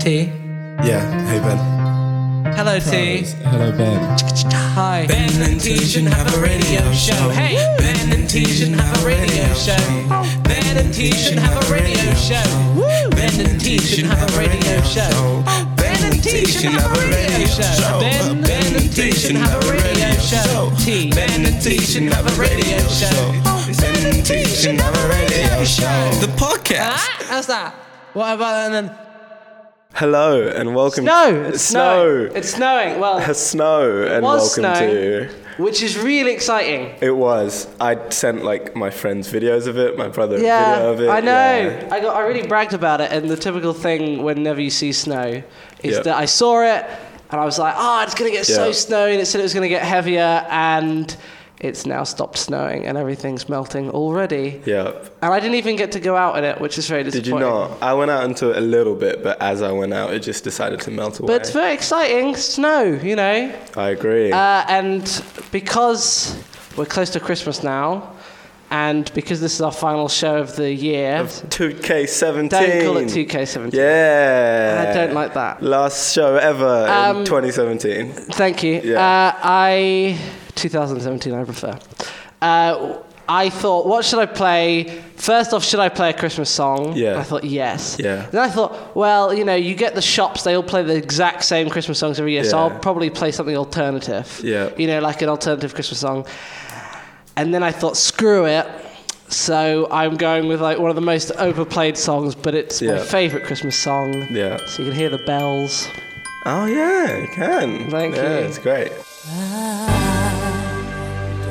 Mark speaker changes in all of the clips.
Speaker 1: T.
Speaker 2: Yeah. Hey Ben.
Speaker 1: Hello, T.
Speaker 2: Hello Ben.
Speaker 1: Hi.
Speaker 3: Ben and Tijan have a radio show.
Speaker 1: Hey.
Speaker 3: Ben and Tijan have a radio show. Ben and Tijan have a radio show. Ben and Tijan have a radio show. Ben and Tijan have a radio show.
Speaker 1: Ben-
Speaker 3: Ben and Tijan have a radio show.
Speaker 1: T.
Speaker 3: Ben and Tijan have a radio show. Ben and Tijan have a radio show. The podcast.
Speaker 1: Ah, how's that? What about and then?
Speaker 4: Hello and welcome.
Speaker 1: No,
Speaker 4: It's
Speaker 1: it's
Speaker 4: snow.
Speaker 1: snowing. It's snowing. Well,
Speaker 4: Has snow and
Speaker 1: was
Speaker 4: welcome
Speaker 1: snowing.
Speaker 4: to.
Speaker 1: which is really exciting.
Speaker 4: It was. I sent like my friends videos of it. My brother a video of it.
Speaker 1: I know.
Speaker 4: yeah.
Speaker 1: I got. I really bragged about it, and the typical thing whenever you see snow is
Speaker 4: Yeah.
Speaker 1: that I saw it, and I was like, "Oh, it's gonna get so
Speaker 4: Yeah.
Speaker 1: snowy," and it said it was gonna get heavier, and it's now stopped snowing, and everything's melting already.
Speaker 4: Yep.
Speaker 1: And I didn't even get to go out in it, which is very
Speaker 4: Did
Speaker 1: disappointing.
Speaker 4: you not? I went out into it a little bit, but as I went out, it just decided to melt away.
Speaker 1: But it's very exciting, snow, you know.
Speaker 4: I agree.
Speaker 1: Uh, and because we're close to Christmas now, and because this is our final show of the year,
Speaker 4: 2K17.
Speaker 1: don't call it 2K17.
Speaker 4: Yeah.
Speaker 1: I don't like that.
Speaker 4: Last show ever
Speaker 1: Um,
Speaker 4: in 2017.
Speaker 1: Thank you.
Speaker 4: Yeah.
Speaker 1: Uh, I 2017. I prefer. Uh, I thought, what should I play? First off, should I play a Christmas song?
Speaker 4: Yeah.
Speaker 1: I thought yes.
Speaker 4: Yeah.
Speaker 1: Then I thought, well, you know, you get the shops; they all play the exact same Christmas songs every year, so
Speaker 4: Yeah.
Speaker 1: I'll probably play something alternative.
Speaker 4: Yeah.
Speaker 1: You know, like an alternative Christmas song. And then I thought, screw it. So I'm going with like one of the most overplayed songs, but it's my
Speaker 4: Yeah.
Speaker 1: favorite Christmas song.
Speaker 4: Yeah.
Speaker 1: So you can hear the bells.
Speaker 4: Oh, yeah, you can.
Speaker 1: Thank
Speaker 4: yeah,
Speaker 1: you.
Speaker 4: It's great.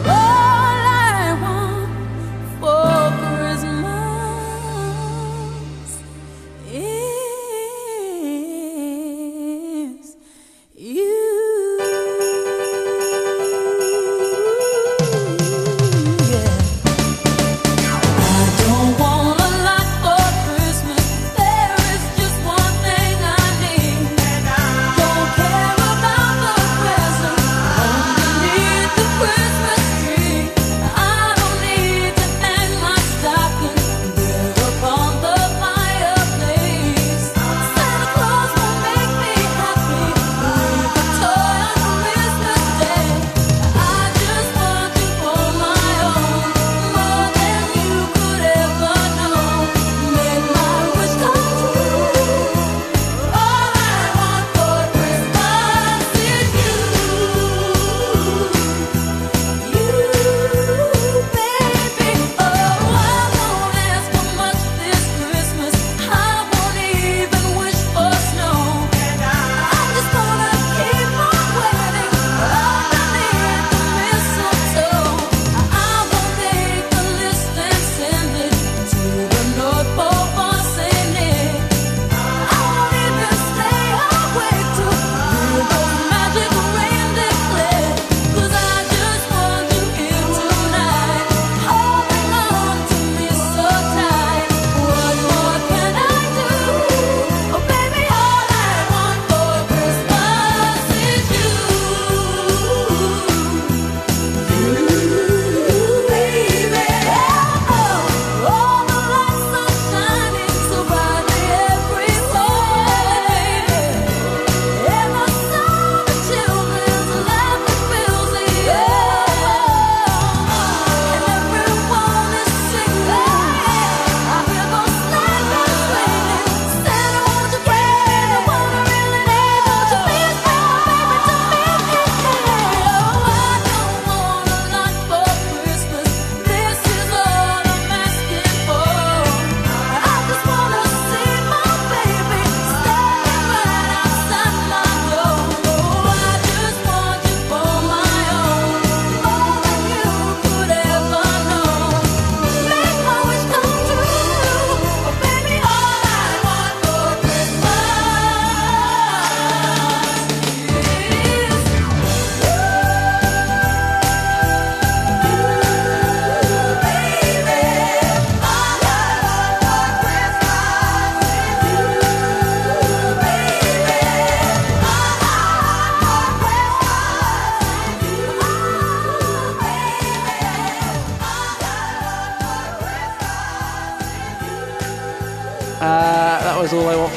Speaker 5: All I want for Christmas is you. Yeah. Don't want a lot for Christmas. There is just one thing I need. Don't care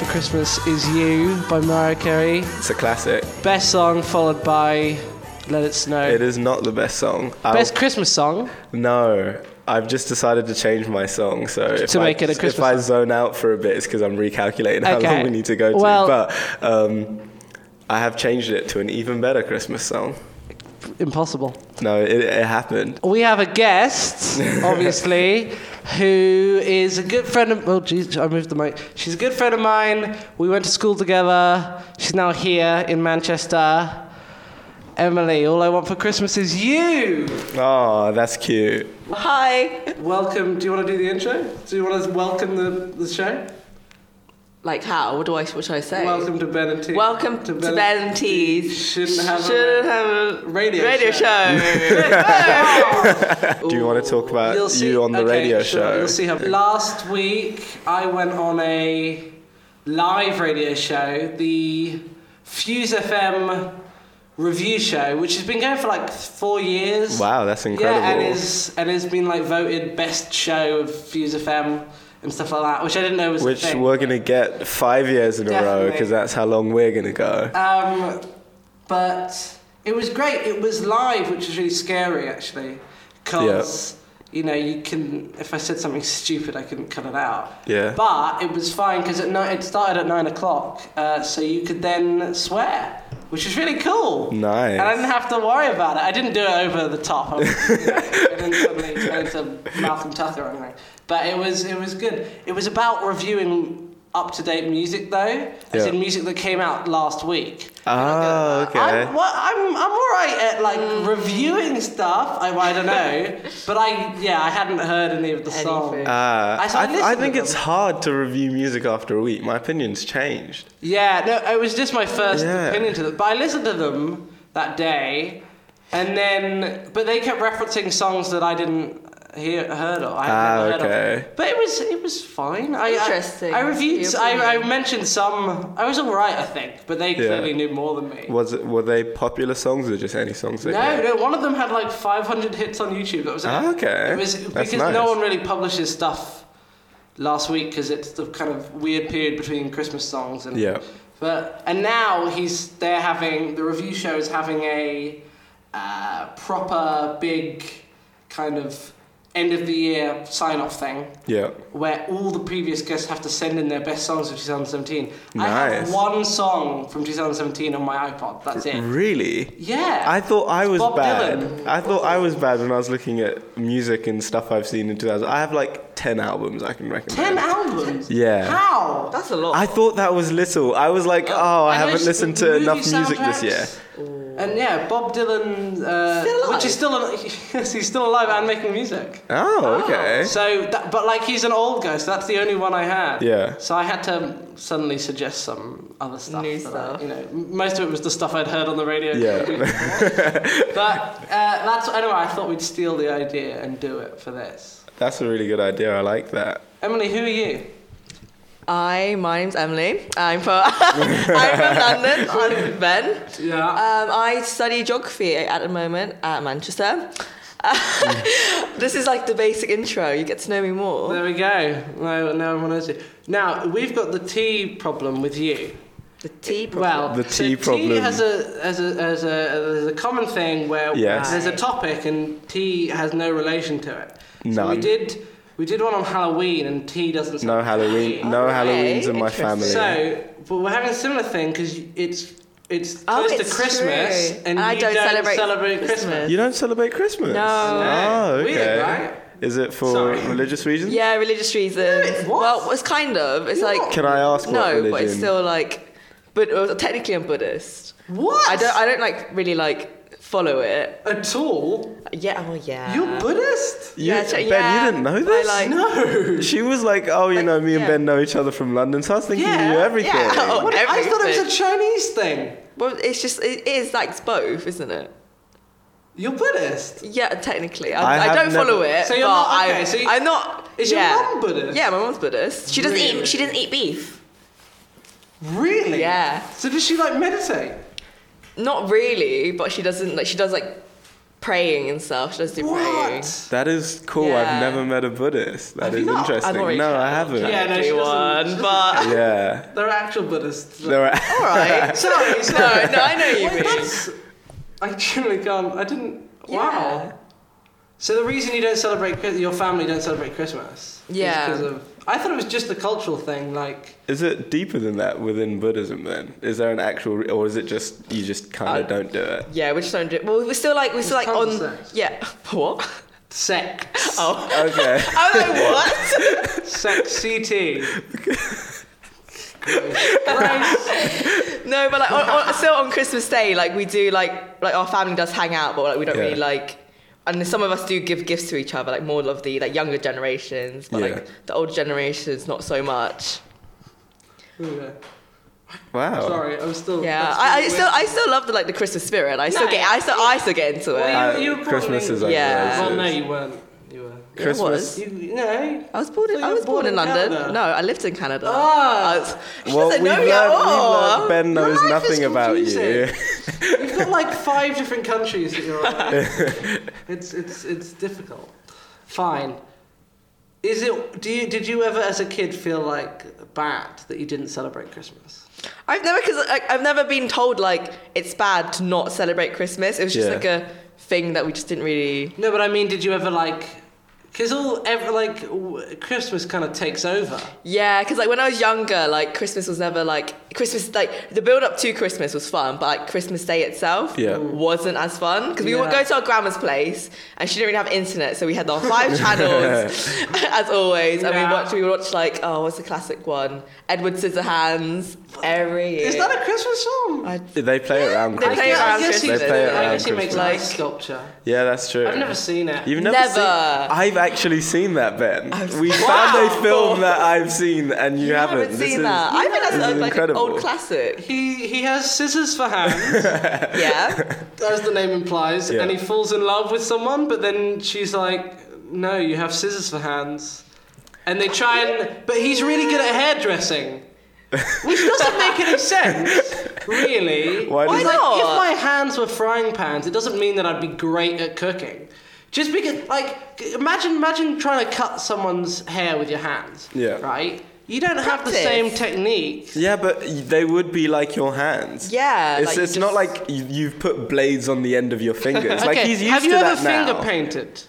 Speaker 1: Christmas Is You by Mariah Carey.
Speaker 4: It's a classic.
Speaker 1: Best song followed by Let It Snow.
Speaker 4: It is not the best song. I'll-
Speaker 1: Best Christmas song.
Speaker 4: no, I've just decided to change my song. So if
Speaker 1: To
Speaker 4: I,
Speaker 1: make it a
Speaker 4: if
Speaker 1: Christmas
Speaker 4: I
Speaker 1: song.
Speaker 4: zone out for a bit, it's because I'm recalculating how
Speaker 1: Okay.
Speaker 4: long we need to go to.
Speaker 1: Well-
Speaker 4: but um, I have changed it to an even better Christmas song.
Speaker 1: Impossible.
Speaker 4: No, it, it happened.
Speaker 1: We have a guest, obviously, who is a good friend of. Oh, geez, I moved the mic. She's a good friend of mine. We went to school together. She's now here in Manchester. Emily, all I want for Christmas is you.
Speaker 4: Oh, that's cute.
Speaker 6: Hi.
Speaker 1: Welcome. Do you want to do the intro? Do you want to welcome the, the show?
Speaker 6: Like how? What do I? What should I say?
Speaker 1: Welcome to Ben and T.
Speaker 6: Welcome to, Ben, and Tees.
Speaker 1: Shouldn't have.
Speaker 6: Shouldn't
Speaker 1: a,
Speaker 6: have a
Speaker 1: radio show.
Speaker 4: Do you want to talk about
Speaker 1: You'll see,
Speaker 4: you on the
Speaker 1: okay,
Speaker 4: radio
Speaker 1: sure,
Speaker 4: show?
Speaker 1: You'll see how. Last week, I went on a live radio show, the Fuse FM review show, which has been going for like four years.
Speaker 4: Wow, that's incredible.
Speaker 1: Yeah, and is and has been like voted best show of Fuse FM and stuff like that, which I didn't know was
Speaker 4: Which
Speaker 1: a thing.
Speaker 4: we're gonna get five years in a row
Speaker 1: Definitely.
Speaker 4: because that's how long we're gonna go.
Speaker 1: Um, but it was great. It was live, which was really scary actually, because you know you can. If I said something stupid, I couldn't cut it out.
Speaker 4: Yeah.
Speaker 1: But it was fine because at night it started at nine o'clock, uh, so you could then swear, which is really cool.
Speaker 4: Nice.
Speaker 1: And I didn't have to worry about it. I didn't do it over the top. I, was, you know, I didn't suddenly turn into Malcolm Tucker or anything. But it was it was good. It was about reviewing up to date music though. As
Speaker 4: Yeah.
Speaker 1: in music that came out last week.
Speaker 4: oh, okay.
Speaker 1: I'm, well, I'm, I'm all right at like reviewing stuff. I, I don't know, but I yeah I hadn't heard any of the songs.
Speaker 6: Anything.
Speaker 4: Ah,
Speaker 1: I- so I
Speaker 4: I, I
Speaker 1: listened to
Speaker 4: think
Speaker 1: them.
Speaker 4: it's hard to review music after a week. My opinion's changed.
Speaker 1: Yeah, no, it was just my first
Speaker 4: Yeah.
Speaker 1: opinion to them. But I listened to them that day, and then but they kept referencing songs that I didn't hear heard of. I had
Speaker 4: Ah,
Speaker 1: never heard
Speaker 4: okay.
Speaker 1: Of. But it was it was fine. I, I-
Speaker 6: Interesting.
Speaker 1: I, reviewed.
Speaker 6: Your
Speaker 1: I, I
Speaker 6: opinion.
Speaker 1: mentioned some. I was all right, I think. But they
Speaker 4: Yeah.
Speaker 1: clearly knew more than me.
Speaker 4: Was it, were they popular songs or just any songs? They
Speaker 1: No,
Speaker 4: did?
Speaker 1: no. One of them had like 500 hits on YouTube. That was it.
Speaker 4: Ah, okay.
Speaker 1: It was
Speaker 4: That's
Speaker 1: because
Speaker 4: nice.
Speaker 1: no one really publishes stuff last week because it's the kind of weird period between Christmas songs and
Speaker 4: Yeah.
Speaker 1: But and now he's they're having the review show is having a uh, proper big kind of end of the year sign off thing
Speaker 4: Yeah.
Speaker 1: where all the previous guests have to send in their best songs of 2017. I have
Speaker 4: Nice.
Speaker 1: one song from 2017 on my iPod. That's it.
Speaker 4: Really?
Speaker 1: Yeah.
Speaker 4: I thought I was
Speaker 1: Bob
Speaker 4: bad.
Speaker 1: Dylan.
Speaker 4: I thought I was bad when I was looking at music and stuff I've seen in 2000. I have like 10 albums I can recommend.
Speaker 1: Ten albums.
Speaker 4: Yeah.
Speaker 1: How?
Speaker 6: That's a lot.
Speaker 4: I thought that was little. I was like, oh, I haven't listened to
Speaker 1: movie
Speaker 4: enough music this year.
Speaker 1: soundtracks. And yeah, Bob Dylan, uh,
Speaker 6: Still alive?
Speaker 1: which is still alive. yes, he's still alive and making music.
Speaker 4: Oh, okay.
Speaker 1: So, that, but like he's an old guy, so that's the only one I had.
Speaker 4: Yeah.
Speaker 1: So I had to suddenly suggest some other stuff.
Speaker 6: New
Speaker 1: that I-
Speaker 6: stuff.
Speaker 1: you know, m- most of it was the stuff I'd heard on the radio.
Speaker 4: yeah.
Speaker 1: But uh, that's anyway. I thought we'd steal the idea and do it for this.
Speaker 4: That's a really good idea. I like that.
Speaker 1: Emily, who are you?
Speaker 6: I. My name's Emily. I'm from. I'm from London. I'm with Ben.
Speaker 1: Yeah.
Speaker 6: Um, I study geography at the moment at Manchester. this is like the basic intro. You get to know me more.
Speaker 1: There we go. Now, now everyone knows it. Now we've got the tea problem with you.
Speaker 6: The tea.
Speaker 1: Well,
Speaker 4: The
Speaker 1: so
Speaker 4: tea problem.
Speaker 1: has a has a has a there's a common thing where
Speaker 4: Yes.
Speaker 1: there's a topic and tea has no relation to it. So we
Speaker 4: None.
Speaker 1: did we did one on Halloween and tea doesn't.
Speaker 4: No
Speaker 1: sound
Speaker 4: Halloween. No
Speaker 6: Okay,
Speaker 4: Halloweens in my
Speaker 6: interesting.
Speaker 4: family.
Speaker 1: So, but we're having a similar thing because it's it's
Speaker 6: Oh,
Speaker 1: close
Speaker 6: it's
Speaker 1: to Christmas
Speaker 6: true.
Speaker 1: and
Speaker 6: I
Speaker 1: you
Speaker 6: don't celebrate
Speaker 1: Christmas.
Speaker 6: Christmas.
Speaker 4: you don't celebrate Christmas?
Speaker 6: No.
Speaker 4: Oh, okay.
Speaker 1: Weird, right?
Speaker 4: Is it for
Speaker 1: Sorry.
Speaker 4: religious reasons?
Speaker 6: Yeah, religious reasons.
Speaker 1: what?
Speaker 6: Well, it's kind of. It's like.
Speaker 4: Can I ask
Speaker 6: no,
Speaker 4: what religion?
Speaker 6: but it's still like, but well, technically I'm Buddhist.
Speaker 1: What?
Speaker 6: I don't, I don't like really like follow it.
Speaker 1: At all?
Speaker 6: Yeah, well, yeah.
Speaker 1: You're Buddhist?
Speaker 4: You-
Speaker 6: Uh, Yeah, so-
Speaker 4: ben,
Speaker 6: yeah,
Speaker 4: you didn't know
Speaker 6: but
Speaker 4: this?
Speaker 6: like-
Speaker 1: No.
Speaker 4: She was like, oh, you
Speaker 6: Like,
Speaker 4: know, me and
Speaker 6: yeah.
Speaker 4: Ben know each other from London, so I was thinking
Speaker 1: Yeah,
Speaker 4: you knew everything.
Speaker 6: yeah. Oh,
Speaker 1: What, I thought it
Speaker 6: Everything.
Speaker 1: was a Chinese thing.
Speaker 6: Well, it's just it is like it's both, isn't it?
Speaker 1: You're Buddhist.
Speaker 6: Yeah, technically,
Speaker 4: I
Speaker 6: I, I,
Speaker 4: have
Speaker 6: don't
Speaker 4: never-
Speaker 6: follow it.
Speaker 1: So you're
Speaker 6: but
Speaker 1: not- okay,
Speaker 6: I,
Speaker 1: so you-
Speaker 6: I'm not.
Speaker 1: Is your
Speaker 6: yeah.
Speaker 1: mum Buddhist?
Speaker 6: Yeah, my mom's Buddhist. She doesn't
Speaker 1: Really?
Speaker 6: eat. She doesn't eat beef.
Speaker 1: Really?
Speaker 6: Yeah.
Speaker 1: So does she like meditate?
Speaker 6: Not really, but she doesn't like. She does like praying and stuff. She does do praying.
Speaker 4: That is cool.
Speaker 6: Yeah.
Speaker 4: I've never met a Buddhist. That
Speaker 6: Have
Speaker 4: is
Speaker 6: you not?
Speaker 4: interesting.
Speaker 6: I've already
Speaker 4: no,
Speaker 6: tried
Speaker 4: I
Speaker 6: to
Speaker 4: haven't.
Speaker 6: check
Speaker 1: Yeah, no, she doesn't-
Speaker 6: everyone, but
Speaker 4: Yeah.
Speaker 1: They're actual Buddhists.
Speaker 4: There are-
Speaker 6: alright.
Speaker 1: Sorry, sorry.
Speaker 6: No, no, I know you
Speaker 1: Wait,
Speaker 6: mean.
Speaker 1: that's- I truly can't. I didn't.
Speaker 6: Yeah.
Speaker 1: Wow. So the reason you don't celebrate Chris- your family don't celebrate Christmas
Speaker 6: Yeah.
Speaker 1: is because of. I thought it was just a cultural thing. Like
Speaker 4: Is it deeper than that within Buddhism then? Is there an actual, re- or is it just, you just
Speaker 6: Uh,
Speaker 4: kind of don't do it?
Speaker 6: Yeah, we just don't do. Well, we're still like we're still like
Speaker 1: tons
Speaker 6: on.
Speaker 1: of sex.
Speaker 6: Yeah. What?
Speaker 1: sex,
Speaker 6: Oh.
Speaker 4: Okay.
Speaker 6: I was like, what?
Speaker 1: sex CT. Christ.
Speaker 6: no, but like on, on, still on Christmas Day, like we do like like our family does hang out, but like we don't
Speaker 4: Yeah.
Speaker 6: really like. And some of us do give gifts to each other, like more of the like younger generations, but
Speaker 4: Yeah.
Speaker 6: like the older generations not so much.
Speaker 1: Okay.
Speaker 4: Wow.
Speaker 1: Sorry, I'm still.
Speaker 6: Yeah,
Speaker 1: that's
Speaker 6: I, I
Speaker 1: really
Speaker 6: still
Speaker 1: weird.
Speaker 6: I still love the like the Christmas spirit. I still
Speaker 1: No,
Speaker 6: get I still I still get into it.
Speaker 1: Well,
Speaker 4: Uh,
Speaker 1: You- you were
Speaker 4: Christmas
Speaker 1: probably-
Speaker 4: is
Speaker 6: Yeah.
Speaker 1: Well,
Speaker 4: overrated.
Speaker 1: no, you weren't. You were.
Speaker 6: Yeah, I
Speaker 4: Christmas-
Speaker 6: was.
Speaker 1: You, you know.
Speaker 6: I was born.
Speaker 1: So
Speaker 6: In,
Speaker 1: you
Speaker 6: I
Speaker 1: were
Speaker 6: was born,
Speaker 1: born
Speaker 6: in,
Speaker 1: in
Speaker 6: London.
Speaker 1: Canada?
Speaker 6: No, I lived in Canada.
Speaker 1: Ah.
Speaker 6: I was- she
Speaker 4: Well,
Speaker 6: doesn't
Speaker 4: we've
Speaker 6: know me at
Speaker 4: learned, we've
Speaker 6: all.
Speaker 4: learned Ben
Speaker 1: Life
Speaker 4: knows
Speaker 1: is
Speaker 4: nothing about you.
Speaker 1: confusing. You've got like five different countries that you're on. it's it's it's difficult. Fine. Is it? Do you did you ever as a kid feel like bad that you didn't celebrate Christmas?
Speaker 6: I've never because like, I've never been told like it's bad to not celebrate Christmas. It was just
Speaker 4: Yeah.
Speaker 6: like a thing that we just didn't really.
Speaker 1: No, but I mean, did you ever like? Because all ever like w- Christmas kind of takes over.
Speaker 6: Yeah, because like when I was younger, like Christmas was never like Christmas. Like the build up to Christmas was fun, but like Christmas Day itself
Speaker 4: Yeah.
Speaker 6: wasn't as fun because we would
Speaker 1: Yeah.
Speaker 6: go to our grandma's place and she didn't really have internet, so we had our five channels as always, and
Speaker 1: Yeah.
Speaker 6: we watched. We would watch like oh, what's the classic one? Edward Scissorhands every year.
Speaker 1: Is that a Christmas song?
Speaker 6: I-
Speaker 4: They play it around
Speaker 6: They play
Speaker 4: Christmas.
Speaker 6: it around
Speaker 1: guess he,
Speaker 6: Christmas.
Speaker 4: They play it
Speaker 1: I
Speaker 4: around
Speaker 1: guess he makes like
Speaker 6: Christmas. Like-
Speaker 1: sculpture.
Speaker 4: Yeah, that's true.
Speaker 1: I've never seen it.
Speaker 4: You've never,
Speaker 6: Never.
Speaker 4: seen. I've actually seen that, Ben. we
Speaker 6: Wow.
Speaker 4: found a film that I've seen and you,
Speaker 6: I
Speaker 4: haven't.
Speaker 6: haven't
Speaker 4: This
Speaker 6: seen
Speaker 4: is-
Speaker 6: that. I think
Speaker 4: this
Speaker 6: that's
Speaker 4: is
Speaker 6: a, like an
Speaker 4: incredible.
Speaker 6: old classic.
Speaker 1: he he has scissors for hands.
Speaker 6: Yeah.
Speaker 1: as the name implies,
Speaker 4: Yeah.
Speaker 1: and he falls in love with someone, but then she's like, "No, you have scissors for hands," and they try and. But he's really good at hairdressing, which doesn't make any sense, really.
Speaker 4: Why
Speaker 1: It's
Speaker 4: does-
Speaker 1: like,
Speaker 6: Why not?
Speaker 1: If my hands were frying pans, it doesn't mean that I'd be great at cooking. Just because, like, g- imagine imagine trying to cut someone's hair with your hands.
Speaker 4: Yeah.
Speaker 1: Right. You don't have the
Speaker 6: Practice.
Speaker 1: same technique.
Speaker 4: Yeah, but y- they would be like your hands.
Speaker 6: Yeah,
Speaker 4: It's,
Speaker 6: like you
Speaker 4: it's not
Speaker 6: just-
Speaker 4: like you, you've put blades on the end of your fingers. Like
Speaker 1: okay.
Speaker 4: he's used
Speaker 1: have
Speaker 4: to
Speaker 1: you
Speaker 4: that
Speaker 1: ever
Speaker 4: now.
Speaker 1: finger painted?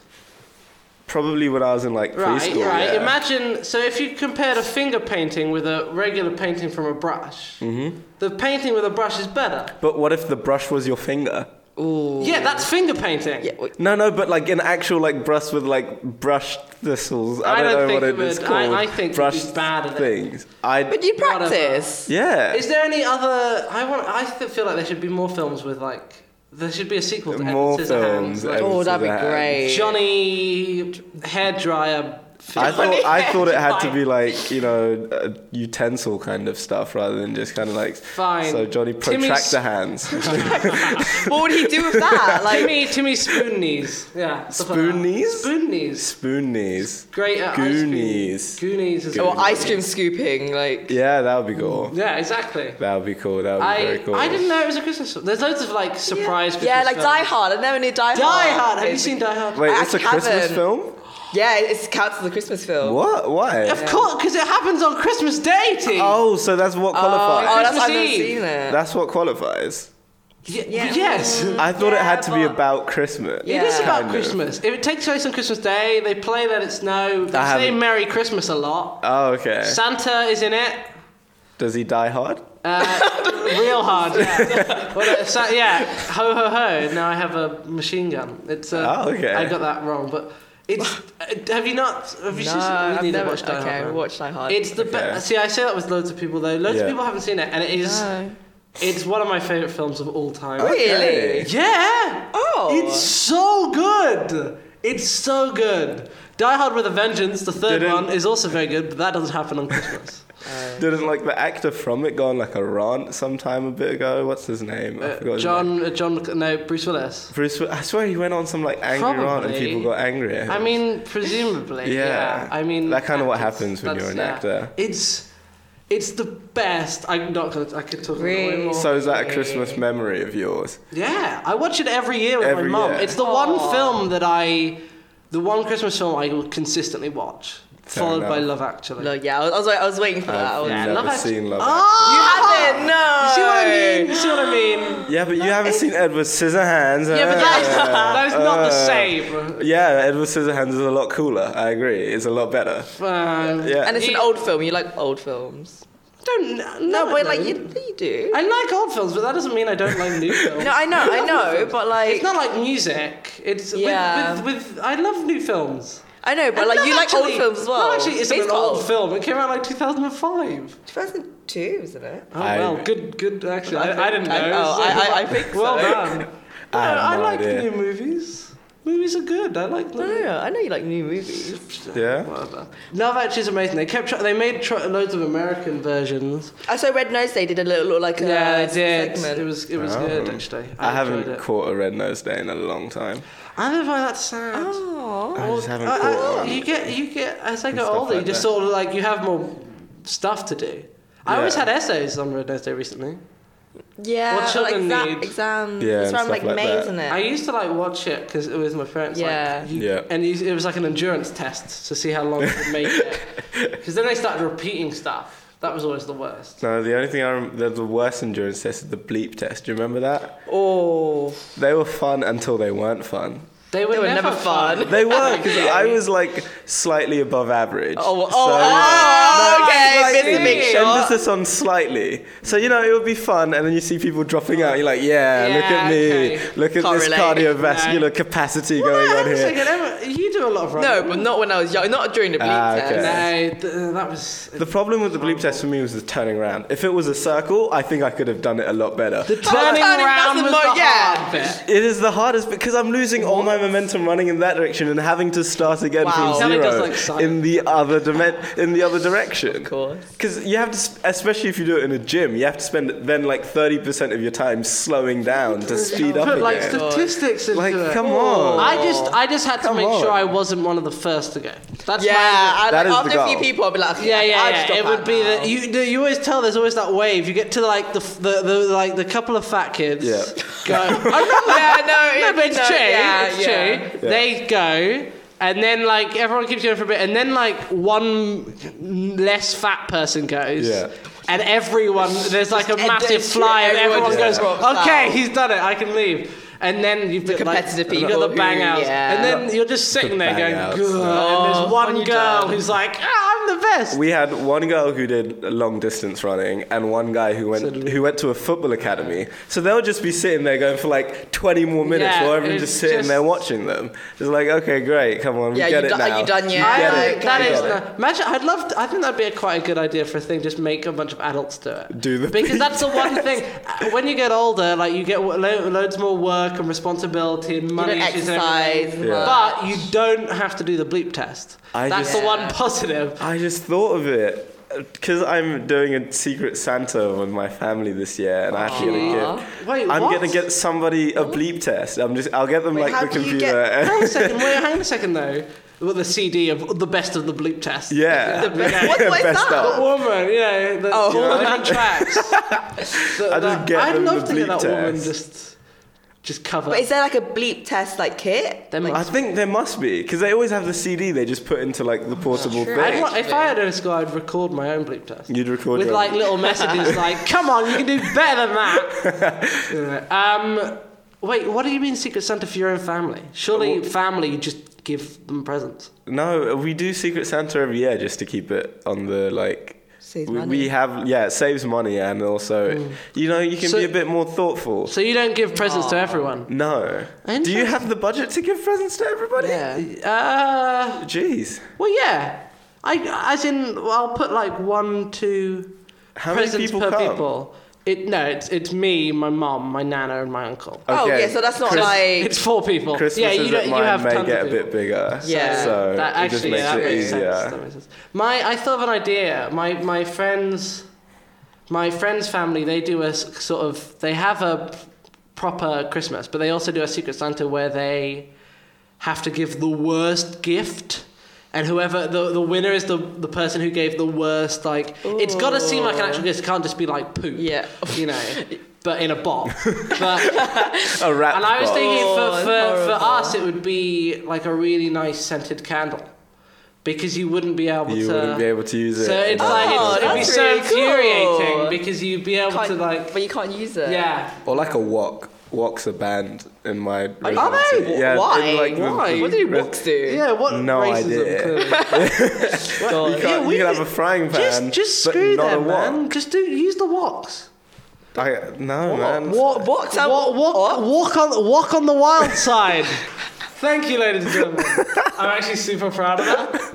Speaker 4: Probably when I was in like
Speaker 1: Right,
Speaker 4: preschool.
Speaker 1: right.
Speaker 4: yeah.
Speaker 1: Imagine so if you compared a finger painting with a regular painting from a brush,
Speaker 4: Mm-hmm.
Speaker 1: the painting with a brush is better.
Speaker 4: But what if the brush was your finger?
Speaker 1: Yeah, that's finger painting.
Speaker 6: Yeah, wait.
Speaker 4: No, no, but like an actual like brush with like brush thistles. I
Speaker 1: I
Speaker 4: don't,
Speaker 1: don't
Speaker 4: know
Speaker 1: think
Speaker 4: what
Speaker 1: it
Speaker 4: it is
Speaker 1: would. I-
Speaker 4: called.
Speaker 1: I think you'd
Speaker 4: brush
Speaker 1: be bad at it.
Speaker 4: things. I.
Speaker 6: But you
Speaker 1: Whatever.
Speaker 6: practice.
Speaker 4: yeah.
Speaker 1: Is there any other? I want. I th- feel like there should be more films with like. There should be a sequel to
Speaker 4: More
Speaker 1: Edward
Speaker 4: films.
Speaker 1: Scissorhands. Like
Speaker 6: Oh, that'd be
Speaker 4: Scissorhands.
Speaker 6: great.
Speaker 1: Johnny hairdryer.
Speaker 4: I
Speaker 1: film.
Speaker 4: thought I thought it had to
Speaker 1: Fine.
Speaker 4: be like you know uh, utensil kind of stuff rather than just kind of like
Speaker 1: Fine.
Speaker 4: So Johnny
Speaker 1: Timmy's-
Speaker 4: protractor hands,
Speaker 6: What would he do with that? Like,
Speaker 1: Timmy, Timmy Spoon Knees. Yeah. stuff like that.
Speaker 4: Spoon knees?
Speaker 1: Spoon Knees.
Speaker 4: spoon knees.
Speaker 1: Great at ice cream.
Speaker 4: Goonies.
Speaker 1: Goonies is
Speaker 6: or ice cream scooping. Like,
Speaker 4: Yeah, that would be cool.
Speaker 1: Yeah, exactly.
Speaker 4: That would be cool. That would be very
Speaker 1: I,
Speaker 4: cool.
Speaker 1: I didn't know it was a Christmas film. There's loads of like surprise Christmas
Speaker 6: yeah, like
Speaker 1: films.
Speaker 6: Die Hard. I never knew Die Hard.
Speaker 1: Die Hard. Have you
Speaker 6: It's-
Speaker 1: seen Die Hard?
Speaker 4: Wait,
Speaker 6: I
Speaker 4: it's a Christmas
Speaker 6: haven't.
Speaker 4: film?
Speaker 6: Yeah, it's counts as a Christmas film.
Speaker 4: What? Why?
Speaker 1: Of course, because it happens on Christmas Day, T.
Speaker 4: Oh, so that's what
Speaker 6: Oh,
Speaker 4: qualifies.
Speaker 6: oh, that's why I've
Speaker 1: Christmas
Speaker 6: never
Speaker 1: Eve.
Speaker 6: seen it.
Speaker 4: That's what qualifies.
Speaker 1: Y-
Speaker 6: yeah.
Speaker 1: Yes.
Speaker 4: I thought it
Speaker 6: Yeah,
Speaker 4: had to be
Speaker 6: but-
Speaker 4: about Christmas.
Speaker 1: It is
Speaker 6: Yeah.
Speaker 1: about
Speaker 4: Kind of.
Speaker 1: Christmas. If it takes place on Christmas Day, they play Let It Snow. They
Speaker 4: I
Speaker 1: say
Speaker 4: haven't-
Speaker 1: Merry Christmas a lot.
Speaker 4: Oh, okay.
Speaker 1: Santa is in it.
Speaker 4: Does he die hard?
Speaker 1: Real hard. Yeah. Well, uh, Sa- yeah. Ho ho ho. Now I have a machine gun. It's. Uh,
Speaker 4: Oh, okay.
Speaker 1: I got that wrong, but it's. uh, have you not? Have you
Speaker 6: No,
Speaker 1: seen?
Speaker 6: I've
Speaker 1: need to
Speaker 6: never.
Speaker 1: watch Die
Speaker 6: okay,
Speaker 1: Hard, man.
Speaker 6: watch Die Hard.
Speaker 1: It's the
Speaker 4: Okay.
Speaker 1: best. See, I say that with loads of people though. Loads of
Speaker 4: Yeah.
Speaker 1: people haven't seen it, and it is.
Speaker 6: No.
Speaker 1: It's one of my favorite films of all time.
Speaker 6: Really?
Speaker 1: Yeah.
Speaker 6: Oh.
Speaker 1: It's so good. It's so good. Die Hard with a Vengeance, the 3rd
Speaker 4: Didn't-
Speaker 1: one, is also very good, but that doesn't happen on Christmas.
Speaker 4: Didn't like the actor from it go on like a rant sometime a bit ago? What's his name? I forgot his name.
Speaker 1: John, uh, John, no, Bruce Willis.
Speaker 4: Bruce. Wi- I swear he went on some like angry rant and
Speaker 1: Probably.
Speaker 4: people got angry at him.
Speaker 1: I mean, presumably.
Speaker 4: Yeah.
Speaker 1: yeah. I mean,
Speaker 4: That kinda what
Speaker 1: actors,
Speaker 4: happens when
Speaker 1: that's-
Speaker 4: you're an actor.
Speaker 1: It's It's the best. I'm not gonna. I could talk about it
Speaker 6: Really?
Speaker 1: more.
Speaker 4: So is that a Christmas memory of yours?
Speaker 1: Yeah, I watch it every year with
Speaker 4: Every
Speaker 1: my mum.
Speaker 4: year.
Speaker 1: It's the one film that I, the one Christmas film I will consistently watch,
Speaker 4: Fair
Speaker 1: followed by
Speaker 4: enough.
Speaker 1: Love Actually.
Speaker 6: No, yeah, I was, I was, wait- I was waiting for that. I was,
Speaker 4: I've
Speaker 1: Love
Speaker 4: never
Speaker 1: Actually-
Speaker 4: seen Love
Speaker 1: Oh,
Speaker 6: You haven't? No.
Speaker 1: You see what I mean? You see what I mean?
Speaker 4: Actually. Yeah, but you haven't seen Edward Scissorhands.
Speaker 1: Oh, Yeah, but that is, that is not the
Speaker 4: uh,
Speaker 1: same.
Speaker 4: Yeah, Edward Scissorhands is a lot cooler. I agree. It's a lot better.
Speaker 1: Um,
Speaker 4: Yeah.
Speaker 6: And it's an
Speaker 1: You-
Speaker 6: old film. You like old films?
Speaker 1: I don't
Speaker 6: No,
Speaker 1: no,
Speaker 6: but like you, you do.
Speaker 1: I like old films, but that doesn't mean I don't like new films.
Speaker 6: no, I know, I know, but like
Speaker 1: it's not like music. It's
Speaker 6: Yeah.
Speaker 1: with, with, with I love new films.
Speaker 6: I know, but
Speaker 1: And
Speaker 6: like
Speaker 1: Love
Speaker 6: you like old
Speaker 1: Actually-
Speaker 6: films as well.
Speaker 1: Love actually, it's an
Speaker 6: Basically
Speaker 1: old film. It came out like 2005.
Speaker 6: 2002, isn't it?
Speaker 1: Oh
Speaker 4: I-
Speaker 1: well, good, good. Actually, I, I, didn't know.
Speaker 6: I- oh,
Speaker 1: so-
Speaker 6: I- I- I think
Speaker 1: well
Speaker 6: so.
Speaker 1: done.
Speaker 4: I have
Speaker 1: No, I
Speaker 4: no
Speaker 1: like
Speaker 4: idea.
Speaker 1: new movies. Movies are good. I like
Speaker 6: No,
Speaker 1: them.
Speaker 6: no, no, I know you like new movies.
Speaker 4: Yeah.
Speaker 1: Whatever. Love Actually is amazing. They kept try- they made tr- loads of American versions.
Speaker 6: I saw Red Nose. They did a little, little like a
Speaker 1: yeah, it did.
Speaker 6: segment.
Speaker 1: It was it was good actually.
Speaker 4: Oh. I, haven't
Speaker 1: enjoyed it.
Speaker 4: caught a red nose day in a long time.
Speaker 1: I don't find that sad.
Speaker 6: Aw.
Speaker 4: I just haven't
Speaker 1: I- oh. I-
Speaker 4: caught one.
Speaker 1: you get you get as I got
Speaker 4: stuff
Speaker 1: older, you
Speaker 4: like
Speaker 1: just
Speaker 4: that.
Speaker 1: sort of like you have more stuff to do. I always
Speaker 4: Yeah.
Speaker 1: had essays on Red Nose Day recently.
Speaker 6: Yeah,
Speaker 1: What children
Speaker 6: like
Speaker 1: need.
Speaker 6: exams.
Speaker 4: Yeah,
Speaker 6: it's
Speaker 4: and
Speaker 6: around
Speaker 4: stuff
Speaker 6: like,
Speaker 4: like
Speaker 6: May,
Speaker 4: that.
Speaker 6: isn't it?
Speaker 1: I used to like watch it because it was my parents.
Speaker 6: Yeah.
Speaker 1: Like, you-
Speaker 4: Yeah.
Speaker 1: And you, it was like an endurance test to see how long you could make it. Because then they started repeating stuff. That was always the worst.
Speaker 4: No, the only thing I rem- the, the worst endurance test is the bleep test. Do you remember that?
Speaker 6: oh,
Speaker 4: They were fun until they weren't fun.
Speaker 1: They were,
Speaker 6: They were never fun.
Speaker 4: They were because I was like slightly above average.
Speaker 6: oh, well- oh,
Speaker 4: So, you know,
Speaker 6: oh, okay. Bit
Speaker 4: slightly.
Speaker 6: to make sure.
Speaker 4: Emphasis on slightly. So you know it would be fun, and then you see people dropping out. You're like, yeah, look at
Speaker 1: Yeah,
Speaker 4: me,
Speaker 1: okay.
Speaker 4: look at
Speaker 6: Can't
Speaker 4: this
Speaker 6: relate.
Speaker 4: cardiovascular capacity going
Speaker 1: Well,
Speaker 4: on
Speaker 1: hang on a
Speaker 4: here.
Speaker 1: second, Emma, you do a lot of
Speaker 6: No,
Speaker 1: running.
Speaker 6: but not when I was young. Not during the bleep
Speaker 4: Ah, okay.
Speaker 6: test.
Speaker 1: No, th- uh, that was.
Speaker 4: The problem with the bleep test for me was the turning around. If it was a circle, I think I could have done it a lot better.
Speaker 1: the turning
Speaker 6: turning, that's
Speaker 1: round
Speaker 6: the
Speaker 1: was
Speaker 6: mo-
Speaker 1: the
Speaker 6: yeah.
Speaker 1: hard bit.
Speaker 4: it is the hardest because I'm losing all my momentum running in that direction and having to start again
Speaker 6: Wow.
Speaker 4: from
Speaker 1: Tell me
Speaker 4: zero
Speaker 1: it does like science.
Speaker 4: in the other dimen- in the other direction. Of
Speaker 6: course.
Speaker 4: Because you have to, sp- especially if you do it in a gym, you have to spend then like 30% of your time slowing down to speed up
Speaker 1: Put like
Speaker 4: again.
Speaker 1: statistics into
Speaker 4: Like,
Speaker 1: it.
Speaker 4: come on.
Speaker 1: I just, I just had to
Speaker 4: Come
Speaker 1: make
Speaker 4: on.
Speaker 1: sure I wasn't one of the first to go. That's
Speaker 6: Yeah,
Speaker 1: my
Speaker 6: I,
Speaker 4: That
Speaker 6: like,
Speaker 4: is the
Speaker 6: after a few
Speaker 4: goal.
Speaker 6: people, I'll be like, okay,
Speaker 1: Yeah, yeah,
Speaker 6: I'll
Speaker 1: yeah.
Speaker 6: Just drop
Speaker 1: It would
Speaker 6: out
Speaker 1: be
Speaker 6: now.
Speaker 1: that you. no, You always tell there's always that wave. You get to like the f- the, the like the couple of fat kids.
Speaker 4: Yeah.
Speaker 1: Go. I'm not
Speaker 6: Yeah, no,
Speaker 1: no, but it's
Speaker 6: no,
Speaker 1: true.
Speaker 6: yeah,
Speaker 1: it's
Speaker 6: yeah.
Speaker 1: true. They go, and then like everyone keeps going for a bit, and then like one less fat person goes.
Speaker 4: Yeah.
Speaker 1: And everyone, there's like a
Speaker 6: and
Speaker 1: massive
Speaker 6: then
Speaker 1: fly, and
Speaker 6: everyone
Speaker 1: everyone goes,
Speaker 6: just drops
Speaker 1: "Okay,
Speaker 6: out."
Speaker 1: he's done it. I can leave." And then you've the got
Speaker 6: competitive
Speaker 1: like, you've got
Speaker 6: people
Speaker 1: the bang
Speaker 6: who-
Speaker 1: outs,
Speaker 6: yeah.
Speaker 1: and then you're just sitting there
Speaker 4: bang
Speaker 1: going,
Speaker 4: outs.
Speaker 1: "Good." and there's
Speaker 6: Oh,
Speaker 1: one
Speaker 6: you
Speaker 1: girl
Speaker 6: done.
Speaker 1: who's like, "Ah, "I'm the best."
Speaker 4: We had one girl who did long distance running and one guy who went who went to a football academy. So they'll just be sitting there going for like 20 more minutes
Speaker 1: Yeah,
Speaker 4: while everyone's
Speaker 1: it's
Speaker 4: just sitting there
Speaker 1: just-
Speaker 4: watching them. It's like, okay, great, come on, we
Speaker 6: Yeah, you
Speaker 4: get it
Speaker 6: do- are
Speaker 4: now.
Speaker 6: you done
Speaker 4: We
Speaker 6: yet?
Speaker 4: get
Speaker 1: I
Speaker 4: it.
Speaker 1: think that
Speaker 4: We
Speaker 1: is
Speaker 4: got it.
Speaker 1: the- imagine. I'd love. To, I think that'd be a quite a good idea for a thing. Just make a bunch of adults do it.
Speaker 4: Do the
Speaker 1: because that's the one thing. uh, When you get older, like you get wo- lo- loads more work and responsibility and
Speaker 6: You
Speaker 1: money
Speaker 6: don't
Speaker 1: issues
Speaker 6: exercise.
Speaker 1: and everything.
Speaker 6: much.
Speaker 1: But you don't have to do the bleep test.
Speaker 4: I
Speaker 1: that's
Speaker 4: just-
Speaker 1: the one positive.
Speaker 4: I just thought of it because I'm doing a Secret Santa with my family this year, and I have to get a gift.
Speaker 1: Wait,
Speaker 4: I'm
Speaker 1: what?
Speaker 4: gonna get somebody a bleep test. I'm just I'll get them
Speaker 6: how
Speaker 4: like the
Speaker 6: do you
Speaker 4: computer.
Speaker 6: get-
Speaker 4: and-
Speaker 1: Hang on a second. Wait, hang on a second though. With the CD of the best of the bleep test.
Speaker 4: yeah,
Speaker 1: The best-
Speaker 6: What, what is
Speaker 4: Best
Speaker 6: that?
Speaker 4: of.
Speaker 1: woman, yeah, the, all the different tracks. So
Speaker 4: I just
Speaker 1: that-
Speaker 4: get
Speaker 1: I'd
Speaker 4: them
Speaker 1: love
Speaker 4: the
Speaker 1: to get that
Speaker 4: bleep
Speaker 1: woman
Speaker 4: test.
Speaker 1: just, just cover.
Speaker 6: But is there like a bleep test like kit?
Speaker 1: Them
Speaker 4: I
Speaker 1: like-
Speaker 4: think there must be because they always have the CD they just put into like the portable
Speaker 6: true.
Speaker 1: I'd
Speaker 4: thing.
Speaker 1: want, if I had a score, I'd record my own bleep test.
Speaker 4: You'd record
Speaker 1: with
Speaker 4: your
Speaker 1: like little messages like, "Come on, you can do better than that." Yeah. um, wait, what do you mean Secret Santa for your own family? Surely family, you just give them presents.
Speaker 4: No, we do Secret Santa every year just to keep it on the like.
Speaker 6: Saves
Speaker 4: we,
Speaker 6: money.
Speaker 4: we have yeah, it saves money and also you know you can
Speaker 1: So-
Speaker 4: be a bit more thoughtful.
Speaker 1: So you don't give presents to everyone.
Speaker 4: no, do you
Speaker 1: Interesting.
Speaker 4: have the budget to give presents to everybody?
Speaker 1: Uh,
Speaker 4: Jeez.
Speaker 1: well, yeah. I as in, well, I'll put like one, two
Speaker 4: How many
Speaker 1: presents
Speaker 4: people
Speaker 1: per
Speaker 4: come?
Speaker 1: people. It no, it's it's me, my mum, my nana, and my uncle.
Speaker 6: Oh
Speaker 4: Okay.
Speaker 6: yeah, so that's not
Speaker 4: Chris-
Speaker 6: like
Speaker 1: It's four people.
Speaker 4: Christmas
Speaker 1: yeah, you
Speaker 4: is
Speaker 1: don't,
Speaker 4: at
Speaker 1: you
Speaker 4: mine
Speaker 1: have
Speaker 4: may
Speaker 1: tons
Speaker 4: get
Speaker 1: of
Speaker 4: a
Speaker 1: people.
Speaker 4: bit bigger.
Speaker 6: Yeah.
Speaker 4: So
Speaker 1: that
Speaker 4: it just
Speaker 1: actually
Speaker 4: makes
Speaker 1: yeah, that
Speaker 4: it
Speaker 1: makes
Speaker 4: easier.
Speaker 1: Sense. That makes sense. My I still have an idea. My my friends, my friends' family, they do a s- sort of they have a proper Christmas, but they also do a Secret Santa where they have to give the worst gift and whoever the, the winner is the the person who gave the worst like it's got to seem like an actual gift. It can't just be like poop.
Speaker 6: Yeah.
Speaker 1: you know. But in a box. But,
Speaker 4: A rap.
Speaker 1: and I was
Speaker 4: box.
Speaker 1: thinking for,
Speaker 6: Oh,
Speaker 1: for, for
Speaker 6: horrible.
Speaker 1: us, it would be like a really nice scented candle because you wouldn't be able
Speaker 4: you
Speaker 1: to.
Speaker 4: wouldn't be able to use it.
Speaker 1: So it's
Speaker 6: Oh,
Speaker 1: like it's, it'd be
Speaker 6: that's
Speaker 1: so
Speaker 6: really cool.
Speaker 1: infuriating because you'd be able
Speaker 6: Can't-
Speaker 1: to like
Speaker 6: but you can't use it.
Speaker 1: yeah.
Speaker 4: or like a wok. Wok's a band in my. Are
Speaker 6: Are they?
Speaker 4: Yeah,
Speaker 6: Why?
Speaker 4: in, like, the-
Speaker 6: Why? What do you
Speaker 4: res-
Speaker 6: walks do?
Speaker 1: Yeah, what
Speaker 4: No
Speaker 1: racism?
Speaker 4: idea.
Speaker 1: clearly.
Speaker 4: You,
Speaker 1: Yeah,
Speaker 4: can't, you
Speaker 1: we-
Speaker 4: can have a frying pan.
Speaker 1: Just, just
Speaker 4: but
Speaker 1: screw
Speaker 4: not a
Speaker 1: them,
Speaker 4: wok.
Speaker 1: man. Just do use the woks.
Speaker 4: I, no, man.
Speaker 1: Walk,
Speaker 6: Walk
Speaker 1: walk,
Speaker 6: down-
Speaker 1: walk, walk,
Speaker 6: walk.
Speaker 1: walk on, walk on the wild side. Thank you, ladies and gentlemen. I'm actually super proud of that.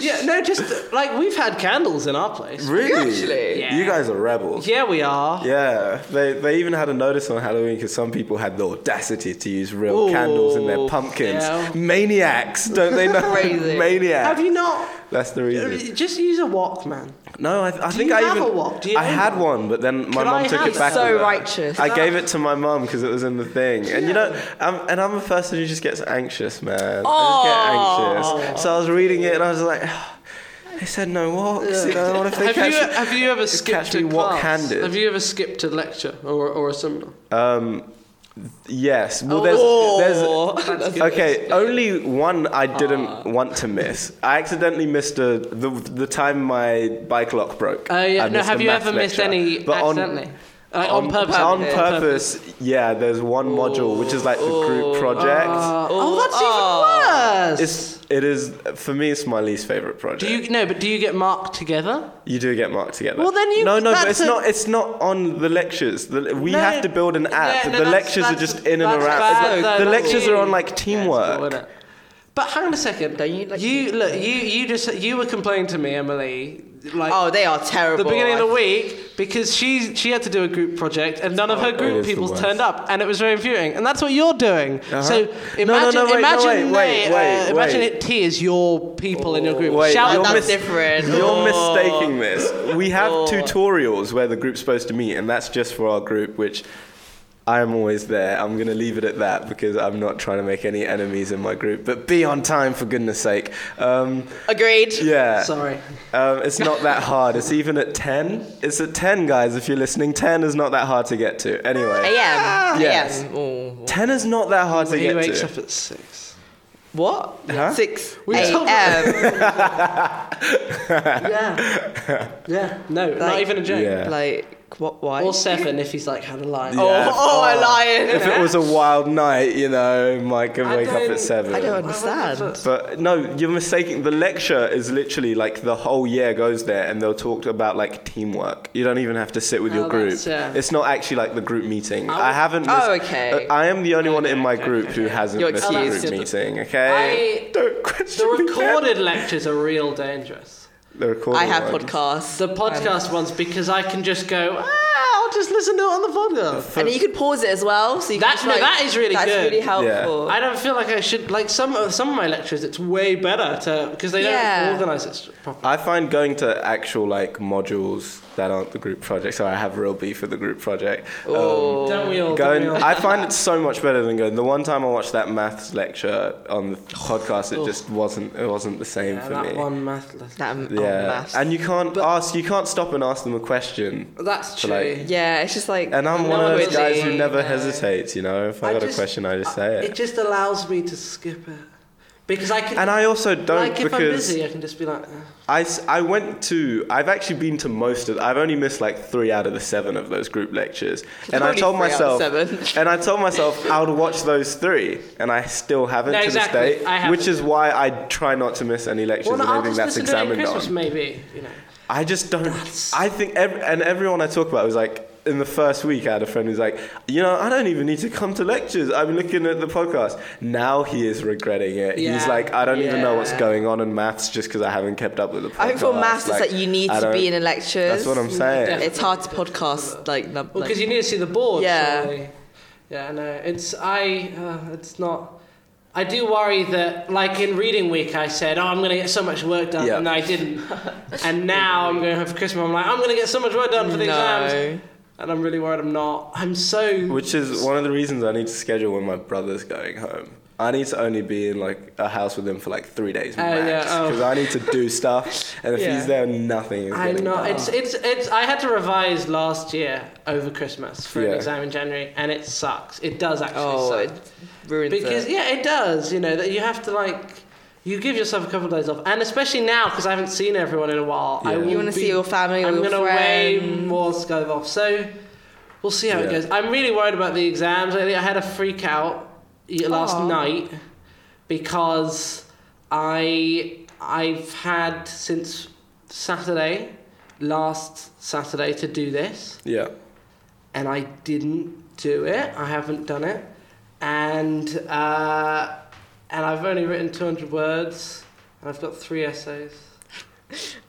Speaker 1: Yeah, no, just like we've had candles in our place.
Speaker 4: Really?
Speaker 6: Actually.
Speaker 1: Yeah.
Speaker 4: You guys are rebels.
Speaker 1: Yeah, we are.
Speaker 4: Yeah, they, they even had a notice on Halloween because some people had the audacity to use real
Speaker 1: Ooh,
Speaker 4: candles in their pumpkins.
Speaker 1: yeah.
Speaker 4: Maniacs, don't they know?
Speaker 6: Crazy.
Speaker 4: Maniacs.
Speaker 1: Have you not?
Speaker 4: That's the reason.
Speaker 1: Just use a walk, man.
Speaker 4: No, I, I think
Speaker 1: you
Speaker 4: I
Speaker 1: have
Speaker 4: even
Speaker 1: a wok? Do you
Speaker 4: I
Speaker 1: own
Speaker 4: had
Speaker 1: one?
Speaker 4: one, but then my
Speaker 1: Could
Speaker 4: mum
Speaker 1: I
Speaker 4: took
Speaker 1: have
Speaker 4: it back.
Speaker 6: So
Speaker 4: with her.
Speaker 6: righteous.
Speaker 4: I gave it to my mum because it was in the thing, and you know, I'm, and I'm a person who just gets anxious, man. I just get anxious. So I was reading it, and I was like. They said no walks, you know. What if they
Speaker 1: Have
Speaker 4: catch
Speaker 1: you,
Speaker 4: me-
Speaker 1: have you ever
Speaker 4: catch
Speaker 1: skipped
Speaker 4: me
Speaker 1: a class?
Speaker 4: walk-handed?
Speaker 1: Have you ever skipped a lecture or, or a seminar?
Speaker 4: Um, yes. Well,
Speaker 6: Oh.
Speaker 1: That's
Speaker 4: there's, there's
Speaker 1: good. Ah.
Speaker 4: okay. Only one I didn't want to miss. I accidentally missed a, the the time my bike lock broke.
Speaker 1: Oh yeah.
Speaker 4: I
Speaker 1: no,
Speaker 4: missed
Speaker 1: have
Speaker 4: a
Speaker 1: you
Speaker 4: math
Speaker 1: ever missed
Speaker 4: lecture.
Speaker 1: any
Speaker 4: But on-
Speaker 1: accidentally? like on, purpose.
Speaker 4: On purpose, yeah. There's one module which is like the group project.
Speaker 1: Uh, oh, that's even worse.
Speaker 4: Oh. it's it is for me. It's my least favorite project.
Speaker 1: do you no? But do you get marked together?
Speaker 4: You do get marked together.
Speaker 1: Well, then you-
Speaker 4: No, no, but
Speaker 1: that's
Speaker 4: it's
Speaker 1: a-
Speaker 4: not. It's not on the lectures. The, we
Speaker 1: No,
Speaker 4: have to build an app.
Speaker 1: yeah, no,
Speaker 4: the
Speaker 1: that's-
Speaker 4: lectures are
Speaker 1: that's-
Speaker 4: just in and
Speaker 1: that's
Speaker 4: around.
Speaker 1: bad,
Speaker 4: It's like-
Speaker 1: though,
Speaker 4: the
Speaker 1: that's
Speaker 4: lectures are on
Speaker 1: you.
Speaker 4: like
Speaker 1: Yeah, it's cool,
Speaker 4: teamwork.
Speaker 1: isn't it? but hang on a second.
Speaker 6: Don't you like
Speaker 1: you look. You you just you were complaining to me, Emily. Like
Speaker 6: Oh, they are
Speaker 1: the
Speaker 6: terrible.
Speaker 1: beginning of the week because she she had to do a group project and none of her
Speaker 4: It
Speaker 1: group
Speaker 4: Oh, is the
Speaker 1: people
Speaker 4: worst. Uh-huh.
Speaker 1: turned up and it was very infuriating and that's what you're doing. So imagine
Speaker 4: No, no, no, wait, no,
Speaker 1: imagine
Speaker 4: wait,
Speaker 1: they,
Speaker 4: wait,
Speaker 1: uh,
Speaker 4: wait,
Speaker 1: imagine
Speaker 4: wait.
Speaker 1: it T is your people in your group.
Speaker 4: Wait,
Speaker 1: Shout
Speaker 4: you're
Speaker 1: out
Speaker 6: That's
Speaker 4: mis-
Speaker 6: different.
Speaker 4: You're mistaking this. We have tutorials where the group's supposed to meet, and that's just for our group, which I am always there. I'm going to leave it at that because I'm not trying to make any enemies in my group. But be on time, for goodness sake. Um,
Speaker 6: Agreed.
Speaker 4: yeah.
Speaker 1: sorry.
Speaker 4: Um, it's not that hard. It's even at 10. It's at 10, guys, if you're listening. 10 is not that hard to get to. Anyway.
Speaker 1: Ah!
Speaker 6: AM.
Speaker 4: Yes.
Speaker 6: AM. Oh.
Speaker 4: 10 is not that hard to
Speaker 1: Uh, He
Speaker 4: get
Speaker 1: wakes
Speaker 4: to.
Speaker 1: up at six.
Speaker 6: What?
Speaker 4: Huh?
Speaker 6: Six
Speaker 1: We were talking
Speaker 6: AM.
Speaker 1: Yeah. yeah. No, not
Speaker 6: Like-
Speaker 1: even a joke.
Speaker 4: Yeah.
Speaker 6: like what? Why?
Speaker 1: Or seven if he's like had a line.
Speaker 4: Yeah.
Speaker 6: Oh, oh, a lion.
Speaker 4: If it was a wild night, you know, Mike could wake up
Speaker 1: don't-
Speaker 4: at 7.
Speaker 6: Oh, I don't understand.
Speaker 4: But no, you're mistaking. The lecture is literally like the whole year goes there, and they'll talk about like teamwork. You don't even have to sit with your
Speaker 1: Oh,
Speaker 4: group.
Speaker 1: that's, yeah.
Speaker 4: It's not actually like the group meeting. I haven't. Missed,
Speaker 6: Oh, okay.
Speaker 4: uh, I am the only one in my group who hasn't
Speaker 6: You're
Speaker 4: missed the
Speaker 1: excused.
Speaker 4: group meeting. Okay.
Speaker 1: I-
Speaker 4: don't question
Speaker 1: The
Speaker 4: me, man.
Speaker 1: recorded lectures are real dangerous.
Speaker 4: The recorded.
Speaker 6: I have
Speaker 4: ones.
Speaker 6: podcasts.
Speaker 1: The podcast ones because I can just go, ah, I'll just listen to it on the podcast.
Speaker 6: and then you could pause it as well, so you
Speaker 1: That-
Speaker 6: can.
Speaker 1: no,
Speaker 6: just, like,
Speaker 1: that is really
Speaker 6: that's
Speaker 1: good.
Speaker 6: really
Speaker 1: Yeah.
Speaker 6: helpful.
Speaker 1: I don't feel like I should like some of some of my lectures. It's way better to because they
Speaker 6: Yeah.
Speaker 1: don't organize it properly.
Speaker 4: I find going to actual like modules that aren't the group project. So I have real beef with the group project. Um,
Speaker 1: Don't we all?
Speaker 4: Going,
Speaker 1: don't we all?
Speaker 4: I find it so much better than going. The one time I watched that maths lecture on the podcast, it just wasn't. It wasn't the same
Speaker 1: yeah,
Speaker 4: for
Speaker 1: that
Speaker 4: me.
Speaker 1: one math lesson.
Speaker 6: That, um, oh,
Speaker 4: yeah,
Speaker 6: maths.
Speaker 4: and you can't ask. You can't stop and ask them a question.
Speaker 1: That's
Speaker 4: So,
Speaker 1: true.
Speaker 4: like,
Speaker 6: yeah, it's just like.
Speaker 4: And I'm
Speaker 6: no
Speaker 4: one of those
Speaker 6: really-
Speaker 4: guys who never hesitates. You know, if I,
Speaker 1: I
Speaker 4: got
Speaker 1: just-
Speaker 4: a question, I just say it.
Speaker 1: It just allows me to skip it because I can.
Speaker 4: and I also don't
Speaker 1: like if I'm
Speaker 4: because
Speaker 1: busy, I can just be like. "Ah."
Speaker 4: I, s- I went to I've actually been to most of I've only missed like three out of the seven of those group lectures and I
Speaker 6: Only
Speaker 4: told
Speaker 6: three out of
Speaker 4: myself
Speaker 6: seven.
Speaker 4: and I told myself I would watch those three and I still haven't
Speaker 1: No,
Speaker 4: to
Speaker 1: exactly.
Speaker 4: this
Speaker 1: I
Speaker 4: day
Speaker 1: haven't.
Speaker 4: which is why I try not to miss any lectures
Speaker 1: Well, no,
Speaker 4: and I
Speaker 1: I'll
Speaker 4: think
Speaker 1: just
Speaker 4: that's
Speaker 1: listen to it at
Speaker 4: examined
Speaker 1: Christmas,
Speaker 4: on
Speaker 1: maybe. You know.
Speaker 4: I just don't I think ev and everyone I talk about was like in the first week I had a friend who's like you know I don't even need to come to lectures I'm looking at the podcast now he is regretting it he's
Speaker 1: Yeah.
Speaker 4: like I don't even know
Speaker 1: Yeah.
Speaker 4: what's going on in maths just because I haven't kept up with the podcast
Speaker 6: I think for maths,
Speaker 4: Like,
Speaker 6: it's like you need
Speaker 4: I
Speaker 6: to be
Speaker 4: don't-
Speaker 6: in a lecture.
Speaker 4: That's what I'm saying.
Speaker 6: It's hard to podcast like. Num-
Speaker 1: Well, Mm, because
Speaker 6: like
Speaker 1: you need to see the board.
Speaker 6: Yeah.
Speaker 1: Surely. Yeah. No, it's I. Uh, it's not. I do worry that, like in reading week, I said, "Oh, I'm going to get so much work done,"
Speaker 4: Yeah.
Speaker 1: and I didn't. and now I'm going home for Christmas. I'm like, I'm going to get so much work done for the exams,
Speaker 6: no.
Speaker 1: and I'm really worried I'm not. I'm so.
Speaker 4: Which is one of the reasons I need to schedule when my brother's going home. I need to only be in like a house with him for like three days
Speaker 1: Oh, yeah,
Speaker 4: max
Speaker 1: oh.
Speaker 4: because I need to do stuff, and if
Speaker 6: Yeah.
Speaker 4: he's there, nothing is.
Speaker 1: I
Speaker 4: getting
Speaker 1: know
Speaker 4: done.
Speaker 1: it's it's it's. I had to revise last year over Christmas for an
Speaker 4: Yeah.
Speaker 1: exam in January, and it sucks. It does actually
Speaker 6: Oh,
Speaker 1: suck
Speaker 6: it ruins
Speaker 1: because
Speaker 6: it.
Speaker 1: yeah, it does. You know that you have to like. You give yourself a couple of days off, and especially now because I haven't seen everyone in a while. I
Speaker 4: Yeah.
Speaker 1: will
Speaker 4: You
Speaker 6: wanna see
Speaker 1: be-
Speaker 6: your family or
Speaker 1: I'm
Speaker 6: your
Speaker 1: gonna way
Speaker 6: friends.
Speaker 1: more go off. So we'll see how it
Speaker 4: Yeah.
Speaker 1: goes. I'm really worried about the exams. I, I had a freak out y- last
Speaker 6: Aw.
Speaker 1: night because I I've had since Saturday, last Saturday to do this,
Speaker 4: yeah,
Speaker 1: and I didn't do it. I haven't done it, and uh, and I've only written 200 words, and I've got three essays.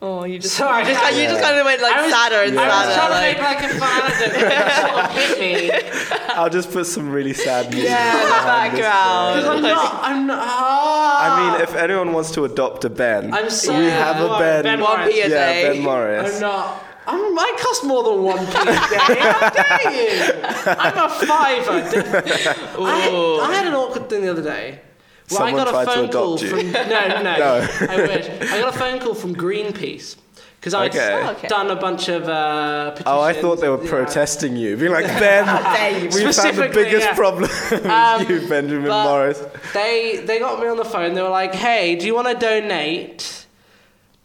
Speaker 6: Oh, you just
Speaker 1: Sorry, I just-
Speaker 6: you just kind of went like
Speaker 1: I was-
Speaker 6: sadder and
Speaker 1: I was trying
Speaker 6: sadder.
Speaker 1: to
Speaker 6: Like,
Speaker 1: make like a fan of it, but it sort of hit me.
Speaker 4: I'll just put some really sad music.
Speaker 6: yeah, in the
Speaker 4: behind this
Speaker 6: background.
Speaker 1: I'm not. I'm not.
Speaker 4: I mean,
Speaker 1: Ah.
Speaker 4: if anyone wants to adopt a Ben,
Speaker 1: I'm so
Speaker 4: we have a
Speaker 1: Warren-
Speaker 4: Ben.
Speaker 1: Ben
Speaker 6: One P a
Speaker 1: Morris.
Speaker 4: yeah, Ben
Speaker 6: day.
Speaker 4: Morris.
Speaker 1: I'm not. uh, I'm, I cost more than one p a day. How dare you? I'm a fiver. I, I had an awkward thing the other day. Well,
Speaker 4: Someone
Speaker 1: I got a
Speaker 4: tried to
Speaker 1: phone
Speaker 4: adopt
Speaker 1: call
Speaker 4: you.
Speaker 1: from no, no.
Speaker 4: No.
Speaker 1: I wish. I got a phone call from Greenpeace because I'd
Speaker 4: Okay. Oh,
Speaker 6: okay.
Speaker 1: done a bunch of uh, petitions.
Speaker 4: Oh, I thought they were
Speaker 1: Yeah.
Speaker 4: protesting you, being like, Ben, we found the
Speaker 1: Specifically,
Speaker 4: biggest
Speaker 1: yeah.
Speaker 4: problem with
Speaker 1: Um,
Speaker 4: you, Benjamin
Speaker 1: but
Speaker 4: Morris.
Speaker 1: They they got me on the phone. They were like, "Hey, do you want to donate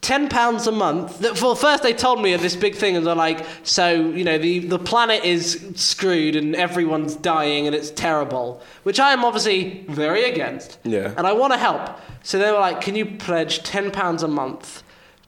Speaker 1: ten pounds a month?" That well, first they told me of this big thing, and they're like, "So you know the the planet is screwed and everyone's dying and it's terrible," which I am obviously very against.
Speaker 4: Yeah.
Speaker 1: and I want to help. So they were like, "Can you pledge ten pounds a month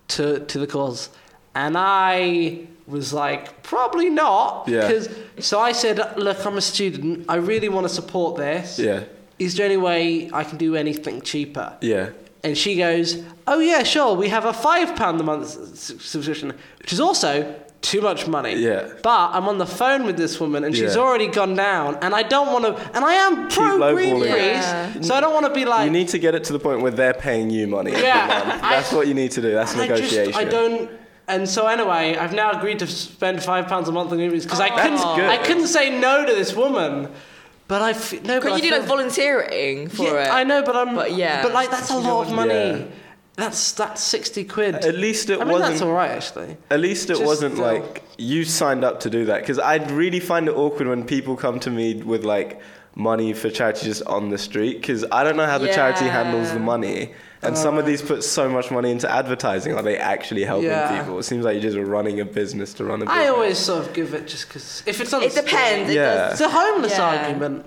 Speaker 1: to to the cause?" And I was like, "Probably not,"
Speaker 4: Yeah.
Speaker 1: because so I said, "Look, I'm a student. I really want to support this."
Speaker 4: Yeah.
Speaker 1: Is there any way I can do anything cheaper?
Speaker 4: Yeah.
Speaker 1: And she goes, "Oh yeah, sure. We have a five pound a month s- subscription, which is also too much money.
Speaker 4: Yeah.
Speaker 1: But I'm on the phone with this woman, and she's
Speaker 4: Yeah.
Speaker 1: already gone down, and I don't want to. And I am pro
Speaker 4: lowballing
Speaker 1: Greenpeace,
Speaker 4: it.
Speaker 6: Yeah.
Speaker 1: so I don't want to be like.
Speaker 4: You need to get it to the point where they're paying you money. every
Speaker 1: Yeah,
Speaker 4: month.
Speaker 1: I-
Speaker 4: That's what you need to do. That's
Speaker 1: and I
Speaker 4: negotiation.
Speaker 1: just I don't. And so anyway, I've now agreed to spend five pounds a month on Greenpeace because I
Speaker 6: Oh,
Speaker 1: couldn't.
Speaker 4: That's good.
Speaker 1: I couldn't say no to this woman, but I f- no. but
Speaker 6: Could
Speaker 1: I
Speaker 6: you do
Speaker 1: feel-
Speaker 6: like volunteering for
Speaker 1: yeah,
Speaker 6: it?
Speaker 1: I know, but I'm.
Speaker 6: But yeah.
Speaker 1: But like, that's a lot of money.
Speaker 4: Yeah.
Speaker 1: That's that's sixty quid.
Speaker 4: At least it
Speaker 1: I mean, that's
Speaker 4: wasn't-
Speaker 1: all right actually.
Speaker 4: At least it
Speaker 1: Just
Speaker 4: wasn't
Speaker 1: still-
Speaker 4: like you signed up to do that because I really find it awkward when people come to me with like money for charity just on the street because I don't know how the charity
Speaker 6: Yeah.
Speaker 4: handles the money. And some
Speaker 1: Uh-huh.
Speaker 4: of these put so much money into advertising. Are they actually helping
Speaker 1: Yeah.
Speaker 4: people? It seems like you're just running a business to run a business.
Speaker 1: I always sort of give it just because if it's on.
Speaker 6: It
Speaker 1: the
Speaker 6: depends. It
Speaker 4: Yeah.
Speaker 6: does.
Speaker 1: It's a homeless
Speaker 6: Yeah. Mm.
Speaker 1: argument.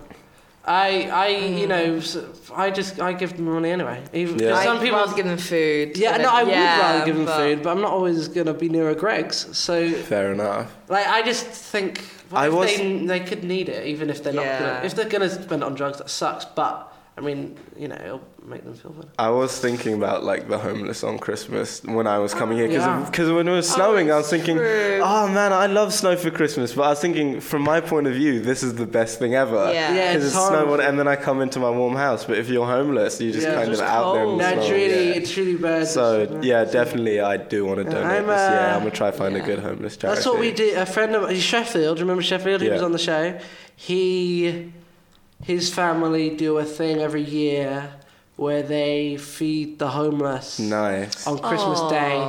Speaker 1: I I you know s- I just I give them money anyway. Even 'cause
Speaker 4: Yeah.
Speaker 1: some
Speaker 6: I'd
Speaker 1: people.
Speaker 6: rather give them food.
Speaker 1: yeah,
Speaker 6: than-
Speaker 1: no, I would
Speaker 6: yeah,
Speaker 1: rather give them
Speaker 6: but-
Speaker 1: food, but I'm not always gonna be near a Greg's. So,
Speaker 4: Fair enough.
Speaker 1: like, I just think what
Speaker 4: I
Speaker 1: if
Speaker 4: was-
Speaker 1: they they could need it, even if they're not
Speaker 6: Yeah.
Speaker 1: gonna if they're gonna spend it on drugs. That sucks, but I mean, you know, it'll make them feel better.
Speaker 4: I was thinking about like the homeless on Christmas when I was coming here
Speaker 1: Yeah.
Speaker 4: because when it was snowing, I was
Speaker 6: it's
Speaker 4: thinking,
Speaker 6: true.
Speaker 4: oh man, I love snow for Christmas. But I was thinking, from my point of view, this is the best thing ever.
Speaker 6: Yeah. Yeah,
Speaker 1: it's
Speaker 4: Because it's,
Speaker 1: horrible.
Speaker 4: snowing, and then I come into my warm house. But if you're homeless, you're just
Speaker 1: Yeah.
Speaker 4: kind
Speaker 1: Just
Speaker 4: of out there. In
Speaker 6: cold.
Speaker 4: the
Speaker 1: No,
Speaker 4: snow.
Speaker 1: it's really,
Speaker 4: yeah.
Speaker 1: it's really bad.
Speaker 4: So yeah, definitely, I do want to donate
Speaker 1: I'm,
Speaker 4: this year.
Speaker 1: uh,
Speaker 4: I'm gonna try find a good homeless charity.
Speaker 1: That's what we did. A friend of he's Sheffield. Do you remember Sheffield? He was
Speaker 4: Yeah.
Speaker 1: on the show. He, his family do a thing every year where they feed the homeless
Speaker 4: Nice.
Speaker 1: on Christmas
Speaker 6: Aw.
Speaker 1: Day,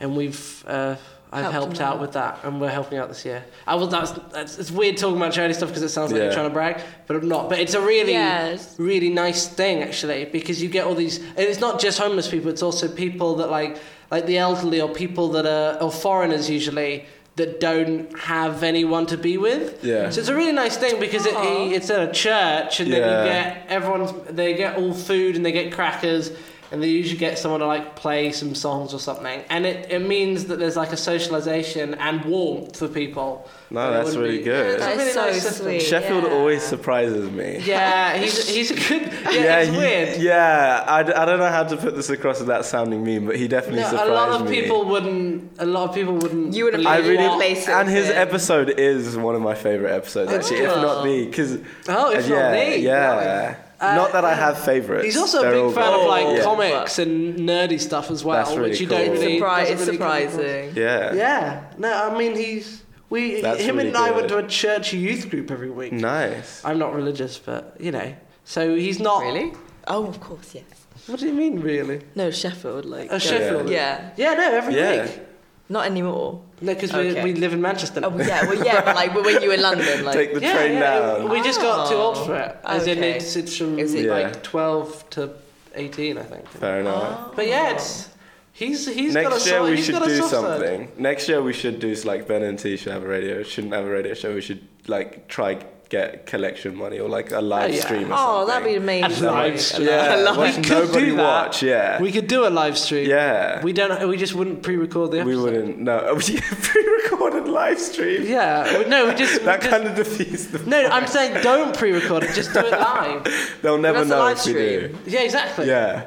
Speaker 1: and we've uh, I've
Speaker 6: Helped
Speaker 1: helped
Speaker 6: them
Speaker 1: out
Speaker 6: out.
Speaker 1: with that, and we're helping out this year. I will. That's, that's it's weird talking about charity stuff because it sounds like you're
Speaker 4: Yeah.
Speaker 1: trying to brag, but I'm not. But it's a really,
Speaker 6: Yes.
Speaker 1: really nice thing actually because you get all these. And it's not just homeless people; it's also people that like like the elderly or people that are or foreigners usually that don't have anyone to be with.
Speaker 4: Yeah.
Speaker 1: So it's a really nice thing because it,
Speaker 6: Aw.
Speaker 1: it's at a church and then
Speaker 4: Yeah.
Speaker 1: you get everyone's they get all food and they get crackers and they usually get someone to like play some songs or something and it, it means that there's like a socialization and warmth for people
Speaker 4: No,
Speaker 1: that it
Speaker 4: that's
Speaker 1: wouldn't
Speaker 4: really
Speaker 1: be-
Speaker 4: good.
Speaker 1: it's a
Speaker 6: That is
Speaker 1: really
Speaker 6: so
Speaker 1: nice system.
Speaker 6: sweet.
Speaker 4: Sheffield
Speaker 6: Yeah.
Speaker 4: always surprises me.
Speaker 1: yeah he's, he's a good yeah, it's
Speaker 4: he-
Speaker 1: weird
Speaker 4: Yeah, I, d- I don't know how to put this across without sounding mean, but he definitely
Speaker 1: no, a
Speaker 4: surprised me.
Speaker 1: lot of people wouldn't a lot of people wouldn't
Speaker 6: You wouldn't
Speaker 4: I
Speaker 1: believe
Speaker 4: really
Speaker 1: what-
Speaker 6: Places
Speaker 4: and his
Speaker 6: in.
Speaker 4: episode is one of my favorite episodes actually, if not the because
Speaker 1: Oh, if not
Speaker 4: yeah,
Speaker 1: the,
Speaker 4: yeah. Not that I have favorites.
Speaker 1: He's also
Speaker 4: They're
Speaker 1: a
Speaker 4: all
Speaker 1: big fan of
Speaker 4: great.
Speaker 1: like
Speaker 4: Oh, yeah.
Speaker 1: comics and nerdy stuff as well,
Speaker 4: That's really
Speaker 1: which you
Speaker 4: cool.
Speaker 1: don't
Speaker 4: It's
Speaker 1: really.
Speaker 6: Surpri-
Speaker 1: doesn't
Speaker 6: it's
Speaker 1: really come across.
Speaker 6: surprising.
Speaker 4: Yeah.
Speaker 1: Yeah. No, I mean he's we
Speaker 4: That's
Speaker 1: him
Speaker 4: really
Speaker 1: and I went to
Speaker 4: good.
Speaker 1: a church youth group every week.
Speaker 4: Nice.
Speaker 1: I'm not religious, but you know, So he's not.
Speaker 6: Really? Oh, of course, yes.
Speaker 1: What do you mean, really?
Speaker 6: No, Sheffield, like.
Speaker 1: Oh,
Speaker 6: uh,
Speaker 1: Sheffield.
Speaker 6: Yeah.
Speaker 1: Yeah, no, every
Speaker 4: Yeah.
Speaker 1: week.
Speaker 6: Not anymore.
Speaker 1: No, because
Speaker 6: Okay.
Speaker 1: we, we live in Manchester. now.
Speaker 6: Oh, yeah, well, yeah, but like when you were in London, like.
Speaker 4: Take the
Speaker 1: yeah,
Speaker 4: train
Speaker 1: yeah,
Speaker 4: down.
Speaker 1: We just got to
Speaker 6: Oh,
Speaker 1: Oxford. As in,
Speaker 6: okay.
Speaker 1: it's, it's from
Speaker 6: Is it-
Speaker 4: Yeah.
Speaker 1: like 12 to 18, I think.
Speaker 4: Fair enough.
Speaker 1: But
Speaker 6: Oh.
Speaker 1: yeah, it's. He's, uh, he's got a
Speaker 4: Next year
Speaker 1: soft-
Speaker 4: we
Speaker 1: he's
Speaker 4: should
Speaker 1: got a
Speaker 4: do
Speaker 1: soft side.
Speaker 4: something. Next year we should do like Ben and T should have a radio. Shouldn't have a radio show. We should like try get collection money or like a live
Speaker 1: Oh, yeah.
Speaker 4: stream. Or
Speaker 6: oh,
Speaker 4: something.
Speaker 6: that'd be amazing.
Speaker 1: A live stream. A
Speaker 4: Yeah,
Speaker 1: live-
Speaker 4: watch
Speaker 1: we could
Speaker 4: nobody
Speaker 1: do that.
Speaker 4: watch. Yeah,
Speaker 1: We could do a live stream.
Speaker 4: yeah.
Speaker 1: We don't. We just wouldn't pre-record the episode.
Speaker 4: We wouldn't. No, pre-recorded live stream.
Speaker 1: Yeah. we- No, we just. we
Speaker 4: That
Speaker 1: just-
Speaker 4: kind of defeats the.
Speaker 1: no, I'm saying don't pre-record it. Just do it live.
Speaker 4: They'll never
Speaker 6: That's a
Speaker 4: know
Speaker 6: live
Speaker 4: if we do.
Speaker 6: stream.
Speaker 1: Yeah, exactly.
Speaker 4: Yeah.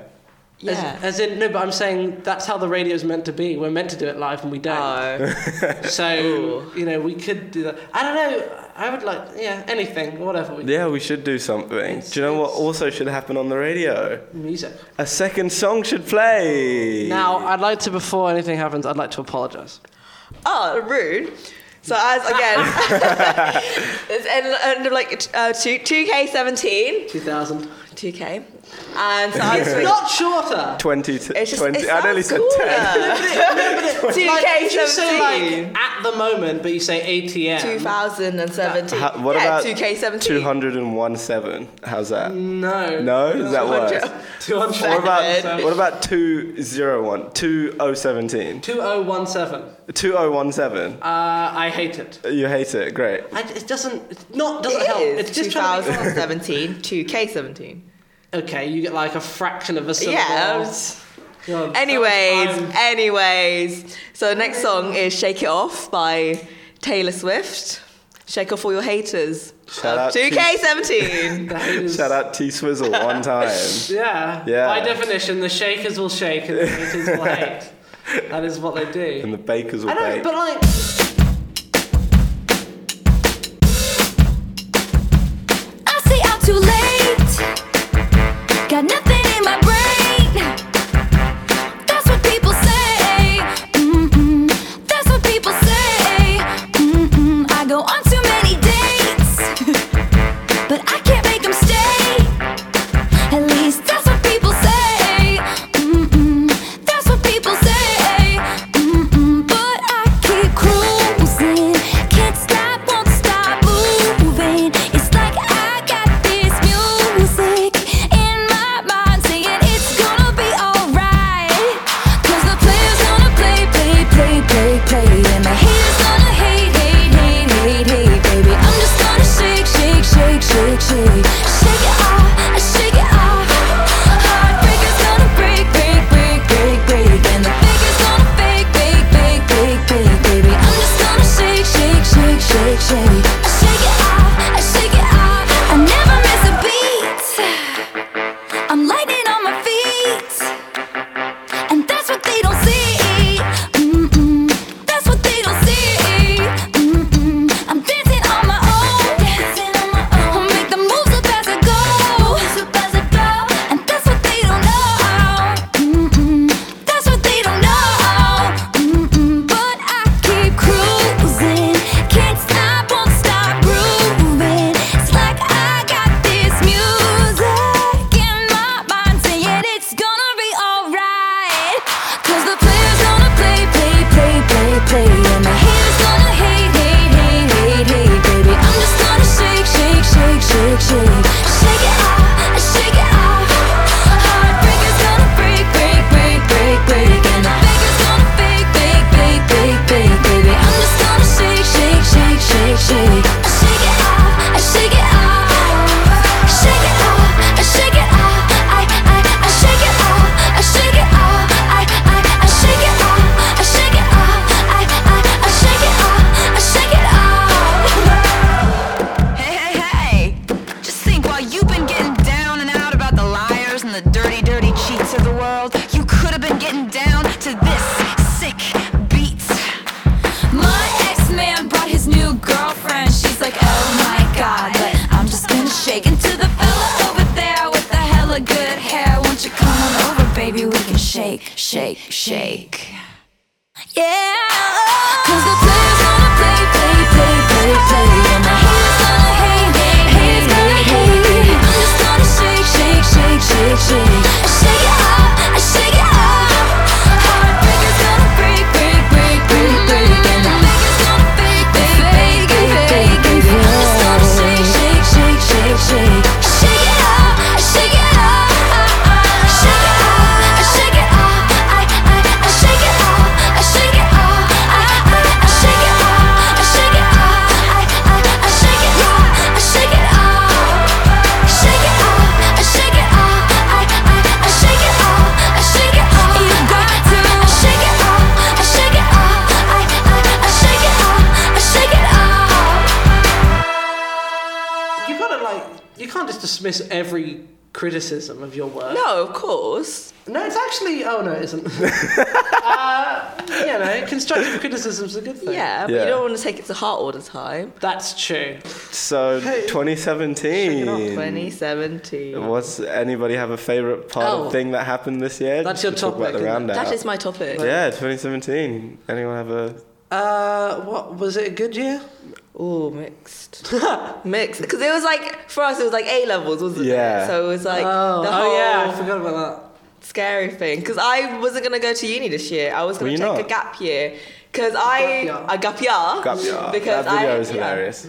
Speaker 6: Yeah.
Speaker 1: As, as in, no, but I'm saying that's how the radio's meant to be. We're meant to do it live, and we don't.
Speaker 6: Oh,
Speaker 1: so you know, we could do that. I don't know. I would like, yeah, anything, whatever. We
Speaker 4: Yeah, we should do something.
Speaker 1: It's-
Speaker 4: do you know what
Speaker 1: it's-
Speaker 4: also should happen on the radio?
Speaker 1: music.
Speaker 4: A second song should play.
Speaker 1: Now, I'd like to, before anything happens, I'd like to apologise.
Speaker 6: oh, rude. So as again, it's end, end of like uh, two two K seventeen,
Speaker 1: 2000.
Speaker 6: two K, and so I
Speaker 1: It's
Speaker 6: switched.
Speaker 1: not shorter.
Speaker 4: twenty. To,
Speaker 6: It's just
Speaker 4: twenty.
Speaker 6: it
Speaker 4: I nearly
Speaker 6: sounds
Speaker 4: said
Speaker 6: cooler.
Speaker 4: ten.
Speaker 1: Like, if you
Speaker 6: 2K17.
Speaker 1: say like at the moment, but you say ATM.
Speaker 6: 2017.
Speaker 4: Ha- what
Speaker 6: yeah,
Speaker 4: about
Speaker 6: 2K17?
Speaker 4: 2017? How's that?
Speaker 1: No.
Speaker 4: No, is that worse?
Speaker 1: 200.
Speaker 4: What about
Speaker 6: Second.
Speaker 4: what about 201? 2017?
Speaker 1: 2017.
Speaker 4: 2017.
Speaker 1: Uh, I hate it.
Speaker 4: You hate it. Great.
Speaker 1: I, it doesn't. It's not doesn't help.
Speaker 6: It
Speaker 1: It's
Speaker 6: is
Speaker 1: just trying to.
Speaker 6: 2017, 2K17.
Speaker 1: Okay, you get like a fraction of a syllable.
Speaker 6: Yeah. I was-
Speaker 1: God,
Speaker 6: Anyways,
Speaker 1: I'm-
Speaker 6: anyways. So next song is "Shake It Off" by Taylor Swift. Shake off all your haters.
Speaker 4: Shout out to-
Speaker 6: 2K17.
Speaker 1: that is-
Speaker 4: Shout out T Swizzle one time.
Speaker 1: Yeah.
Speaker 4: Yeah.
Speaker 1: By definition, the shakers will shake and the haters will hate. That is what they do.
Speaker 4: And the bakers will
Speaker 1: I don't.
Speaker 4: bake.
Speaker 1: But like.
Speaker 5: I say I'm too late. Got nothing in my brain. That's what people say. Mm-mm. That's what people say. Mm-mm. I go on too many dates, but I can't make them stay. At least that's what people say. Mm-mm. That's what people say. Mm-mm. But I keep cruising. Can't stop, won't stop moving. It's like I got this music in my mind saying it's gonna be alright. Cause the players gonna play, play, play, play, play. And the haters gonna hate, hate, hate, hate, hate, baby. I'm just gonna shake, shake, shake, shake, shake. Shake it off, shake it off. Heartbreaker's gonna break, break, break, break, break. And the faker's gonna fake, fake, fake, fake, fake, baby. I'm just gonna shake, shake, shake, shake, shake. Shake it off, shake it off. I never miss a beat. I'm lightning on my feet. And that's what they don't see. Mm-mm. That's what they don't see. Mm-mm. I'm dancing on my own. Dancing on my own. I make the moves up as I go. And that's what they don't know. Mm-mm. That's what they don't know. Mm-mm. But I keep cruising. Can't stop, won't stop grooving. It's like I got this music in my mind saying it's gonna be alright. Cause the players gonna play, play, play, play, play. And the haters gonna hate, hate, hate, hate, hate, baby. I'm just gonna shake, shake, shake, shake, shake. Shake it off, shake it off. Heartbreaker's gonna break, break, break, break, break. And the faker's gonna fake, fake, fake, fake, fake, baby. I'm just gonna shake, shake, shake, shake, shake. Shake it off, shake it off. Shake it off, shake it off. I, I, I shake it off, I shake it off. I, I, I shake it off, I shake it off. I, I, I shake it off, I shake it off.
Speaker 7: Hey, hey, hey! Just think while you've been getting down and out about the liars and the dirty, dirty cheats of the world, you could have been getting down to this sick beat.
Speaker 5: My ex-man brought his new girlfriend. She's like, oh my god, but I'm just gonna shake into the fella over there with the hella good hair. Won't you come on over, baby? We can shake, shake, shake. Yeah. Cause the players gonna play, play, play, play, play. And the haters gonna hate, hate, hate, hate. I'm just gonna
Speaker 1: you can't just dismiss every criticism of your work.
Speaker 6: No, of course.
Speaker 1: No, it's actually. Oh no, it isn't. uh, you know, constructive criticism's a good thing.
Speaker 6: Yeah, but
Speaker 4: Yeah.
Speaker 6: you don't want to take it to heart all the time.
Speaker 1: that's true.
Speaker 4: So
Speaker 1: Hey,
Speaker 6: Not
Speaker 4: 2017.
Speaker 6: 2017.
Speaker 4: What's anybody have a favorite part
Speaker 6: Oh.
Speaker 4: of thing that happened this year?
Speaker 1: That's your
Speaker 4: Just talk
Speaker 1: topic,
Speaker 4: About the
Speaker 1: isn't it?
Speaker 4: roundup.
Speaker 6: That is my topic.
Speaker 4: yeah, 2017. Anyone have a?
Speaker 1: Uh, what was it? A good year? Oh,
Speaker 6: Oh, mixed. mixed. Because it was like, for us, it was like A levels, wasn't
Speaker 4: Yeah.
Speaker 6: it? So it was like
Speaker 1: oh,
Speaker 6: the whole
Speaker 1: oh yeah, I forgot about
Speaker 6: scary thing. Because I wasn't going to go to uni this year. I was
Speaker 4: Were
Speaker 6: going
Speaker 4: you
Speaker 6: to take
Speaker 4: not?
Speaker 6: a gap year. Because I,
Speaker 1: year.
Speaker 6: a gap year.
Speaker 4: Gap year.
Speaker 6: Because
Speaker 4: that video
Speaker 6: I,
Speaker 4: is hilarious.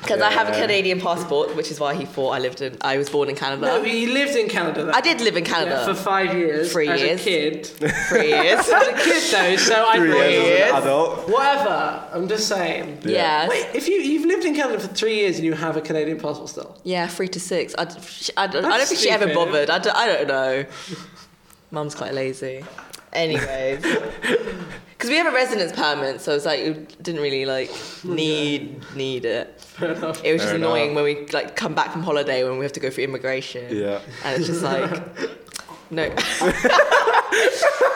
Speaker 6: Because I have a
Speaker 4: Yeah.
Speaker 6: Canadian passport, which is why he thought I lived in, I was born in Canada.
Speaker 1: that. No, but you lived in Canada. Though.
Speaker 6: I did live in Canada
Speaker 1: Yeah, for five years.
Speaker 6: Three
Speaker 1: as
Speaker 6: years.
Speaker 1: a kid.
Speaker 6: for three years.
Speaker 1: as a kid though, so I
Speaker 4: Three
Speaker 1: thought-
Speaker 4: years as
Speaker 6: Yes.
Speaker 4: an adult.
Speaker 1: Whatever. I'm just saying.
Speaker 6: yeah.
Speaker 1: Wait, if you you've lived in Canada for three years and you have a Canadian passport still,
Speaker 6: Yeah, three to six. I, d- sh- I, don't- I don't
Speaker 1: That's
Speaker 6: think she ever
Speaker 1: stupid.
Speaker 6: bothered. I don't, I don't know. Mum's quite lazy. Anyways. Because we have a residence permit, so it's like, it didn't really like need need it.
Speaker 1: fair enough.
Speaker 6: It was just
Speaker 4: Fair
Speaker 6: annoying when we like come back from holiday when we have to go through immigration.
Speaker 4: Yeah.
Speaker 6: And it's just like, no.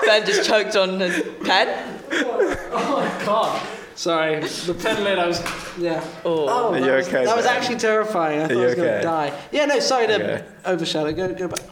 Speaker 6: ben just choked on his pen.
Speaker 1: Oh my god. Sorry, the pen lid. I was, yeah.
Speaker 6: Oh.
Speaker 1: that
Speaker 4: you
Speaker 1: was,
Speaker 4: okay,
Speaker 1: That was
Speaker 4: Zoe?
Speaker 1: actually terrifying. I thought
Speaker 4: you
Speaker 1: I was
Speaker 4: okay?
Speaker 1: gonna die. Yeah, no, sorry to
Speaker 4: Okay.
Speaker 1: overshadow. Go, go back.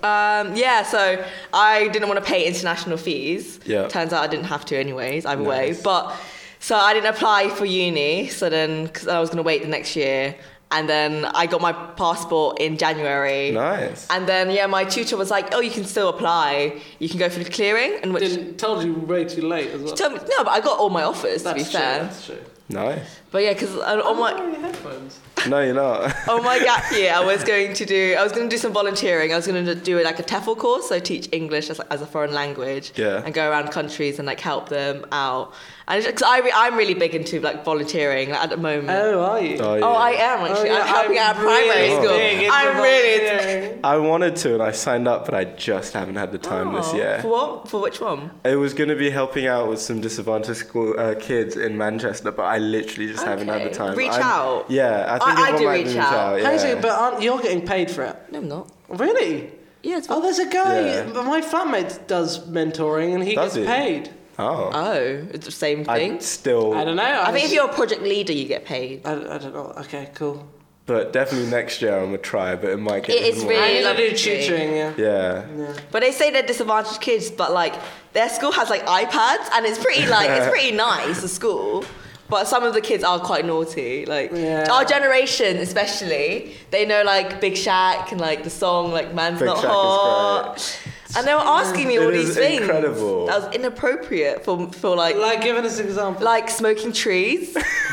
Speaker 6: Um, yeah, so I didn't want to pay international fees.
Speaker 4: Yeah.
Speaker 6: Turns out I didn't have to anyways, either way.
Speaker 4: Nice.
Speaker 6: But so I didn't apply for uni. So then, because I was going to wait the next year. And then I got my passport in January.
Speaker 4: Nice.
Speaker 6: And then, yeah, my tutor was like, oh, you can still apply. You can go for the clearing. And which
Speaker 1: Didn't told you way too late as well.
Speaker 6: told me, no, but I got all my offers, to be
Speaker 1: That's true.
Speaker 6: fair.
Speaker 1: That's true.
Speaker 4: Nice.
Speaker 6: But yeah, because on
Speaker 1: Why
Speaker 6: my,
Speaker 1: are your headphones?
Speaker 4: No, you're not.
Speaker 6: on Oh my gap year, I was going to do, I was going to do some volunteering. I was going to do like a TEFL course, so teach English as, as a foreign language.
Speaker 4: Yeah.
Speaker 6: And go around countries and like help them out. And because I re- I'm really big into like volunteering like, at the moment.
Speaker 1: Oh, are you?
Speaker 4: Oh, yeah.
Speaker 6: Oh, I am actually.
Speaker 1: yeah,
Speaker 6: I'm helping out at primary
Speaker 1: really big
Speaker 6: school.
Speaker 1: into
Speaker 6: I'm really.
Speaker 1: volunteering.
Speaker 4: I wanted to and I signed up, but I just haven't had the time this
Speaker 6: Oh,
Speaker 4: year.
Speaker 6: For what? For which one?
Speaker 4: It was going to be helping out with some disadvantaged school uh, kids in Manchester, but I literally just haven't had the
Speaker 6: Okay.
Speaker 4: time.
Speaker 6: Reach
Speaker 4: I'm-
Speaker 6: out.
Speaker 4: Yeah, I think
Speaker 6: I
Speaker 4: everyone
Speaker 6: do
Speaker 4: might
Speaker 6: reach out.
Speaker 4: Yeah.
Speaker 1: Crazy, but aren't, you're getting paid for it.
Speaker 6: No, I'm not.
Speaker 1: Really?
Speaker 6: Yeah, it's.
Speaker 1: Oh, there's a guy.
Speaker 4: Yeah.
Speaker 1: My flatmate does mentoring, and he
Speaker 4: Does
Speaker 1: gets
Speaker 4: he?
Speaker 1: paid.
Speaker 4: oh,
Speaker 6: oh, it's the same
Speaker 4: I
Speaker 6: thing.
Speaker 4: still.
Speaker 1: I don't know.
Speaker 6: I,
Speaker 1: I,
Speaker 6: think
Speaker 1: was-
Speaker 6: if you're a project leader, you get paid.
Speaker 1: I, I don't know. Okay, cool.
Speaker 4: But definitely next year I'm gonna try. But it might get.
Speaker 6: It is
Speaker 4: even
Speaker 6: really-
Speaker 4: worse.
Speaker 1: I need to
Speaker 6: lovely.
Speaker 1: do tutoring. Yeah.
Speaker 4: Yeah.
Speaker 6: But they say they're disadvantaged kids, but like their school has like iPads, and it's pretty like it's pretty nice the school. But some of the kids are quite naughty. Like
Speaker 1: Yeah.
Speaker 6: our generation, especially, they know like Big Shaq and like the song like Man's
Speaker 4: Big
Speaker 6: Not
Speaker 4: Shaq is
Speaker 6: Hot. And they were asking me
Speaker 4: It
Speaker 6: all
Speaker 4: is
Speaker 6: these things.
Speaker 4: incredible.
Speaker 6: That was inappropriate for for like. like
Speaker 1: Like, giving us an example.
Speaker 6: smoking trees,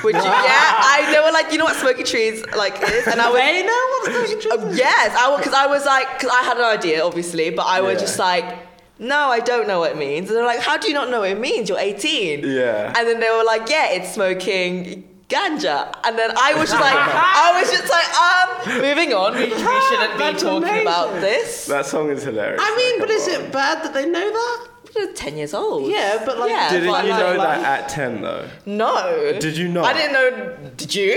Speaker 6: which yeah, I know. Like you know what smoking trees like is, and I was
Speaker 1: They know what smoking trees
Speaker 6: um, yes, I because I was like, because I had an idea, obviously, but I was
Speaker 4: Yeah.
Speaker 6: just like, no, I don't know what it means. And they're like, how do you not know what it means? You're 18.
Speaker 4: Yeah.
Speaker 6: And then they were like, yeah, it's smoking ganja. And then I was just like, I was just like, um, moving on. We, we shouldn't be
Speaker 1: That's
Speaker 6: talking
Speaker 1: amazing.
Speaker 6: about this.
Speaker 4: That song is hilarious.
Speaker 1: I mean,
Speaker 4: Like,
Speaker 1: but is
Speaker 4: come
Speaker 1: it bad that they know that?
Speaker 6: They're 10 years old.
Speaker 1: Yeah, but, like-
Speaker 6: yeah,
Speaker 4: on. Didn't
Speaker 6: but,
Speaker 4: you
Speaker 6: like,
Speaker 4: know
Speaker 1: like-
Speaker 4: that at ten though?
Speaker 6: No.
Speaker 4: Did you not?
Speaker 6: I didn't know. Did you?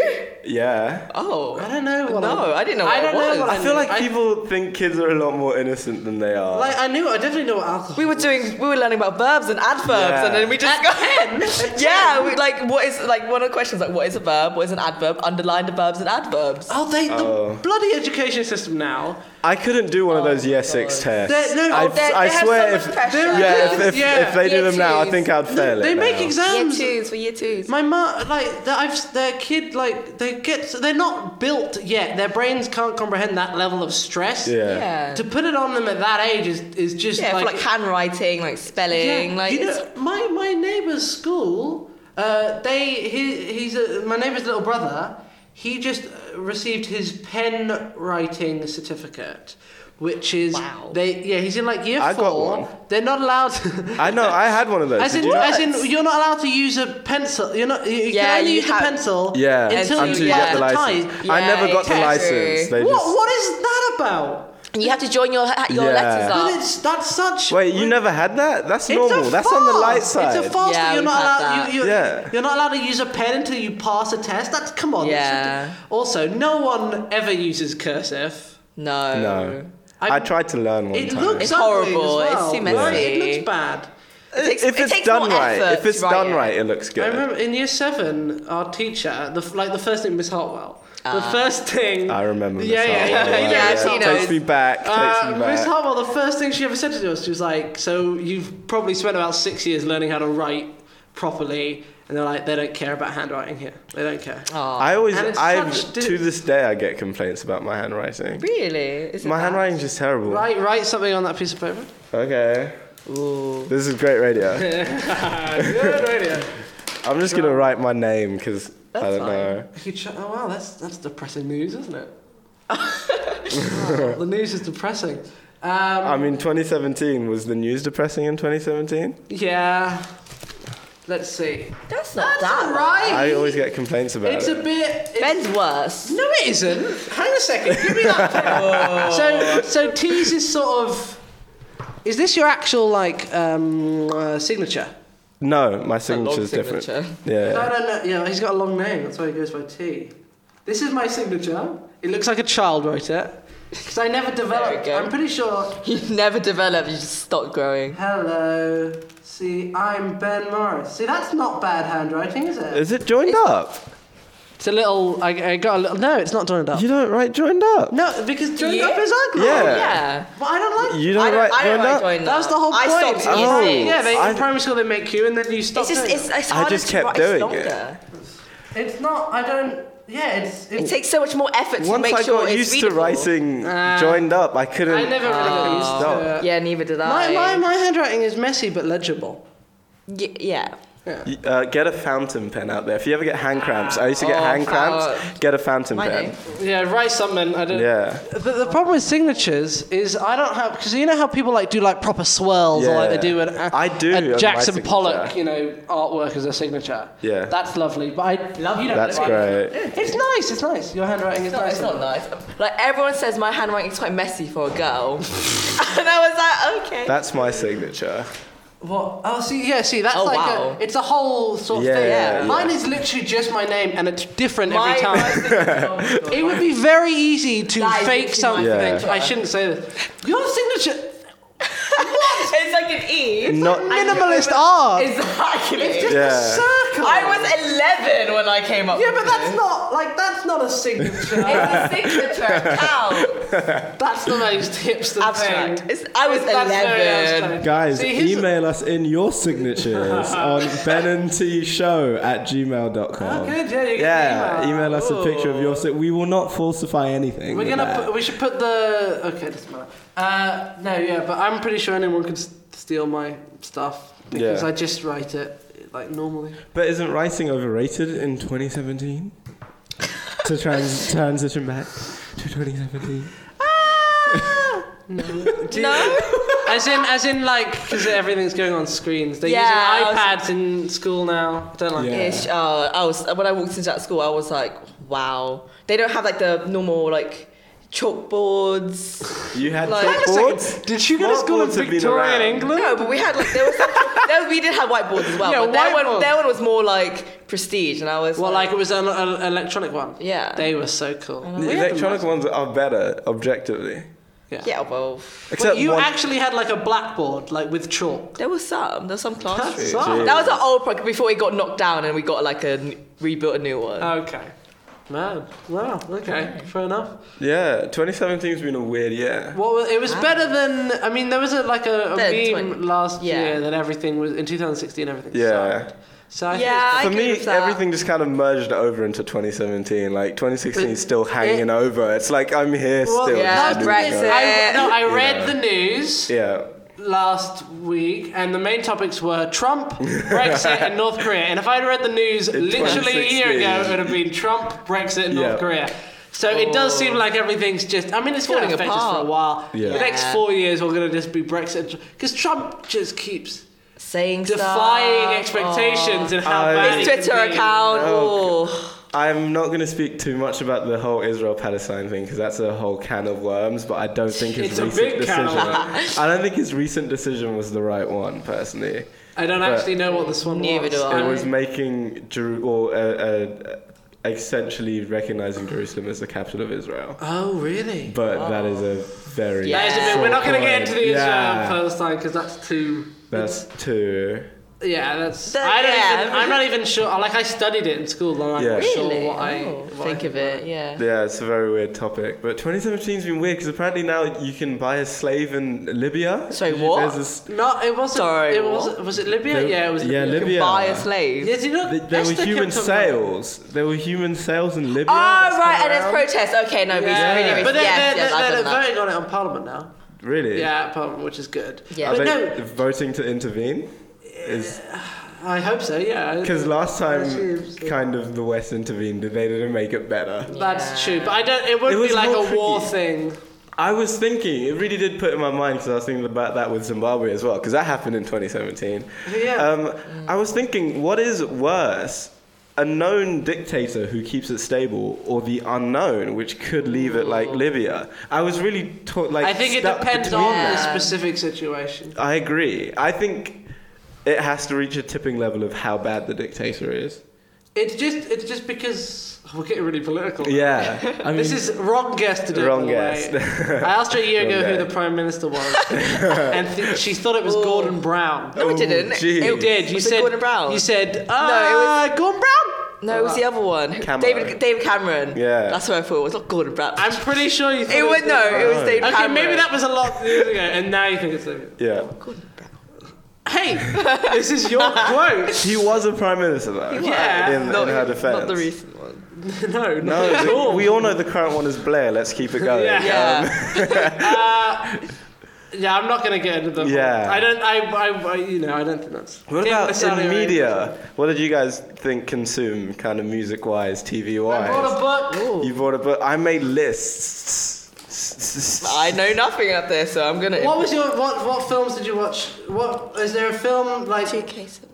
Speaker 4: Yeah.
Speaker 6: Oh.
Speaker 1: I don't know. What
Speaker 6: No,
Speaker 1: I,
Speaker 6: I didn't know
Speaker 1: I
Speaker 6: what it
Speaker 1: don't know
Speaker 6: was.
Speaker 1: what
Speaker 4: I feel like
Speaker 1: I-
Speaker 4: people think kids are a lot more innocent than they are.
Speaker 1: like I knew. I definitely know what alcohol.
Speaker 6: We were doing, we were learning about verbs and adverbs,
Speaker 4: Yeah.
Speaker 6: and then we just got in. Yeah, we, like what is like one of the questions like what is a verb, what is an adverb? Underline the verbs and adverbs.
Speaker 1: Oh, they the
Speaker 4: Oh.
Speaker 1: bloody education system now.
Speaker 4: I couldn't do
Speaker 1: Oh
Speaker 4: one of those yes six tests.
Speaker 1: They're- no,
Speaker 4: I,
Speaker 1: oh, they're-
Speaker 4: I
Speaker 6: they have
Speaker 4: swear,
Speaker 6: so
Speaker 4: if,
Speaker 6: much pressure.
Speaker 4: yeah, if, if,
Speaker 1: Yeah.
Speaker 4: if they do
Speaker 6: Year
Speaker 4: them now, I
Speaker 6: twos.
Speaker 4: think I'd fail it.
Speaker 1: They make
Speaker 4: now.
Speaker 6: year
Speaker 1: exams.
Speaker 6: twos for year twos.
Speaker 1: My mom, like, the, I've, their kid, like, they get, they're not built yet. Their brains can't comprehend that level of stress.
Speaker 4: Yeah.
Speaker 6: yeah,
Speaker 1: To put it on them at that age is, is just
Speaker 6: yeah,
Speaker 1: like,
Speaker 6: for like handwriting, like spelling,
Speaker 1: Yeah,
Speaker 6: like
Speaker 1: you
Speaker 6: it's-
Speaker 1: know, my my neighbor's school. Uh, they he, he's a, my neighbor's little brother. He just uh, received his pen writing certificate, which is
Speaker 6: Wow.
Speaker 1: they yeah he's in like year
Speaker 4: I
Speaker 1: four.
Speaker 4: got one.
Speaker 1: They're not allowed.
Speaker 4: I know. I had one of those.
Speaker 1: As
Speaker 4: Did
Speaker 1: in,
Speaker 4: you
Speaker 1: as in, you're not allowed to use a pencil. You're not. You, you
Speaker 6: Yeah,
Speaker 1: can only
Speaker 6: you
Speaker 1: use
Speaker 6: have-
Speaker 1: a pencil
Speaker 4: Yeah,
Speaker 1: until,
Speaker 6: until
Speaker 1: you
Speaker 6: you
Speaker 1: get
Speaker 6: get
Speaker 1: the
Speaker 6: the
Speaker 1: type.
Speaker 4: I
Speaker 6: Yeah,
Speaker 4: never got the
Speaker 6: it's
Speaker 4: license. They
Speaker 1: What
Speaker 4: just
Speaker 1: what is that about?
Speaker 6: You have to join your ha- your
Speaker 4: Yeah.
Speaker 6: letters up.
Speaker 1: But it's that's such.
Speaker 4: Wait, you never had that? That's
Speaker 1: It's
Speaker 4: normal.
Speaker 1: a
Speaker 4: That's on the light
Speaker 1: farce.
Speaker 4: side.
Speaker 1: It's a farce
Speaker 6: Yeah,
Speaker 1: that you're
Speaker 6: we've
Speaker 1: not
Speaker 6: had
Speaker 1: allowed.
Speaker 6: that.
Speaker 1: You, you're,
Speaker 4: Yeah.
Speaker 1: you're not allowed to use a pen until you pass a test. That's come on. that's
Speaker 6: Yeah.
Speaker 1: ridic- also, no one ever uses cursive.
Speaker 6: no.
Speaker 4: no.
Speaker 1: I'm-
Speaker 4: i tried to learn one
Speaker 1: It
Speaker 4: time.
Speaker 1: looks
Speaker 6: It's
Speaker 1: ugly as
Speaker 6: horrible. It's
Speaker 1: well,
Speaker 6: too
Speaker 1: right?
Speaker 6: messy.
Speaker 1: It looks bad.
Speaker 6: takes-
Speaker 4: if
Speaker 6: it
Speaker 4: it's
Speaker 6: takes
Speaker 4: done
Speaker 6: more
Speaker 4: right,
Speaker 6: effort
Speaker 4: if it's
Speaker 6: to write
Speaker 4: done
Speaker 6: it.
Speaker 4: right, it looks good.
Speaker 1: I remember in year seven, our teacher, the f- like the first thing Miss Hartwell. the first thing.
Speaker 4: I remember Miss
Speaker 1: Yeah, yeah,
Speaker 4: Hartwell,
Speaker 1: yeah,
Speaker 4: yeah,
Speaker 1: you know,
Speaker 6: Ah. yeah,
Speaker 1: Miss
Speaker 6: she
Speaker 1: Hartwell.
Speaker 6: knows.
Speaker 4: Takes me back. Takes
Speaker 1: Uh,
Speaker 4: me
Speaker 1: Miss
Speaker 4: back.
Speaker 1: Hartwell, the first thing she ever said to us, she was like, "So you've probably spent about six years learning how to write properly." And they're like, they don't care about handwriting here. They don't care.
Speaker 4: I always,
Speaker 1: Uh, And it's
Speaker 4: I
Speaker 1: such-
Speaker 4: to this day, I get complaints about my handwriting.
Speaker 6: Really? Is it
Speaker 4: My
Speaker 6: that?
Speaker 4: handwriting's just terrible.
Speaker 1: Write, write something on that piece of paper.
Speaker 4: Okay.
Speaker 6: Ooh.
Speaker 4: This is great radio.
Speaker 1: Good idea.
Speaker 4: I'm just gonna write my name because I
Speaker 6: That's
Speaker 4: don't know.
Speaker 1: If you ch- oh wow, that's that's depressing news, isn't it? Wow, the news is depressing. Um,
Speaker 4: I mean, 2017 was the news depressing in 2017.
Speaker 1: yeah. Let's see.
Speaker 6: That's not
Speaker 1: That's
Speaker 6: that
Speaker 1: all
Speaker 6: bad.
Speaker 1: right.
Speaker 4: I always get complaints about
Speaker 1: It's
Speaker 4: it.
Speaker 1: a bit. It's
Speaker 6: Ben's worse.
Speaker 1: No, it isn't. Hang a second. Give me that. so, so tease is sort of. Is this your actual like um, uh, signature?
Speaker 4: no, my signature's different.
Speaker 6: signature.
Speaker 1: No,
Speaker 4: Yeah.
Speaker 1: no, no. Yeah, he's got a long name. That's why he goes by T. This is my signature. It looks like a child wrote it because I never developed.
Speaker 6: go.
Speaker 1: I'm pretty sure.
Speaker 6: You never develop. You just stop growing.
Speaker 1: Hello. See, I'm Ben Morris. See, that's not bad handwriting, is it?
Speaker 4: Is it joined up?
Speaker 1: It's a little. I, I got a little. No, it's not joined up.
Speaker 4: You don't write joined up.
Speaker 1: No, because joined
Speaker 6: Yeah.
Speaker 1: up is ugly.
Speaker 4: Yeah.
Speaker 6: Yeah.
Speaker 1: But I don't like.
Speaker 4: You
Speaker 6: I
Speaker 4: don't
Speaker 6: don't,
Speaker 4: write joined
Speaker 6: I don't like
Speaker 4: up.
Speaker 6: joining
Speaker 1: That's
Speaker 6: up.
Speaker 1: the whole
Speaker 6: I
Speaker 1: point.
Speaker 6: stopped
Speaker 4: Oh.
Speaker 6: using it.
Speaker 1: Yeah, they,
Speaker 4: I-
Speaker 1: in primary school they make you, and then you stop.
Speaker 6: It's just
Speaker 1: doing
Speaker 6: it's,
Speaker 1: it.
Speaker 6: it's harder
Speaker 4: just
Speaker 6: to
Speaker 4: kept
Speaker 6: write.
Speaker 4: doing it.
Speaker 6: it's longer.
Speaker 1: it's not. I don't. Yeah, it's.
Speaker 6: It
Speaker 1: it's
Speaker 6: takes so much more effort to
Speaker 4: Once
Speaker 6: make
Speaker 4: I
Speaker 6: sure
Speaker 4: got
Speaker 6: it's
Speaker 4: used
Speaker 6: readable.
Speaker 4: to writing
Speaker 1: Ah.
Speaker 4: joined up, I couldn't.
Speaker 1: I never really got used
Speaker 4: stop.
Speaker 1: to it.
Speaker 6: Yeah, neither did
Speaker 1: My,
Speaker 6: I.
Speaker 1: my, my handwriting is messy but legible.
Speaker 6: Y- yeah.
Speaker 4: Y- Uh, get a fountain pen out there. If you ever get hand cramps, I used to get
Speaker 6: Oh,
Speaker 4: hand cramps.
Speaker 6: fuck.
Speaker 4: Get a fountain
Speaker 6: My
Speaker 4: pen.
Speaker 6: name.
Speaker 1: Yeah, write something. I don't.
Speaker 4: Yeah.
Speaker 1: The, the problem with signatures is I don't have because you know how people like do like proper swirls or like they
Speaker 4: Yeah.
Speaker 1: do an a,
Speaker 4: I do on
Speaker 1: a
Speaker 4: my
Speaker 1: Jackson
Speaker 4: signature.
Speaker 1: Pollock you know artwork as a signature.
Speaker 4: Yeah.
Speaker 1: that's lovely. But I love you. Don't
Speaker 4: That's
Speaker 1: like-
Speaker 4: great.
Speaker 1: It's nice. It's nice. Your handwriting is
Speaker 6: No,
Speaker 1: nice.
Speaker 6: it's not nice. Like everyone says, my handwriting's quite messy for a girl, and I was like, okay.
Speaker 4: That's my signature.
Speaker 1: What? Oh, see, yeah, see, that's
Speaker 6: Oh,
Speaker 1: like
Speaker 6: wow.
Speaker 1: a, it's a whole sort of
Speaker 4: Yeah,
Speaker 1: thing.
Speaker 4: yeah, yeah.
Speaker 1: Mine is literally just my name, and it's different
Speaker 6: my,
Speaker 1: every time.
Speaker 6: time.
Speaker 1: it would be very easy to
Speaker 6: That is
Speaker 1: fake something.
Speaker 6: literally
Speaker 4: my signature.
Speaker 1: I shouldn't say this. Your signature,
Speaker 6: it's like an E.
Speaker 4: Not.
Speaker 1: minimalist art.
Speaker 6: Exactly.
Speaker 4: Yeah.
Speaker 1: circle.
Speaker 6: I was 11 when I came up.
Speaker 1: yeah,
Speaker 6: with
Speaker 1: but that's
Speaker 6: this.
Speaker 1: not like that's not a signature.
Speaker 6: It's a signature. How?
Speaker 1: that's the most hipster
Speaker 6: Abstract.
Speaker 1: thing.
Speaker 6: It's, I was
Speaker 1: That's very
Speaker 6: 11.
Speaker 1: abstract.
Speaker 2: Guys,
Speaker 1: See, here's-
Speaker 2: email us in your signatures on benandtshow at gmail.com.
Speaker 1: Oh, good, yeah, you can
Speaker 2: Yeah, email us a picture of
Speaker 1: Ooh.
Speaker 2: your sig- We will not falsify anything.
Speaker 1: We're
Speaker 2: with
Speaker 1: gonna.
Speaker 2: that.
Speaker 1: Put, we should put the. Okay, doesn't matter. Uh, no, yeah, but I'm pretty sure anyone could s- steal my stuff because
Speaker 4: Yeah.
Speaker 1: I just write it like normally.
Speaker 2: But isn't writing overrated in 2017? to trans- transition back to 2017.
Speaker 6: No?
Speaker 1: As in, as in, like because everything's going on screens. They're
Speaker 6: Yeah,
Speaker 1: using
Speaker 6: I
Speaker 1: iPads in school now. I don't like
Speaker 2: Yeah.
Speaker 1: it.
Speaker 6: Ish. Oh, I was when I walked into that school, I was like, wow. They don't have like the normal like chalkboards.
Speaker 4: You had
Speaker 6: Like- Hang a
Speaker 4: boards.
Speaker 1: Did you go to
Speaker 4: What
Speaker 1: school in
Speaker 4: boards have been
Speaker 1: Victorian
Speaker 4: around?
Speaker 1: England?
Speaker 6: No, but we had like there was some, there, we did have whiteboards as well.
Speaker 1: Yeah,
Speaker 6: but their
Speaker 1: whiteboards.
Speaker 6: one, their one was more like prestige, and I was
Speaker 1: Well, like it was an, an electronic one.
Speaker 6: Yeah. Oh,
Speaker 1: They were so cool.
Speaker 4: The electronic ones are better, objectively.
Speaker 6: yeah, well,
Speaker 1: Well,
Speaker 4: Except
Speaker 1: you
Speaker 4: one.
Speaker 1: actually had like a blackboard, like with chalk.
Speaker 6: there was some, there was some
Speaker 1: That's
Speaker 6: classrooms.
Speaker 1: right.
Speaker 6: That was an old project before it got knocked down, and we got like a n- rebuilt a new one.
Speaker 1: Okay. Man. Wow. Okay. Fair enough.
Speaker 4: yeah, 2017's been a weird year.
Speaker 1: What was, it was
Speaker 4: Ah.
Speaker 1: better than I mean there was a, like a, a
Speaker 6: The
Speaker 1: meme
Speaker 6: 20
Speaker 1: last
Speaker 6: yeah.
Speaker 1: year that everything was in 2016 everything
Speaker 4: Yeah.
Speaker 1: sucked. So I
Speaker 6: yeah, I
Speaker 4: For
Speaker 6: agree
Speaker 4: me,
Speaker 6: with that.
Speaker 4: everything just kind of merged over into 2017. Like 2016 is still hanging over. It's like I'm here
Speaker 1: think,
Speaker 4: still.
Speaker 6: yeah,
Speaker 1: that's
Speaker 4: just doing
Speaker 1: the thing.
Speaker 6: Brexit.
Speaker 4: that.
Speaker 1: I, no, I read
Speaker 4: Yeah.
Speaker 1: the news
Speaker 4: Yeah.
Speaker 1: last week, and the main topics were Trump, Brexit, and North Korea. And if I'd read the news literally a year
Speaker 4: 2016.
Speaker 1: ago, it would have been Trump, Brexit, and North
Speaker 4: Yeah.
Speaker 1: Korea. So it does seem like everything's just. I mean, it's going to
Speaker 6: Oh. Falling
Speaker 1: affect us for a
Speaker 6: apart.
Speaker 1: while.
Speaker 4: Yeah.
Speaker 1: The next
Speaker 6: Yeah.
Speaker 1: four years, we're going to just be Brexit because Trump just keeps
Speaker 6: saying
Speaker 1: defying
Speaker 6: stuff. Oh.
Speaker 1: expectations and how
Speaker 4: I-
Speaker 1: bad
Speaker 6: His
Speaker 1: it can
Speaker 6: Twitter
Speaker 1: be.
Speaker 6: account. Oh.
Speaker 4: I'm not going to speak too much about the whole Israel Palestine thing because that's a whole can of worms. But I don't think his
Speaker 3: It's a
Speaker 4: recent
Speaker 3: big
Speaker 4: decision.
Speaker 3: can of
Speaker 4: I don't think his recent decision was the right one, personally.
Speaker 1: I don't actually know what this one
Speaker 6: Neither
Speaker 1: was.
Speaker 6: do I.
Speaker 4: It was making Jeru- or uh, uh, essentially recognizing Jerusalem as the capital of Israel.
Speaker 1: Oh, really?
Speaker 4: But that is a very
Speaker 6: Yeah.
Speaker 1: That is a bit- we're not going to get into the Israel
Speaker 4: Yeah.
Speaker 1: Palestine because that's too.
Speaker 4: that's two.
Speaker 1: Yeah, that's.
Speaker 6: That-
Speaker 1: I don't
Speaker 6: yeah.
Speaker 1: even. I'm not even sure. Like I studied it in school, and I'm
Speaker 4: Yeah.
Speaker 1: not sure
Speaker 6: Really?
Speaker 1: what I
Speaker 6: Oh,
Speaker 1: what
Speaker 6: think
Speaker 1: I
Speaker 6: of it, yeah.
Speaker 4: Yeah, it's a very weird topic. But 2017's been weird because apparently now you can buy a slave in Libya.
Speaker 6: Sorry,
Speaker 4: You-
Speaker 6: what?
Speaker 4: there's this-
Speaker 1: No, it wasn't.
Speaker 6: Sorry,
Speaker 1: it
Speaker 6: what?
Speaker 1: wasn't. Was it Libya? Yeah, it was.
Speaker 4: yeah,
Speaker 1: Libya.
Speaker 4: Libya.
Speaker 6: Buy a slave.
Speaker 1: Yeah, do you know,
Speaker 4: Th- There were
Speaker 1: Esther kept
Speaker 4: human
Speaker 1: talking about it.
Speaker 4: sales. There were human sales in Libya.
Speaker 6: Oh,
Speaker 4: that's
Speaker 6: right,
Speaker 4: come
Speaker 6: and it's
Speaker 4: around.
Speaker 6: protest. Okay, no,
Speaker 1: Yeah.
Speaker 6: yeah. really, really,
Speaker 1: But they're,
Speaker 6: yes,
Speaker 1: they're,
Speaker 6: yes, I've
Speaker 1: they're,
Speaker 6: done
Speaker 1: they're
Speaker 6: that.
Speaker 1: voting on it on Parliament now.
Speaker 4: Really?
Speaker 1: Yeah, at Parliament, which is good.
Speaker 6: Yeah.
Speaker 4: Are
Speaker 1: But
Speaker 4: they
Speaker 1: no,
Speaker 4: voting to intervene? Is
Speaker 1: I hope so. Yeah.
Speaker 4: because last time
Speaker 1: seems-
Speaker 4: kind of the West intervened and they didn't make it better.
Speaker 1: That's
Speaker 6: Yeah.
Speaker 1: true, but I don't. It would
Speaker 4: It
Speaker 1: not be
Speaker 4: was
Speaker 1: like a
Speaker 4: more
Speaker 1: war
Speaker 4: tricky.
Speaker 1: thing.
Speaker 4: I was thinking, it really did put in my mind because I was thinking about that with Zimbabwe as well, because that happened in 2017.
Speaker 1: Yeah.
Speaker 4: Um, I was thinking, what is worse? A known dictator who keeps it stable, or the unknown, which could leave it like Libya. I was really taught like.
Speaker 1: I think it
Speaker 4: stuck
Speaker 1: depends
Speaker 4: between
Speaker 1: on
Speaker 4: that.
Speaker 1: the specific situation.
Speaker 4: I agree. I think it has to reach a tipping level of how bad the dictator is.
Speaker 1: It's just it's just because we're getting really political. now.
Speaker 4: Yeah. I
Speaker 1: this is wrong guest to do. it,
Speaker 4: Wrong
Speaker 1: by the way.
Speaker 4: guest.
Speaker 1: I asked her a year
Speaker 4: Wrong
Speaker 1: ago who
Speaker 4: guy.
Speaker 1: the prime minister was, and th- she thought it was Gordon Brown.
Speaker 6: No,
Speaker 4: Oh,
Speaker 6: it didn't.
Speaker 4: gee.
Speaker 1: You did. You
Speaker 6: was it
Speaker 1: said
Speaker 6: Gordon Brown?
Speaker 1: You said
Speaker 6: was-
Speaker 1: uh, Gordon Brown.
Speaker 6: No, it was the other one.
Speaker 4: Cameron.
Speaker 6: David David Cameron.
Speaker 4: Yeah.
Speaker 6: That's who I thought it was. Not Gordon Brown.
Speaker 1: I'm pretty sure you. Thought
Speaker 6: it was no, it
Speaker 4: Oh.
Speaker 6: was David
Speaker 1: Okay,
Speaker 6: Cameron.
Speaker 1: maybe that was a lot years ago, and now you think it's. Like,
Speaker 4: yeah.
Speaker 1: hey, this is your quote.
Speaker 4: He was a prime minister though.
Speaker 1: Yeah,
Speaker 4: In, in
Speaker 6: not,
Speaker 4: her defense.
Speaker 6: Not the recent one.
Speaker 1: no, not
Speaker 4: No,
Speaker 1: at
Speaker 4: the-
Speaker 1: all.
Speaker 4: we all know the current one is Blair. Let's keep it going. Um,
Speaker 1: Yeah.
Speaker 6: Yeah.
Speaker 1: Uh, Yeah, I'm not gonna get into the.
Speaker 4: Yeah.
Speaker 1: I don't. I, I, I. You know, I don't think that's.
Speaker 4: What
Speaker 1: Get
Speaker 4: about
Speaker 1: the Saudi
Speaker 4: in
Speaker 1: Arabia
Speaker 4: media? What did you guys think consume, kind of music wise, TV
Speaker 1: question. I
Speaker 4: wise?
Speaker 1: bought a book.
Speaker 4: You brought a book. I made lists.
Speaker 6: I know nothing of this, so I'm gonna.
Speaker 1: What was your what? What films did you watch? What is there a film like?
Speaker 6: UK seventeen?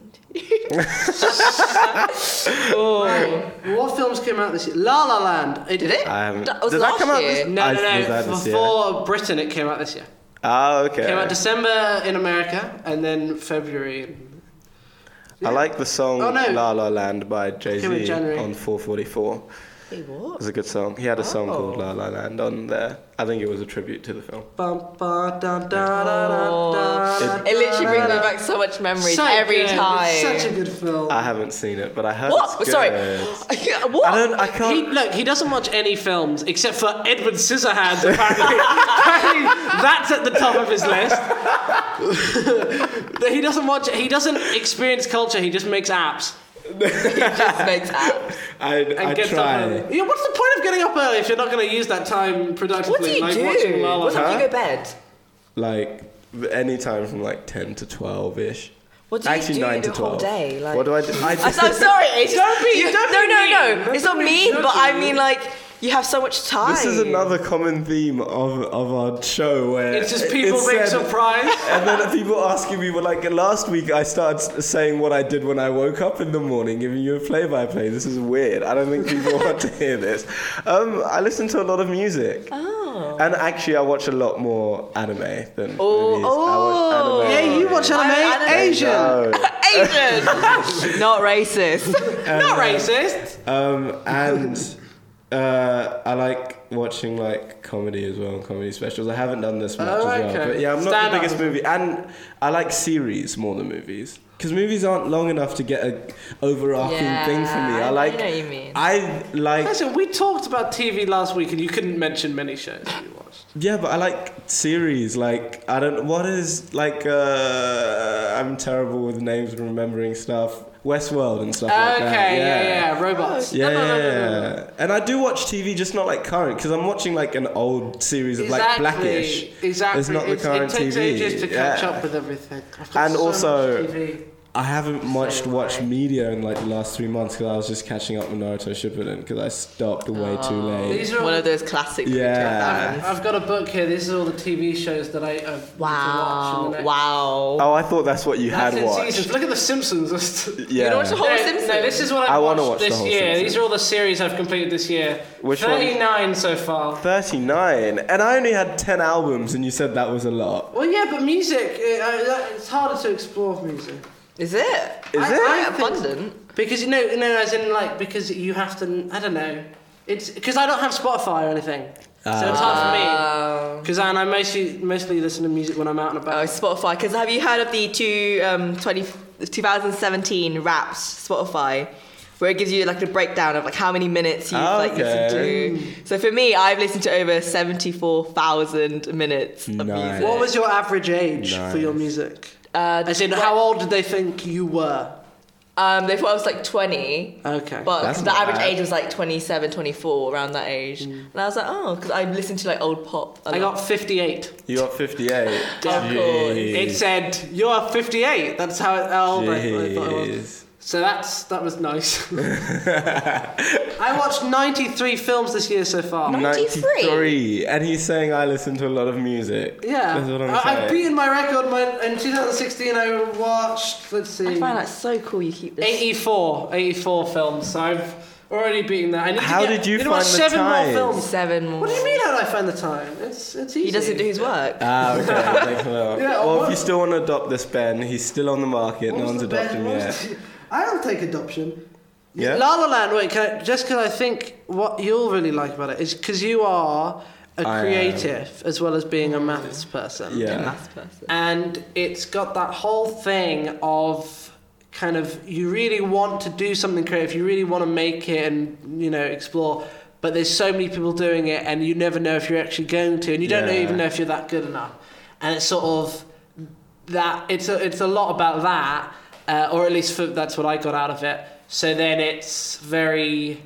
Speaker 1: Oh, what films came out this year? La La Land. It
Speaker 6: Did it?
Speaker 4: I haven't.
Speaker 6: That was
Speaker 4: Does that
Speaker 6: last
Speaker 4: come out
Speaker 6: year.
Speaker 4: this-
Speaker 1: No,
Speaker 4: I-
Speaker 1: no,
Speaker 4: was
Speaker 1: no.
Speaker 4: that this year?
Speaker 1: Before Britain, it came out this year.
Speaker 4: Ah, okay.
Speaker 1: Came out December in America, and then February. in-
Speaker 4: I like the song
Speaker 1: Oh, no.
Speaker 4: La La Land by Jay Z
Speaker 1: Came in January.
Speaker 4: on 444. It
Speaker 6: Wait, what?
Speaker 4: was a good song. He had a song called
Speaker 6: Oh.
Speaker 4: La La Land on there. I think it was a tribute to the film.
Speaker 1: Bum, ba, da, da, da,
Speaker 4: Oh.
Speaker 1: da, da, da,
Speaker 6: It literally brings me
Speaker 1: da, da.
Speaker 6: back so much memories
Speaker 1: So
Speaker 6: every
Speaker 1: good. It's
Speaker 6: time.
Speaker 1: Such a good film.
Speaker 4: I haven't seen it, but I heard
Speaker 6: what?
Speaker 4: it's
Speaker 6: Sorry.
Speaker 4: good.
Speaker 6: Yeah, what?
Speaker 4: I don't. I can't.
Speaker 1: He, look, he doesn't watch any films except for Edward Scissorhands. Apparently, apparently that's at the top of his list. That he doesn't watch. He doesn't experience culture. He just makes apps
Speaker 6: Just makes apps.
Speaker 4: I,
Speaker 1: and
Speaker 4: I
Speaker 1: gets
Speaker 4: try.
Speaker 1: up early. Yeah, what's the point of getting up early if you're not going to use that time productively?
Speaker 6: What do you
Speaker 1: like
Speaker 6: do?
Speaker 1: watching La La
Speaker 6: What time
Speaker 1: Land?
Speaker 6: do you go to bed?
Speaker 4: like any time from like 10 to 12 ish
Speaker 6: What do
Speaker 4: actually
Speaker 6: you do
Speaker 4: 9 to
Speaker 6: the
Speaker 4: 12
Speaker 6: whole day? Like,
Speaker 4: what do i do i,
Speaker 6: I'm, so- I'm sorry. It's
Speaker 1: Don't be-
Speaker 6: you-
Speaker 1: don't
Speaker 6: no,
Speaker 1: be mean.
Speaker 6: no, no.
Speaker 1: Don't
Speaker 6: It's not
Speaker 1: be
Speaker 6: mean, but I
Speaker 1: judgy.
Speaker 6: mean like you have so much time.
Speaker 4: this is another common theme of, of our show where
Speaker 1: It's just people being
Speaker 4: said-
Speaker 1: surprised.
Speaker 4: and then people asking me well, like last week i started s- saying what i did when i woke up in the morning giving you a play-by-play this is weird i don't think people want to hear this um, i listen to a lot of music
Speaker 6: Oh.
Speaker 4: and actually i watch a lot more anime than
Speaker 6: Oh,
Speaker 4: movies. I
Speaker 6: oh.
Speaker 4: watch anime.
Speaker 1: Yeah, you watch anime.
Speaker 6: I- I don't
Speaker 1: Asian.
Speaker 4: No.
Speaker 6: Asian. not racist.
Speaker 1: Not racist.
Speaker 4: Um, and uh, I like watching like comedy as well, comedy specials. I haven't done this much
Speaker 1: Oh,
Speaker 4: as well,
Speaker 1: okay.
Speaker 4: but yeah, I'm not
Speaker 1: Stand-up.
Speaker 4: the biggest movie, and I like series more than movies because movies aren't long enough to get a overarching
Speaker 6: Yeah,
Speaker 4: thing for me. I
Speaker 6: I know
Speaker 4: like.
Speaker 6: what you mean.
Speaker 4: I like.
Speaker 1: Listen, we talked about TV last week, and you couldn't mention many shows that you watched.
Speaker 4: Yeah, but I like series. Like I don't. What is like? uh I'm terrible with names and remembering stuff. Westworld and stuff like that.
Speaker 1: Okay, yeah, yeah, robots.
Speaker 4: Yeah,
Speaker 1: No, no, no, no,
Speaker 4: yeah,
Speaker 1: no, no.
Speaker 4: yeah. And I do watch TV, just not like current, because I'm watching like an old series of like Blackish.
Speaker 1: Exactly.
Speaker 4: It's not the
Speaker 1: It's-
Speaker 4: current
Speaker 1: it takes
Speaker 4: TV.
Speaker 1: ages to catch
Speaker 4: yeah.
Speaker 1: up with everything. I've got
Speaker 4: And
Speaker 1: so
Speaker 4: also-
Speaker 1: much TV.
Speaker 4: I haven't much watched media in like the last three months because I was just catching up with Naruto Shippuden because I stopped way too late.
Speaker 1: Oh. These are all,
Speaker 6: One of those classic creature
Speaker 4: Yeah.
Speaker 6: elements.
Speaker 1: I've got a book here. This is all the TV shows that I have to watch. in
Speaker 6: Wow.
Speaker 1: the next-
Speaker 6: Wow.
Speaker 8: Oh, I thought that's what you
Speaker 1: That's
Speaker 8: had
Speaker 1: in
Speaker 8: watched.
Speaker 1: seasons. Look at The Simpsons. That's-
Speaker 8: Yeah.
Speaker 6: watch the whole-
Speaker 1: no,
Speaker 6: Simpsons?
Speaker 1: no, this is what I've
Speaker 8: I wanna
Speaker 1: watched
Speaker 8: watch the
Speaker 1: this
Speaker 8: whole
Speaker 1: year.
Speaker 8: Simpsons.
Speaker 1: These are all the series I've completed this year.
Speaker 8: Which ones?
Speaker 1: 39 so far.
Speaker 8: 39. And I only had 10 albums.
Speaker 4: Albums and you said that was a lot.
Speaker 1: Well, yeah, but music, uh, uh, that- it's harder to explore with music.
Speaker 6: Is it?
Speaker 8: Is it?
Speaker 1: I- I
Speaker 6: Quite
Speaker 1: think-
Speaker 6: abundant.
Speaker 1: Because, you know, no, as in, like, because you have to, I don't know. It's because I don't have Spotify or anything. so it's hard for me.
Speaker 6: Oh.
Speaker 1: Because and I mostly mostly listen to music when I'm out and
Speaker 6: Oh,
Speaker 1: about.
Speaker 6: Spotify. Because have you heard of the two, um, 20, 2017 Wraps Spotify, where it gives you like a breakdown of like how many minutes you've like listened to? So for me, I've listened to over seventy four thousand minutes of
Speaker 4: Nice.
Speaker 6: music.
Speaker 1: what was your average age for your music?
Speaker 6: Uh,
Speaker 1: As in, how old did they think you were?
Speaker 6: Um, they thought I was like twenty.
Speaker 1: Okay.
Speaker 6: But
Speaker 4: That's
Speaker 6: the
Speaker 4: not
Speaker 6: average
Speaker 4: bad.
Speaker 6: age was like 27, 24, around that age. And I was like, oh, because I listened to like old pop. a
Speaker 1: I
Speaker 6: lot.
Speaker 1: got 58.
Speaker 8: You got 58.
Speaker 6: Of course.
Speaker 1: It said you're 58. That's how it, how old I, I thought it was.
Speaker 4: Jeez.
Speaker 1: So that's that was nice. I watched 93 films this year so far.
Speaker 6: 93?
Speaker 4: 93. And he's saying I listen to a lot of music.
Speaker 1: Yeah,
Speaker 4: That's what I'm
Speaker 1: I-
Speaker 4: saying.
Speaker 1: I've beaten my record. My, in 2016, I watched let's see,
Speaker 6: I find that so cool you keep this.
Speaker 1: 84, 84 films. So I've already beaten that. I need
Speaker 8: How
Speaker 1: to get,
Speaker 8: did you
Speaker 1: need to watch
Speaker 8: find the
Speaker 1: seven
Speaker 8: time?
Speaker 1: more films?
Speaker 6: Seven more.
Speaker 1: What do you mean? How did I find the time? It's it's easy.
Speaker 6: He doesn't do his work.
Speaker 4: Ah, okay. Thanks a lot.
Speaker 1: Yeah,
Speaker 8: Well, if
Speaker 1: what-
Speaker 8: you still want to adopt this, Ben, he's still on the market.
Speaker 1: What
Speaker 8: No
Speaker 1: was
Speaker 8: one's
Speaker 1: the best-
Speaker 8: adopted him
Speaker 1: what was
Speaker 8: yet.
Speaker 1: the- I'll take adoption.
Speaker 8: Yeah?
Speaker 1: La La Land. Wait, can I, just because I think what you'll really like about it is because you are a
Speaker 4: I am.
Speaker 1: creative as well as being a maths person.
Speaker 6: A
Speaker 4: Yeah.
Speaker 6: maths person.
Speaker 1: And it's got that whole thing of kind of you really want to do something creative, you really want to make it and you know explore. But there's so many people doing it, and you never know if you're actually going to, and you don't know,
Speaker 4: Yeah.
Speaker 1: even know if you're that good enough. And it's sort of that it's a, it's a lot about that, uh, or at least for, that's what I got out of it. So then it's very.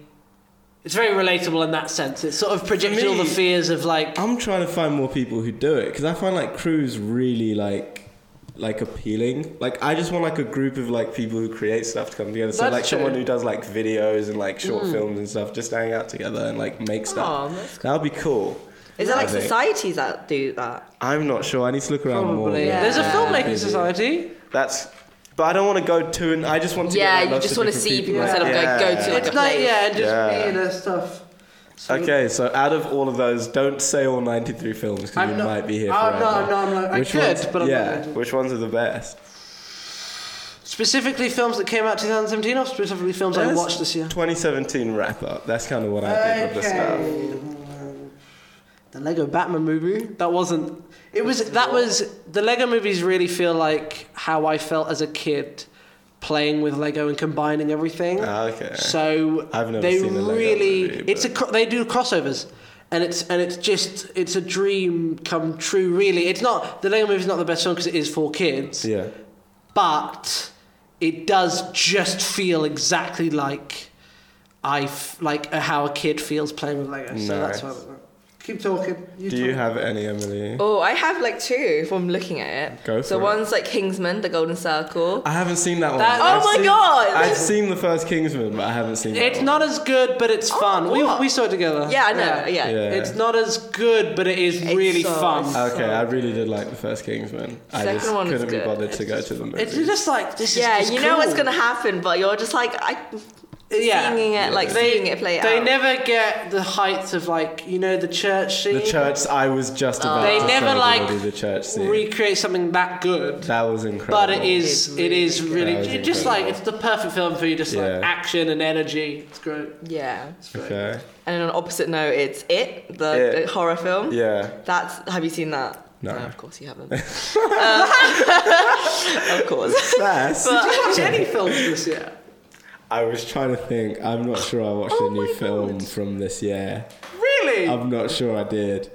Speaker 1: It's very relatable in that sense. It sort of projects all the
Speaker 4: me-
Speaker 1: fears of like
Speaker 4: I'm trying to find more people who do it because I find like crews really like like appealing. Like I just want like a group of like people who create stuff to come together. so
Speaker 1: That's
Speaker 4: like someone
Speaker 1: true. Mm.
Speaker 4: who does like videos and like short films and stuff, just hang out together and like make stuff.
Speaker 6: Oh, that's
Speaker 4: That would be cool.
Speaker 6: Is there
Speaker 4: I
Speaker 6: like
Speaker 4: think.
Speaker 6: societies that do that?
Speaker 4: I'm not sure. I need to look around more.
Speaker 1: probably
Speaker 4: Yeah.
Speaker 1: there's a
Speaker 6: Yeah.
Speaker 1: filmmaking
Speaker 4: Maybe.
Speaker 1: society.
Speaker 8: That's. But I don't want to go to and I just want to.
Speaker 6: Yeah,
Speaker 8: get
Speaker 6: you
Speaker 8: lots
Speaker 6: just
Speaker 8: of
Speaker 6: wanna
Speaker 8: different
Speaker 6: see people
Speaker 1: instead of
Speaker 6: going- go to, like,
Speaker 1: It's not
Speaker 6: a place.
Speaker 1: yeah, just
Speaker 8: Yeah.
Speaker 1: me and her stuff. So-
Speaker 4: Okay, so out of all of those, don't say all 93 films because
Speaker 1: I'm
Speaker 4: you
Speaker 1: not-
Speaker 4: might be here
Speaker 1: I'm
Speaker 4: forever.
Speaker 1: not- I'm not- I'm not- I
Speaker 4: Which
Speaker 1: could,
Speaker 4: ones-
Speaker 1: but I'm not
Speaker 4: yeah,
Speaker 1: gonna do it.
Speaker 4: which ones are the best?
Speaker 1: Specifically, films that came out 2017, or specifically films I
Speaker 4: Let's-
Speaker 1: watched this year.
Speaker 4: 2017 wrap up. That's kind of what I did with the stuff.
Speaker 1: Okay. The Lego Batman movie. That wasn't. It was. That was. The Lego movies really feel like how I felt as a kid playing with Lego and combining everything.
Speaker 4: Ah, okay.
Speaker 1: So
Speaker 4: I've never
Speaker 1: they
Speaker 4: seen a Lego
Speaker 1: really.
Speaker 4: movie,
Speaker 1: it's a. cro- They do crossovers. And it's and it's just it's a dream come true. Really, it's not the Lego movie's not the best film because it is for kids.
Speaker 4: Yeah.
Speaker 1: but it does just feel exactly like I f- like how a kid feels playing with Lego. So that's
Speaker 4: Nice.
Speaker 1: why. Keep talking. You
Speaker 4: Do
Speaker 1: talk.
Speaker 4: you have any, Emily?
Speaker 6: Oh, I have like two if I'm looking at it.
Speaker 4: Go
Speaker 6: so
Speaker 4: for it. Uh,
Speaker 6: one's like Kingsman, The Golden Circle.
Speaker 4: I haven't seen that one.
Speaker 1: That-
Speaker 6: oh
Speaker 1: I've
Speaker 6: my
Speaker 1: seen-
Speaker 6: god!
Speaker 4: I've seen the first Kingsman, but I haven't seen that
Speaker 1: It's
Speaker 4: one.
Speaker 1: not as good, but it's fun. We,
Speaker 6: what?
Speaker 1: we saw it together.
Speaker 6: Oh, yeah, I know. Yeah.
Speaker 4: Yeah.
Speaker 1: It's not as good, but it is really
Speaker 6: so-
Speaker 1: fun.
Speaker 6: it's
Speaker 4: Okay, I really did like the first Kingsman. I
Speaker 6: Second
Speaker 4: just
Speaker 6: one was
Speaker 4: couldn't be
Speaker 6: good.
Speaker 4: bothered to go to the movie.
Speaker 1: it's just like this is
Speaker 6: Yeah,
Speaker 1: just
Speaker 6: you know what's
Speaker 1: cool.
Speaker 6: gonna happen, but you're just like I
Speaker 1: Yeah.
Speaker 6: singing it, like seeing it play
Speaker 1: They
Speaker 6: out.
Speaker 1: never get the heights of like you know the church scene.
Speaker 4: the church. I was just about
Speaker 1: Oh. They
Speaker 4: to
Speaker 1: never,
Speaker 4: say
Speaker 1: like,
Speaker 4: already the church scene.
Speaker 1: recreate something that good.
Speaker 4: that was incredible.
Speaker 1: But it is,
Speaker 6: It's
Speaker 1: it is really,
Speaker 4: Yeah, it's
Speaker 1: it's just like it's the perfect film for you, just
Speaker 4: Yeah.
Speaker 1: like action and energy. It's great.
Speaker 6: Yeah.
Speaker 1: It's great.
Speaker 4: Okay.
Speaker 6: And then on opposite note, it's it, the,
Speaker 8: It.
Speaker 6: the horror film.
Speaker 4: Yeah.
Speaker 6: That's have you seen that?
Speaker 4: No.
Speaker 6: of course you haven't. Um, of course.
Speaker 4: Fast.
Speaker 1: Did you watch any films this year?
Speaker 4: I was trying to think. I'm not
Speaker 1: Oh
Speaker 4: sure I watched a new film from this year.
Speaker 1: Really?
Speaker 4: I'm not sure I did.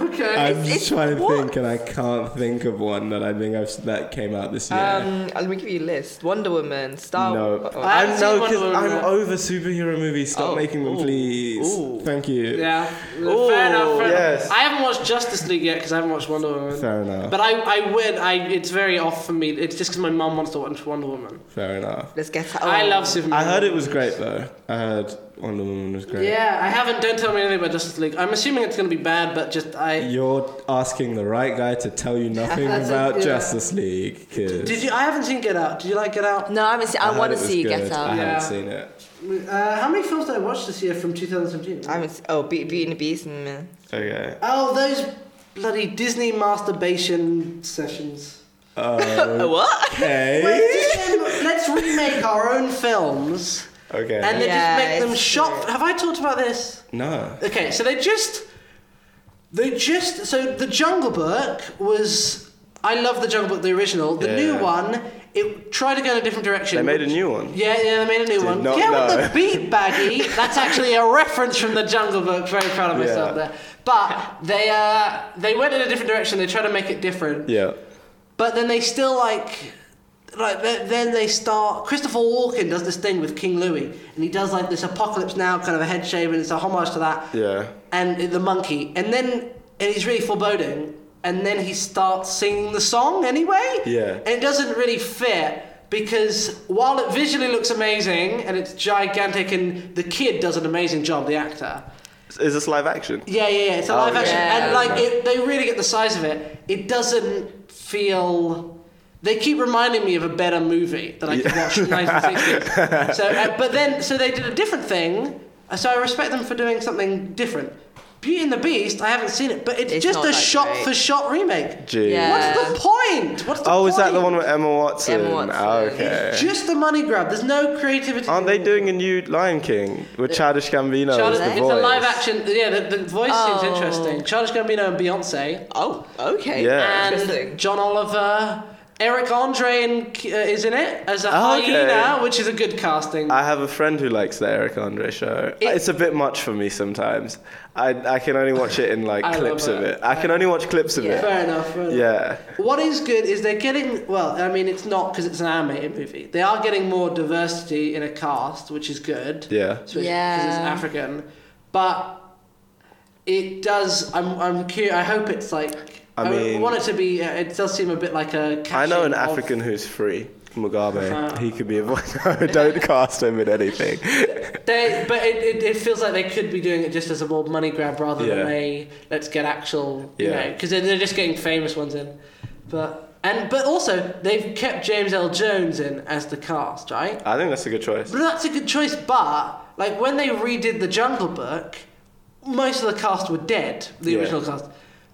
Speaker 6: Okay.
Speaker 2: I'm just trying to think, and I can't think of one that I think I've s- that came out this year.
Speaker 6: Um, let me give you a list. Wonder Woman, Star.
Speaker 2: no,
Speaker 6: Oh,
Speaker 1: I
Speaker 2: I'm
Speaker 1: haven't
Speaker 2: no,
Speaker 1: seen Wonder
Speaker 2: 'cause
Speaker 1: Woman
Speaker 2: I'm
Speaker 1: yet.
Speaker 2: over superhero movies. Stop
Speaker 1: Oh,
Speaker 2: making them,
Speaker 1: ooh,
Speaker 2: please.
Speaker 1: ooh.
Speaker 2: Thank you.
Speaker 1: Yeah. fair enough. Fair
Speaker 4: yes.
Speaker 1: enough. I haven't watched Justice League yet because I haven't watched Wonder Woman.
Speaker 2: Fair enough.
Speaker 1: But I, I win. I, it's very off for me. It's just because my mum wants to watch Wonder Woman.
Speaker 2: Fair enough.
Speaker 6: Let's get.
Speaker 1: I
Speaker 6: oh.
Speaker 1: love Superman.
Speaker 2: I heard it was great though. I heard Wonder Woman was great.
Speaker 1: Yeah, I haven't. Don't tell me anything about Justice League. I'm assuming it's going to be bad, but just I.
Speaker 2: You're asking the right guy to tell you nothing
Speaker 1: That's a-
Speaker 2: about
Speaker 1: yeah.
Speaker 2: Justice League. 'cause
Speaker 1: Did you? I haven't seen Get Out. Did you like Get Out?
Speaker 6: No, I haven't seen. I,
Speaker 2: heard
Speaker 6: want
Speaker 2: it
Speaker 6: to
Speaker 2: was
Speaker 6: see you
Speaker 2: good.
Speaker 6: Get
Speaker 2: I
Speaker 6: Out.
Speaker 1: Yeah.
Speaker 2: haven't seen it.
Speaker 1: Uh, how many films did I watch this year from 2017?
Speaker 6: I haven't. se- Oh, Beauty, Beauty and the Beast. And, uh,
Speaker 2: Okay.
Speaker 1: Oh, those bloody Disney masturbation sessions.
Speaker 2: Uh,
Speaker 6: oh, what?
Speaker 1: Wait,
Speaker 2: Hey.
Speaker 1: Disney- let's remake our own films
Speaker 2: Okay.
Speaker 1: and then
Speaker 6: Yeah,
Speaker 1: just make them
Speaker 6: it's
Speaker 1: shop.
Speaker 6: true.
Speaker 1: Have I talked about this?
Speaker 2: no.
Speaker 1: Okay, so they just they just so the Jungle Book was I love the Jungle Book the original. The
Speaker 4: Yeah,
Speaker 1: new
Speaker 4: yeah.
Speaker 1: one it tried to go in a different direction.
Speaker 4: They made a new one.
Speaker 1: Yeah, yeah, they made a new one.
Speaker 4: not
Speaker 1: Get with
Speaker 4: know.
Speaker 1: the beat baggy. That's actually a reference from the Jungle Book. Very proud of myself
Speaker 4: Yeah.
Speaker 1: there. But they uh they went in a different direction. They tried to make it different.
Speaker 4: Yeah.
Speaker 1: But then they still like, like th- then they start. Christopher Walken does this thing with King Louis, and he does like this apocalypse now kind of a head shave, and it's a homage to that.
Speaker 4: Yeah.
Speaker 1: And the monkey, and then and he's really foreboding, and then he starts singing the song anyway.
Speaker 4: Yeah.
Speaker 1: And it doesn't really fit. Because while it visually looks amazing and it's gigantic, and the kid does an amazing job, the actor,
Speaker 4: Is this live action?
Speaker 1: yeah, yeah, yeah. It's a
Speaker 4: Oh,
Speaker 1: live
Speaker 4: yeah.
Speaker 1: action,
Speaker 6: Yeah.
Speaker 1: and like it, they really get the size of it. It doesn't feel. They keep reminding me of a better movie that I could watch in the 1960s. So, uh, but then, so they did a different thing. uh, So I respect them for doing something different. Beauty and the Beast, I haven't seen it, but it's,
Speaker 6: It's
Speaker 1: just
Speaker 6: not
Speaker 1: a
Speaker 6: that
Speaker 1: shot
Speaker 6: great.
Speaker 1: for shot remake.
Speaker 4: Gee.
Speaker 6: Yeah.
Speaker 1: What's the point? What's the
Speaker 4: Oh,
Speaker 1: point?
Speaker 4: is that the one with Emma Watson?
Speaker 6: Emma Watson.
Speaker 4: Oh, okay.
Speaker 1: Just a money grab. There's no creativity.
Speaker 4: Aren't they doing a new Lion King with Childish Gambino
Speaker 1: Charlotte,
Speaker 4: as the
Speaker 1: it's
Speaker 4: voice?
Speaker 1: a live action. Yeah, the, the voice
Speaker 6: Oh.
Speaker 1: seems interesting. Charles Gambino and Beyonce.
Speaker 6: Oh, okay.
Speaker 4: Yeah.
Speaker 1: and
Speaker 6: Interesting.
Speaker 1: John Oliver. Eric Andre in, uh, is in it as a
Speaker 4: Oh, okay. Ah,
Speaker 1: hyena, which is a good casting.
Speaker 4: I have a friend who likes the Eric Andre show.
Speaker 1: It-
Speaker 4: it's a bit much for me sometimes. I, I can only watch it in like
Speaker 1: I love
Speaker 4: clips of
Speaker 1: it.
Speaker 4: it. I can only watch clips of it.
Speaker 1: fair enough. Fair enough.
Speaker 4: Yeah.
Speaker 1: What is good is they're getting well. I mean, it's not because it's an animated movie. They are getting more diversity in a cast, which is good.
Speaker 4: Yeah.
Speaker 1: Especially because it's
Speaker 6: Yeah.
Speaker 1: African, but it does. I'm I'm curious. I hope it's like.
Speaker 4: I mean-
Speaker 1: want it to be. uh, It does seem a bit like a.
Speaker 4: I know
Speaker 1: catching of-
Speaker 4: an
Speaker 1: Uh-huh.
Speaker 4: African who's free. Mugabe. he could be a voice. No, don't cast him in anything.
Speaker 1: They, but it, it, it feels like they could be doing it just as a more money grab rather
Speaker 4: Yeah.
Speaker 1: than a let's get actual, you
Speaker 4: Yeah.
Speaker 1: know, because they're, they're just getting famous ones in. But and but also they've kept James L. Jones in as the cast, right?
Speaker 4: I think that's a good choice.
Speaker 1: But that's a good choice. But like when they redid the Jungle Book, most of the cast were dead. The
Speaker 4: Yeah.
Speaker 1: original cast,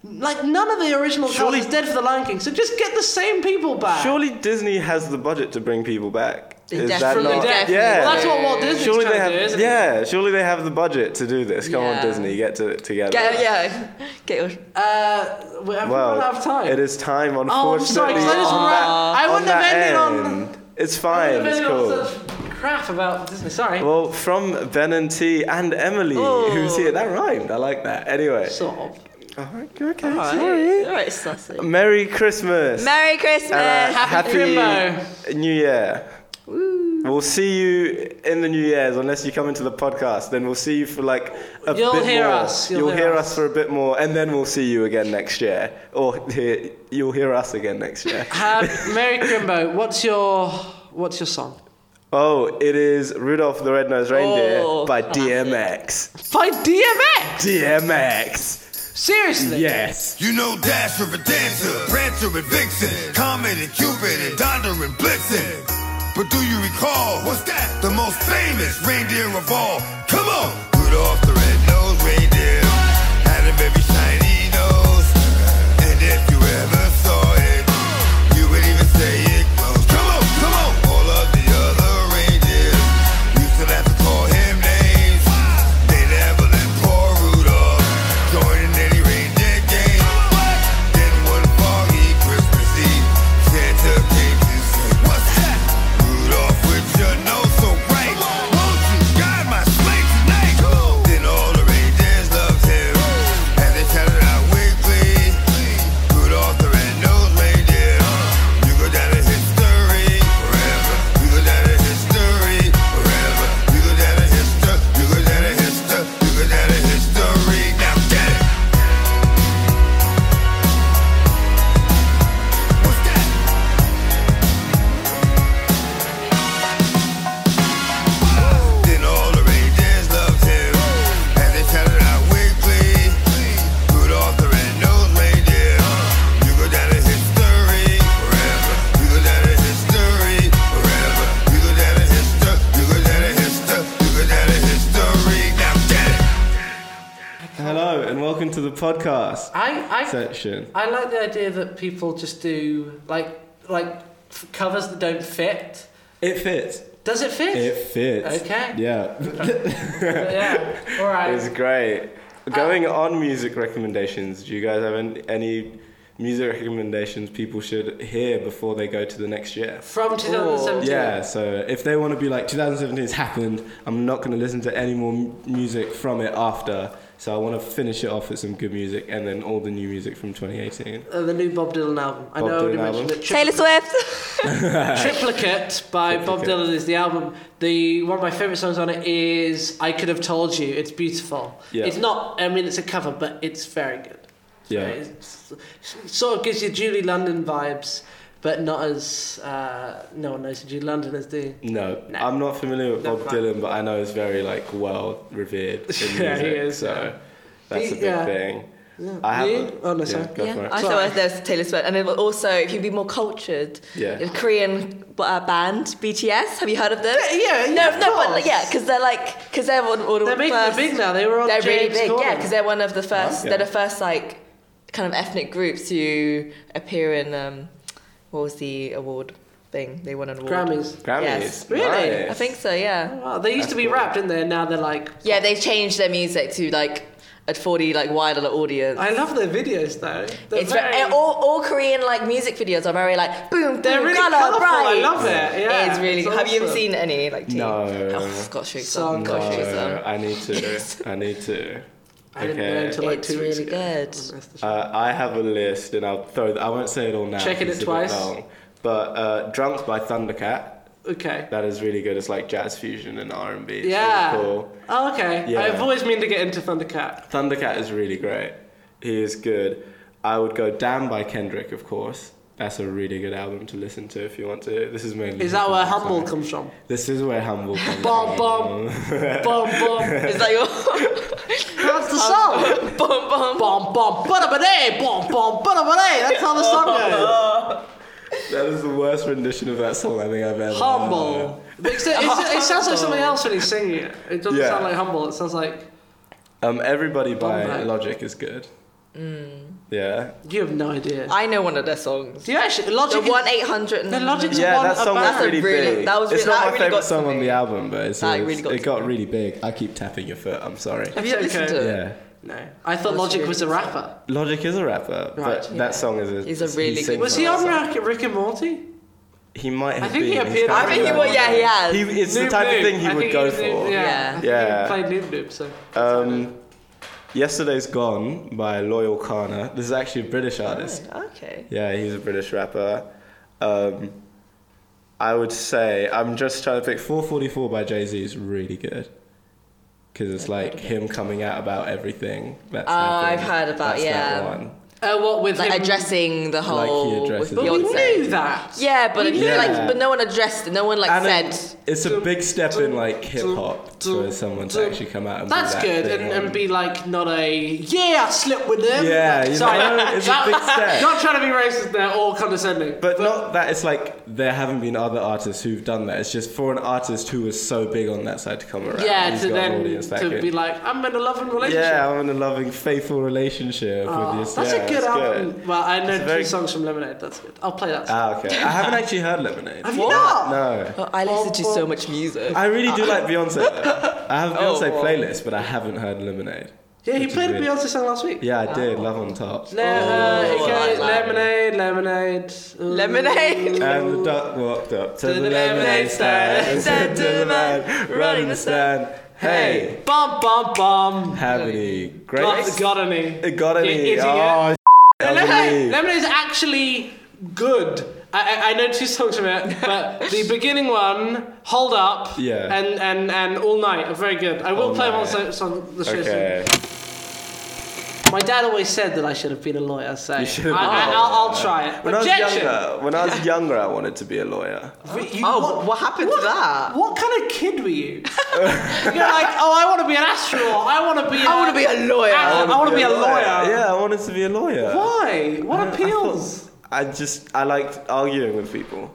Speaker 1: like none of the original
Speaker 4: Surely-
Speaker 1: cast is dead for the Lion King. So just get the same people back.
Speaker 4: Surely Disney has the budget to bring people back. Is that
Speaker 6: definitely-
Speaker 4: not?
Speaker 6: they
Speaker 1: definitely-
Speaker 4: Yeah.
Speaker 1: Well, that's what Walt Disney's
Speaker 4: surely
Speaker 1: trying
Speaker 4: they have.
Speaker 1: to do, isn't it?
Speaker 4: yeah. Surely they have the budget to do this. Come
Speaker 6: Yeah.
Speaker 4: on, Disney, get to it together.
Speaker 6: Get, yeah. Get your.
Speaker 1: Uh, we have
Speaker 4: Well,
Speaker 1: run out of time.
Speaker 4: It is time, unfortunately.
Speaker 1: Oh, I'm sorry. 'cause I just
Speaker 4: on
Speaker 1: ran-
Speaker 4: that-
Speaker 1: I
Speaker 4: on
Speaker 1: wouldn't have
Speaker 4: that
Speaker 1: ended on.
Speaker 4: end. It's
Speaker 1: I
Speaker 4: fine.
Speaker 1: wouldn't have
Speaker 4: It's
Speaker 1: ended on
Speaker 4: cool.
Speaker 1: such crap about Disney. Sorry.
Speaker 4: Well, from Ben and T and Emily,
Speaker 1: Oh.
Speaker 4: who's here. That rhymed. I like that. Anyway.
Speaker 1: sort of.
Speaker 4: Alright, okay, sorry.
Speaker 6: All right, sassy.
Speaker 4: Merry Christmas.
Speaker 6: Merry Christmas.
Speaker 4: and a
Speaker 1: Happy
Speaker 4: happy New Year. We'll see you in the New Year's, unless you come into the podcast. Then we'll see you for like a
Speaker 1: You'll
Speaker 4: bit
Speaker 1: hear
Speaker 4: more.
Speaker 1: us, you'll hear
Speaker 4: hear
Speaker 1: us.
Speaker 4: us for a bit more, and then we'll see you again next year, or hear, you'll hear us again next year.
Speaker 1: Have Mary Crimbo, um, what's your what's your song?
Speaker 4: Oh, it is Rudolph the Red-Nosed Reindeer
Speaker 6: Oh,
Speaker 4: by
Speaker 6: classic.
Speaker 4: DMX.
Speaker 1: By DMX.
Speaker 4: DMX.
Speaker 1: Seriously.
Speaker 4: Yes.
Speaker 9: You know Dasher and Dancer, Prancer and Vixen, Comet and Cupid and Donder and Blitzen. But do you recall what's that? The most famous reindeer of all. Come on! Rudolph the red-nosed reindeer had a very shiny nose. And if you ever saw it, you would even say it glows. Come on, come on! All of the other reindeers used to have to call him names. They never let poor Rudolph join in any reindeer game. Then one foggy Christmas Eve, Santa came to say, What's that? Rudolph with your nose so bright. Won't you guide my sleigh tonight? Then all
Speaker 4: Hello and welcome to the podcast
Speaker 1: I, I,
Speaker 4: section.
Speaker 1: I like the idea that people just do like like f- covers that don't fit.
Speaker 4: It fits.
Speaker 1: Does it fit?
Speaker 4: It fits.
Speaker 1: Okay.
Speaker 4: Yeah.
Speaker 1: Yeah. All
Speaker 10: It was
Speaker 1: right.
Speaker 10: great. Going on music recommendations, do you guys have any, any music recommendations people should hear before they go to the next year?
Speaker 1: From 2017.
Speaker 4: Yeah, so if they want to be like 2017 has happened, I'm not going to listen to any more m- music from it after. So I want to finish it off with some good music and then all the new music from 2018.
Speaker 1: Uh, the new Bob Dylan album. I
Speaker 4: Bob
Speaker 1: know I already
Speaker 4: Dylan
Speaker 1: mentioned
Speaker 4: album.
Speaker 1: it.
Speaker 6: Taylor Swift.
Speaker 1: Triplicate by Bob
Speaker 4: Uh, Triplicate.
Speaker 1: Dylan is the album. The one of my favorite songs on it is "I Could Have Told You." It's beautiful.
Speaker 4: Yeah.
Speaker 1: It's not. I mean, it's a cover, but it's very good.
Speaker 4: Yeah.
Speaker 1: It's, it sort of gives you Julie London vibes, but not as uh, no one knows who Julie London is, do you?
Speaker 4: No,
Speaker 1: No.
Speaker 4: I'm not familiar with
Speaker 1: No,
Speaker 4: Bob
Speaker 1: fine.
Speaker 4: Dylan, but I know he's very like well revered. In music,
Speaker 1: Yeah, he is,
Speaker 4: So
Speaker 1: yeah.
Speaker 4: that's
Speaker 1: He-
Speaker 4: a big
Speaker 1: yeah.
Speaker 4: thing.
Speaker 1: Yeah.
Speaker 4: I
Speaker 1: You?
Speaker 4: haven't.
Speaker 1: Oh, no,
Speaker 4: yeah,
Speaker 1: sorry.
Speaker 4: Go for
Speaker 6: Yeah,
Speaker 4: it.
Speaker 6: I
Speaker 1: Sorry.
Speaker 6: thought there's Taylor Swift, and then also if you'd be more cultured,
Speaker 4: Yeah.
Speaker 6: a Korean uh, band BTS. Have you heard of them?
Speaker 1: Yeah, yeah,
Speaker 6: no,
Speaker 1: of
Speaker 6: no, but
Speaker 1: course.
Speaker 6: like, yeah, because they're like, because they're one, one of
Speaker 1: They're
Speaker 6: the
Speaker 1: making
Speaker 6: first,
Speaker 1: it big now. They were on
Speaker 6: They're really
Speaker 1: James
Speaker 6: big, yeah,
Speaker 1: Corden.
Speaker 6: because they're one of the first.
Speaker 4: Okay.
Speaker 6: They're the first like kind of ethnic groups who appear in um, what was the award thing? They won an award.
Speaker 1: Grammys.
Speaker 10: Grammys.
Speaker 6: Yes.
Speaker 1: Really?
Speaker 10: Nice.
Speaker 6: I think so. Yeah.
Speaker 1: Wow, they used to be rap, didn't they? And now they're like.
Speaker 6: Yeah, they changed their music to like a 40 like wider audience.
Speaker 1: I love their videos though. They're
Speaker 6: It's very,
Speaker 1: very-
Speaker 6: all, all Korean like music videos are very like boom,
Speaker 1: They're
Speaker 6: boom,
Speaker 1: really
Speaker 6: color,
Speaker 1: colourful, I
Speaker 6: bright.
Speaker 1: love it, yeah,
Speaker 6: it's really.
Speaker 1: it's
Speaker 6: have you ever
Speaker 1: awesome.
Speaker 6: seen any like? Teen?
Speaker 4: No.
Speaker 6: Oh, got shoot
Speaker 1: So
Speaker 4: Mm,
Speaker 6: some. Got shoot
Speaker 4: No,
Speaker 6: some.
Speaker 4: I need to. I need to.
Speaker 1: um, I didn't know until like
Speaker 6: It's
Speaker 1: two weeks
Speaker 6: really
Speaker 1: ago.
Speaker 6: good.
Speaker 4: Uh, I have a list, and I'll throw. I won't say it all now.
Speaker 1: Checking it
Speaker 4: because it's a bit
Speaker 1: twice.
Speaker 4: long. But uh, "Drunk" by Thundercat.
Speaker 1: Okay.
Speaker 4: That is really good. It's like jazz fusion and R and B. It's
Speaker 1: Yeah.
Speaker 4: Really cool.
Speaker 1: Oh, okay.
Speaker 4: Yeah.
Speaker 1: I've always meant to get into Thundercat.
Speaker 4: Thundercat is really great. He is good. I would go Down by Kendrick, of course. That's a really good album to listen to if you want to. This is mainly.
Speaker 1: Is that where
Speaker 4: hip-hop,
Speaker 1: humble
Speaker 4: so-
Speaker 1: comes from?
Speaker 4: This is where humble comes.
Speaker 1: Bum bum bum bum.
Speaker 6: Is that your
Speaker 1: That's the song.
Speaker 6: bum bum?
Speaker 1: Um, Bum bum bada ba bum bum bada ba That's how the song goes.
Speaker 4: That is the worst rendition of that song I think I've ever. heard.
Speaker 1: Humble. But it's, it's, it sounds like something else when he's singing it. It doesn't
Speaker 4: Yeah.
Speaker 1: sound like humble. It sounds like
Speaker 4: Um, everybody by
Speaker 1: Bum, bum.
Speaker 4: Logic is good.
Speaker 1: Mm.
Speaker 4: Yeah.
Speaker 1: you have no idea.
Speaker 6: I know one of their songs.
Speaker 1: Do you actually logic?
Speaker 6: The
Speaker 1: is-
Speaker 6: one eight hundred.
Speaker 1: The Logic's
Speaker 4: Yeah,
Speaker 1: one
Speaker 4: that
Speaker 1: about-
Speaker 4: song was
Speaker 6: That's a
Speaker 4: really
Speaker 6: really-
Speaker 4: big.
Speaker 6: that was
Speaker 4: it's
Speaker 6: really-
Speaker 4: not my
Speaker 6: that really
Speaker 4: favorite
Speaker 6: got
Speaker 4: song
Speaker 6: to
Speaker 4: on
Speaker 6: me.
Speaker 4: the album, but it's,
Speaker 6: That
Speaker 4: it's-
Speaker 6: really got
Speaker 4: it
Speaker 6: to
Speaker 4: got really big. I keep tapping your foot. I'm sorry.
Speaker 6: Have you
Speaker 1: It's
Speaker 6: listened
Speaker 1: okay.
Speaker 6: to it?
Speaker 4: Yeah.
Speaker 1: No, I thought Logic was a rapper.
Speaker 4: Logic is a rapper,
Speaker 1: Right,
Speaker 4: but that song is a.
Speaker 6: He's a
Speaker 4: he
Speaker 6: really
Speaker 4: sings
Speaker 6: good-
Speaker 1: Was he on Rick, Rick and Morty?
Speaker 4: He might have
Speaker 1: think he
Speaker 4: been.
Speaker 1: appeared on
Speaker 4: He's kind
Speaker 6: I
Speaker 4: of
Speaker 6: think he
Speaker 4: like-
Speaker 6: would. Yeah, he has.
Speaker 4: He, it's the
Speaker 1: Noob
Speaker 4: type
Speaker 1: Noob.
Speaker 4: of thing he
Speaker 1: I
Speaker 4: would
Speaker 1: think
Speaker 4: go
Speaker 1: was Noob-
Speaker 4: for.
Speaker 1: Yeah,
Speaker 4: Yeah.
Speaker 1: I think he played Noob Noob. So
Speaker 4: Um, Yesterday's Gone by Loyal Kana. This is actually a British artist.
Speaker 6: Okay.
Speaker 4: Yeah, he's a British rapper. Um, I would say I'm just trying to pick 444 by Jay Z is really good because it's like him coming out about everything that's
Speaker 6: Oh, I've
Speaker 4: happened.
Speaker 6: heard about-
Speaker 4: That's
Speaker 6: yeah.
Speaker 4: That one.
Speaker 1: uh, what with
Speaker 6: Like
Speaker 1: him?
Speaker 6: addressing the
Speaker 4: he
Speaker 6: whole
Speaker 4: addresses
Speaker 6: with
Speaker 4: it.
Speaker 1: But we
Speaker 6: Beyonce.
Speaker 1: knew that.
Speaker 6: Yeah, but
Speaker 1: We
Speaker 6: it-
Speaker 1: knew
Speaker 4: that.
Speaker 6: like, but no one addressed it. No one like
Speaker 4: And
Speaker 6: said.
Speaker 4: it- it's a big step in like hip hop
Speaker 1: dum,
Speaker 4: for someone to
Speaker 1: dum.
Speaker 4: actually come out and do
Speaker 1: That's
Speaker 4: that
Speaker 1: good,
Speaker 4: thing
Speaker 1: and,
Speaker 4: on-
Speaker 1: and be like not a yeah, I slept with them.
Speaker 4: Yeah, you
Speaker 1: Sorry,
Speaker 4: know, it's a big step.
Speaker 1: not trying to be racist there or condescending.
Speaker 4: But not that it's like there haven't been other artists who've done that. It's just for an artist who was so big on that side to come around.
Speaker 1: yeah,
Speaker 4: he's
Speaker 1: to
Speaker 4: got an
Speaker 1: then
Speaker 4: audience that
Speaker 1: to
Speaker 4: could-
Speaker 1: be like I'm in a loving relationship.
Speaker 4: yeah, I'm in a loving, faithful relationship
Speaker 1: Oh,
Speaker 4: with this.
Speaker 1: that's
Speaker 4: yeah,
Speaker 1: a good
Speaker 4: it's
Speaker 1: album. Well, I know
Speaker 4: It's a
Speaker 1: two
Speaker 4: very-
Speaker 1: songs from Lemonade. That's good. I'll play that. Song.
Speaker 4: Ah, okay. I haven't actually heard Lemonade.
Speaker 1: Have you not?
Speaker 4: No.
Speaker 6: Oh, I listen to so much music.
Speaker 4: I really do like Beyonce. though. I have a
Speaker 6: Oh,
Speaker 4: Beyonce
Speaker 6: well.
Speaker 4: playlist, but I haven't heard Lemonade.
Speaker 1: yeah, he
Speaker 4: Which is
Speaker 1: played a
Speaker 4: weird.
Speaker 1: Beyonce song last week.
Speaker 4: Yeah, I did. Love on top.
Speaker 1: Le- uh, it
Speaker 6: Oh, I
Speaker 1: goes,
Speaker 6: like
Speaker 1: lemonade, lemonade, ooh.
Speaker 6: Lemonade.
Speaker 4: And the duck walked up to,
Speaker 1: the
Speaker 4: the, lemonade stand and said to the man running the stand, "Hey,
Speaker 1: bum bum bum.
Speaker 4: have any
Speaker 1: Got,
Speaker 4: grapes?
Speaker 1: got any?
Speaker 4: It got
Speaker 1: You
Speaker 4: any?
Speaker 1: idiot.
Speaker 4: Oh, that was
Speaker 1: Lemonade,
Speaker 4: me.
Speaker 1: lemonade is actually good. I, I, I know two songs from it, but the beginning one, Hold Up,
Speaker 4: Yeah.
Speaker 1: and, and, and All Night are very good. I will
Speaker 4: All
Speaker 1: play one
Speaker 4: Night.
Speaker 1: so- song the show soon.
Speaker 4: Okay.
Speaker 1: My dad always said that I should have been a lawyer, so I,
Speaker 4: should have been
Speaker 1: I,
Speaker 4: a
Speaker 1: I'll, I'll try it.
Speaker 4: When I was
Speaker 1: Objection!
Speaker 4: younger, when I was younger, I wanted to be a lawyer.
Speaker 1: You-
Speaker 6: Oh,
Speaker 1: what-
Speaker 6: what, happened to that?
Speaker 1: What kind of kid were you? You're like, oh, I want to be an astronaut. I want to be.
Speaker 6: I want to be a lawyer.
Speaker 1: I want to be a lawyer.
Speaker 4: Yeah, I wanted to be a lawyer.
Speaker 1: Why? What appeals?
Speaker 4: I just I liked arguing with people.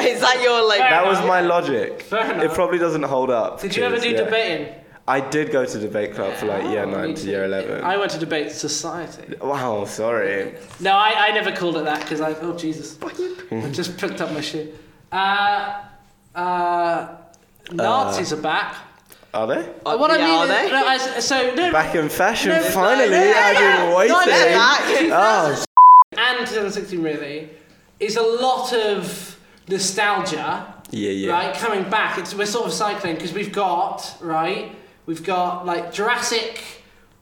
Speaker 6: Is that your like?
Speaker 1: Fair
Speaker 4: That was
Speaker 1: enough.
Speaker 4: my logic.
Speaker 1: Fair enough.
Speaker 4: It probably doesn't hold up.
Speaker 1: Did you ever
Speaker 4: because,
Speaker 1: do
Speaker 4: yeah.
Speaker 1: debating?
Speaker 4: I did go to debate club for like
Speaker 6: Oh,
Speaker 4: year nine to year eleven.
Speaker 1: I went to debate society.
Speaker 4: wow, sorry.
Speaker 1: No, I, I never called it that because I oh Jesus, I just picked up my shit. Uh, uh,
Speaker 4: Uh,
Speaker 1: Nazis are back.
Speaker 4: Are they
Speaker 1: Uh, what
Speaker 6: yeah,
Speaker 1: I mean,
Speaker 6: are
Speaker 1: is-
Speaker 6: they?
Speaker 1: no, I s- so no,
Speaker 4: back in fashion?
Speaker 1: No,
Speaker 4: Finally,
Speaker 1: no, no,
Speaker 4: I've
Speaker 1: no,
Speaker 4: been
Speaker 1: no,
Speaker 4: waiting.
Speaker 1: no,
Speaker 4: Oh,
Speaker 1: and 2016 really is a lot of nostalgia.
Speaker 4: Yeah, yeah.
Speaker 1: Right, coming back, it's, we're sort of cycling because we've got right, we've got like Jurassic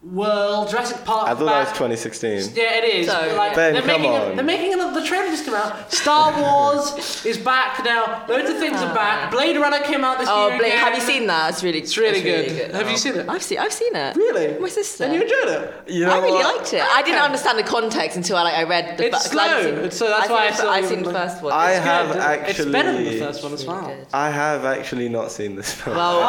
Speaker 1: World, Jurassic Park.
Speaker 4: I thought that was
Speaker 1: back.
Speaker 4: 2016.
Speaker 1: Yeah, it is.
Speaker 6: So-
Speaker 1: but, like,
Speaker 4: Ben,
Speaker 1: they're
Speaker 4: come
Speaker 1: making
Speaker 4: on.
Speaker 1: they're making another. The trailer just came out. Star Wars is back now. Loads of things are back. Blade Runner came out this
Speaker 6: Ah. Oh,
Speaker 1: year.
Speaker 6: Blake,
Speaker 1: again.
Speaker 6: have you seen that? It's really, Oh.
Speaker 1: It's really good. Have you seen it?
Speaker 6: I've seen, I've seen it.
Speaker 1: Really?
Speaker 6: My sister.
Speaker 1: And you enjoyed it.
Speaker 4: You know
Speaker 6: I really
Speaker 4: what?
Speaker 6: liked it. I didn't understand the context until I, like, I read the
Speaker 1: It's
Speaker 6: fir- 'cause I haven't
Speaker 1: slow,
Speaker 6: seen-
Speaker 1: so that's
Speaker 6: I've
Speaker 1: why
Speaker 6: seen
Speaker 1: I
Speaker 6: the-
Speaker 1: still
Speaker 6: I've seen the
Speaker 1: remember.
Speaker 6: first one.
Speaker 4: I
Speaker 6: It's good.
Speaker 4: have
Speaker 1: Good.
Speaker 4: actually.
Speaker 1: It's better than the first one as well.
Speaker 4: I have actually not seen this film.
Speaker 6: Well,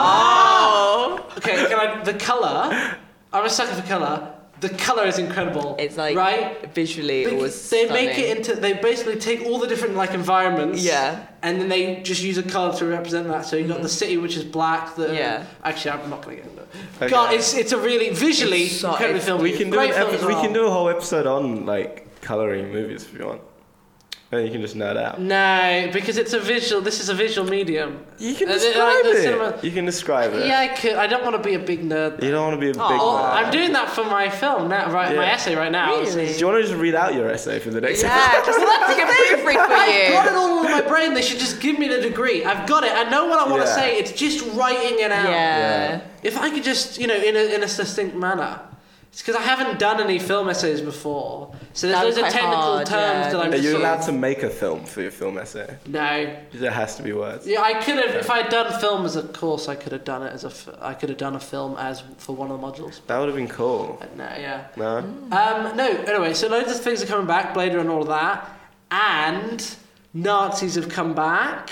Speaker 1: Okay, can I, the color. I'm a sucker for color. The color is incredible.
Speaker 6: it's like
Speaker 1: right.
Speaker 6: visually it
Speaker 1: They-
Speaker 6: was.
Speaker 1: they make
Speaker 6: stunning.
Speaker 1: it into they basically take all the different like environments
Speaker 6: Yeah.
Speaker 1: and then they just use a color to represent that so you've got
Speaker 4: Mm-hmm.
Speaker 1: the city which is black the
Speaker 6: Yeah.
Speaker 1: actually i'm not gonna get into it god
Speaker 4: Okay.
Speaker 1: it's it's a really visually
Speaker 6: It's so-
Speaker 1: incredible
Speaker 6: it's-
Speaker 1: film
Speaker 4: we can do
Speaker 1: Great
Speaker 4: an
Speaker 1: film
Speaker 4: epi-
Speaker 1: as
Speaker 4: we
Speaker 1: well.
Speaker 4: can do a whole episode on like coloring movies if you want. And you can just nerd out.
Speaker 1: no because it's a visual this is a visual medium
Speaker 4: You can
Speaker 1: Uh, the-
Speaker 4: describe
Speaker 1: like, the
Speaker 4: it.
Speaker 1: cinema-
Speaker 4: You can describe it.
Speaker 1: yeah i could i don't want to be a big nerd
Speaker 4: You don't want to be a big
Speaker 1: Oh,
Speaker 4: nerd.
Speaker 1: i'm doing that for my film now right my
Speaker 4: Yeah.
Speaker 1: essay right now
Speaker 4: Do you want to just read out your essay for the next episode?
Speaker 6: Yeah, just let me get proofread for
Speaker 1: I've got
Speaker 6: you.
Speaker 1: it all in my brain. They should just give me the degree. I've got it. I know what I want to
Speaker 4: Yeah.
Speaker 1: say. It's just writing it out.
Speaker 6: Yeah.
Speaker 1: If I could just, you know, in a, in a succinct manner. It's because I haven't done any film essays before. So there's
Speaker 6: That'd
Speaker 1: loads
Speaker 6: be
Speaker 1: of
Speaker 6: quite
Speaker 1: technical
Speaker 6: hard,
Speaker 1: terms
Speaker 6: yeah.
Speaker 1: that I'm
Speaker 4: Are
Speaker 1: just
Speaker 4: you
Speaker 1: sort of-
Speaker 4: allowed to make a film for your film essay?
Speaker 1: No.
Speaker 4: There has to be words.
Speaker 1: Yeah, I could have, if I had done film as a course, I could have done it as a, f- I could have done a film as for one of the modules.
Speaker 4: That would have been cool.
Speaker 1: But no, yeah.
Speaker 4: No?
Speaker 1: Um, no, anyway, so loads of things are coming back, Blade Runner and all of that. And Nazis have come back.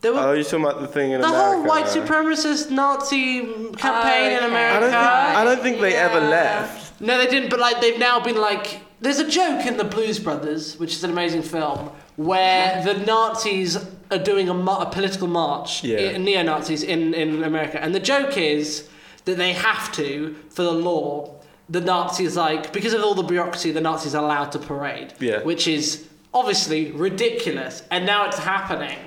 Speaker 1: There were
Speaker 4: Oh, you're talking about the thing in
Speaker 1: The
Speaker 4: America.
Speaker 1: whole white supremacist Nazi campaign in
Speaker 6: Oh, okay.
Speaker 1: America.
Speaker 4: I don't think, I don't think they ever left.
Speaker 1: no, they didn't. But like, they've now been like. There's a joke in The Blues Brothers, which is an amazing film, where the Nazis are doing a, mar- a political march,
Speaker 4: Yeah.
Speaker 1: i- neo Nazis in, in America, and the joke is that they have to for the law. The Nazis like because of all the bureaucracy, the Nazis are allowed to parade,
Speaker 4: Yeah.
Speaker 1: which is obviously ridiculous, and now it's happening.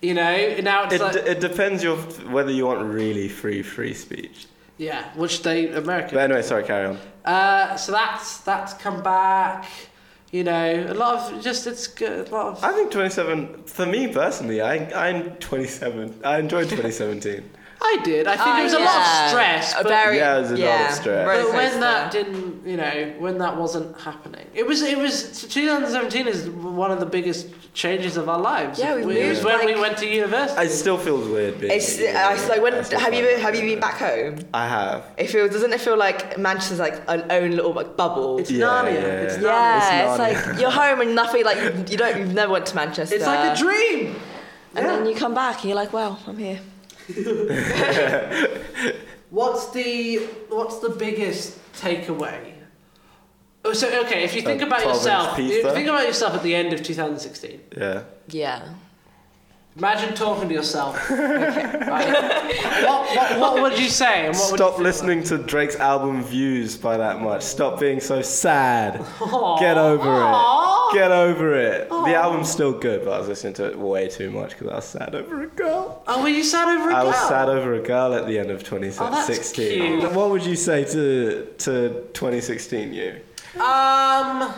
Speaker 1: You know, now it's
Speaker 4: It,
Speaker 1: like,
Speaker 4: d- it depends your whether you want really free free speech.
Speaker 1: Yeah, which they
Speaker 4: But
Speaker 1: American.
Speaker 4: anyway, sorry, carry on.
Speaker 1: Uh, so that's that's come back. You know, a lot of just it's good. A lot of
Speaker 4: I think 27, for me personally, I, I'm 27. I enjoyed 2017.
Speaker 1: I did. I think it was a lot of stress. But,
Speaker 6: Very,
Speaker 4: Yeah, it was a lot of stress.
Speaker 1: but
Speaker 6: roller
Speaker 1: when that
Speaker 6: coaster.
Speaker 1: didn't, you know, when that wasn't happening, it was it was 2017 is one of the biggest changes of our lives.
Speaker 6: Yeah, we
Speaker 1: it was
Speaker 6: moved,
Speaker 1: when we
Speaker 6: like-
Speaker 1: went to university.
Speaker 4: It still feels weird being.
Speaker 6: It's,
Speaker 4: here.
Speaker 6: uh, it's like when
Speaker 4: I still
Speaker 6: have you
Speaker 4: find
Speaker 6: been,
Speaker 4: it
Speaker 6: have you
Speaker 4: weird.
Speaker 6: been back home?
Speaker 4: I have.
Speaker 6: It feels doesn't it feel like Manchester's like an own little like bubble?
Speaker 1: it's
Speaker 4: Yeah,
Speaker 1: Narnia.
Speaker 4: yeah.
Speaker 1: It's Narnia.
Speaker 6: yeah, it's,
Speaker 4: Narnia. It's
Speaker 6: like you're home and nothing like you- you don't you've never went to Manchester.
Speaker 1: It's like a dream.
Speaker 6: And then you come back and you're like, well, I'm here.
Speaker 1: What's the what's the biggest takeaway? Oh, so okay, if you think
Speaker 4: A
Speaker 1: about
Speaker 4: twelve-inch
Speaker 1: yourself, you
Speaker 4: pizza?
Speaker 1: think about yourself at the end of 2016.
Speaker 4: Yeah.
Speaker 6: Yeah.
Speaker 1: Imagine talking to yourself. right? what, what, what would you say? And what
Speaker 4: Stop
Speaker 1: would you think
Speaker 4: listening to Drake's album Views by that much. Stop being so sad.
Speaker 1: Aw.
Speaker 4: Get over
Speaker 1: Aw.
Speaker 4: it. Get over it. The album's still good, but I was listening to it way too much because I was sad over a girl.
Speaker 1: About? Oh, were you sad over a
Speaker 4: I was
Speaker 1: girl?
Speaker 4: sad over a girl at the end
Speaker 6: Oh,
Speaker 4: of 2016.
Speaker 1: cute.
Speaker 4: What would you say to to 2016 you?
Speaker 1: Um, I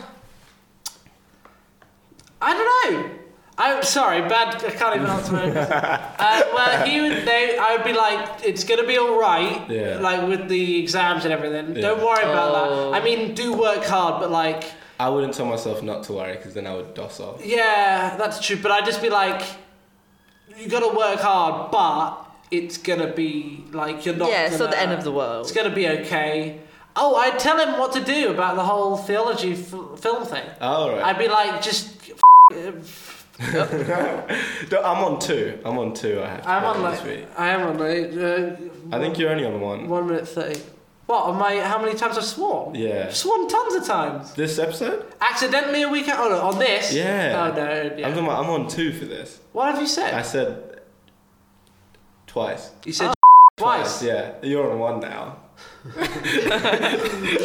Speaker 1: don't know. I'm sorry, bad. I can't even answer it. uh, well, he would. They, I would be like, it's gonna be all right.
Speaker 4: Yeah.
Speaker 1: Like with the exams and everything.
Speaker 4: Yeah.
Speaker 1: Don't worry about that. I mean, do work hard, but like,
Speaker 4: I wouldn't tell myself not to worry because then I would doss off.
Speaker 1: yeah, that's true. But I'd just be like, you gotta work hard, but it's gonna be like you're not.
Speaker 6: Yeah, it's not the
Speaker 1: gonna-
Speaker 6: end of the world.
Speaker 1: It's gonna be okay. Oh, I'd tell him what to do about the whole theology f- film thing.
Speaker 4: All Oh, right.
Speaker 1: I'd be like, just.
Speaker 4: No, I'm on two. I'm on two. I have to
Speaker 1: I'm
Speaker 4: play
Speaker 1: on
Speaker 4: this
Speaker 1: like.
Speaker 4: week.
Speaker 1: I am on like. Uh,
Speaker 4: I think you're only on one.
Speaker 1: one minute thirty. What am I? How many times I've sworn?
Speaker 4: Yeah.
Speaker 1: Sworn tons of times.
Speaker 4: This episode?
Speaker 1: Accidentally a weekend. Oh no, on this.
Speaker 4: Yeah.
Speaker 1: Oh no.
Speaker 4: I'm,
Speaker 1: Yeah.
Speaker 4: talking about, I'm on two for this.
Speaker 1: What have you said?
Speaker 4: I said twice.
Speaker 1: you said Twice.
Speaker 4: Yeah, you're on one now.
Speaker 1: Um,
Speaker 4: you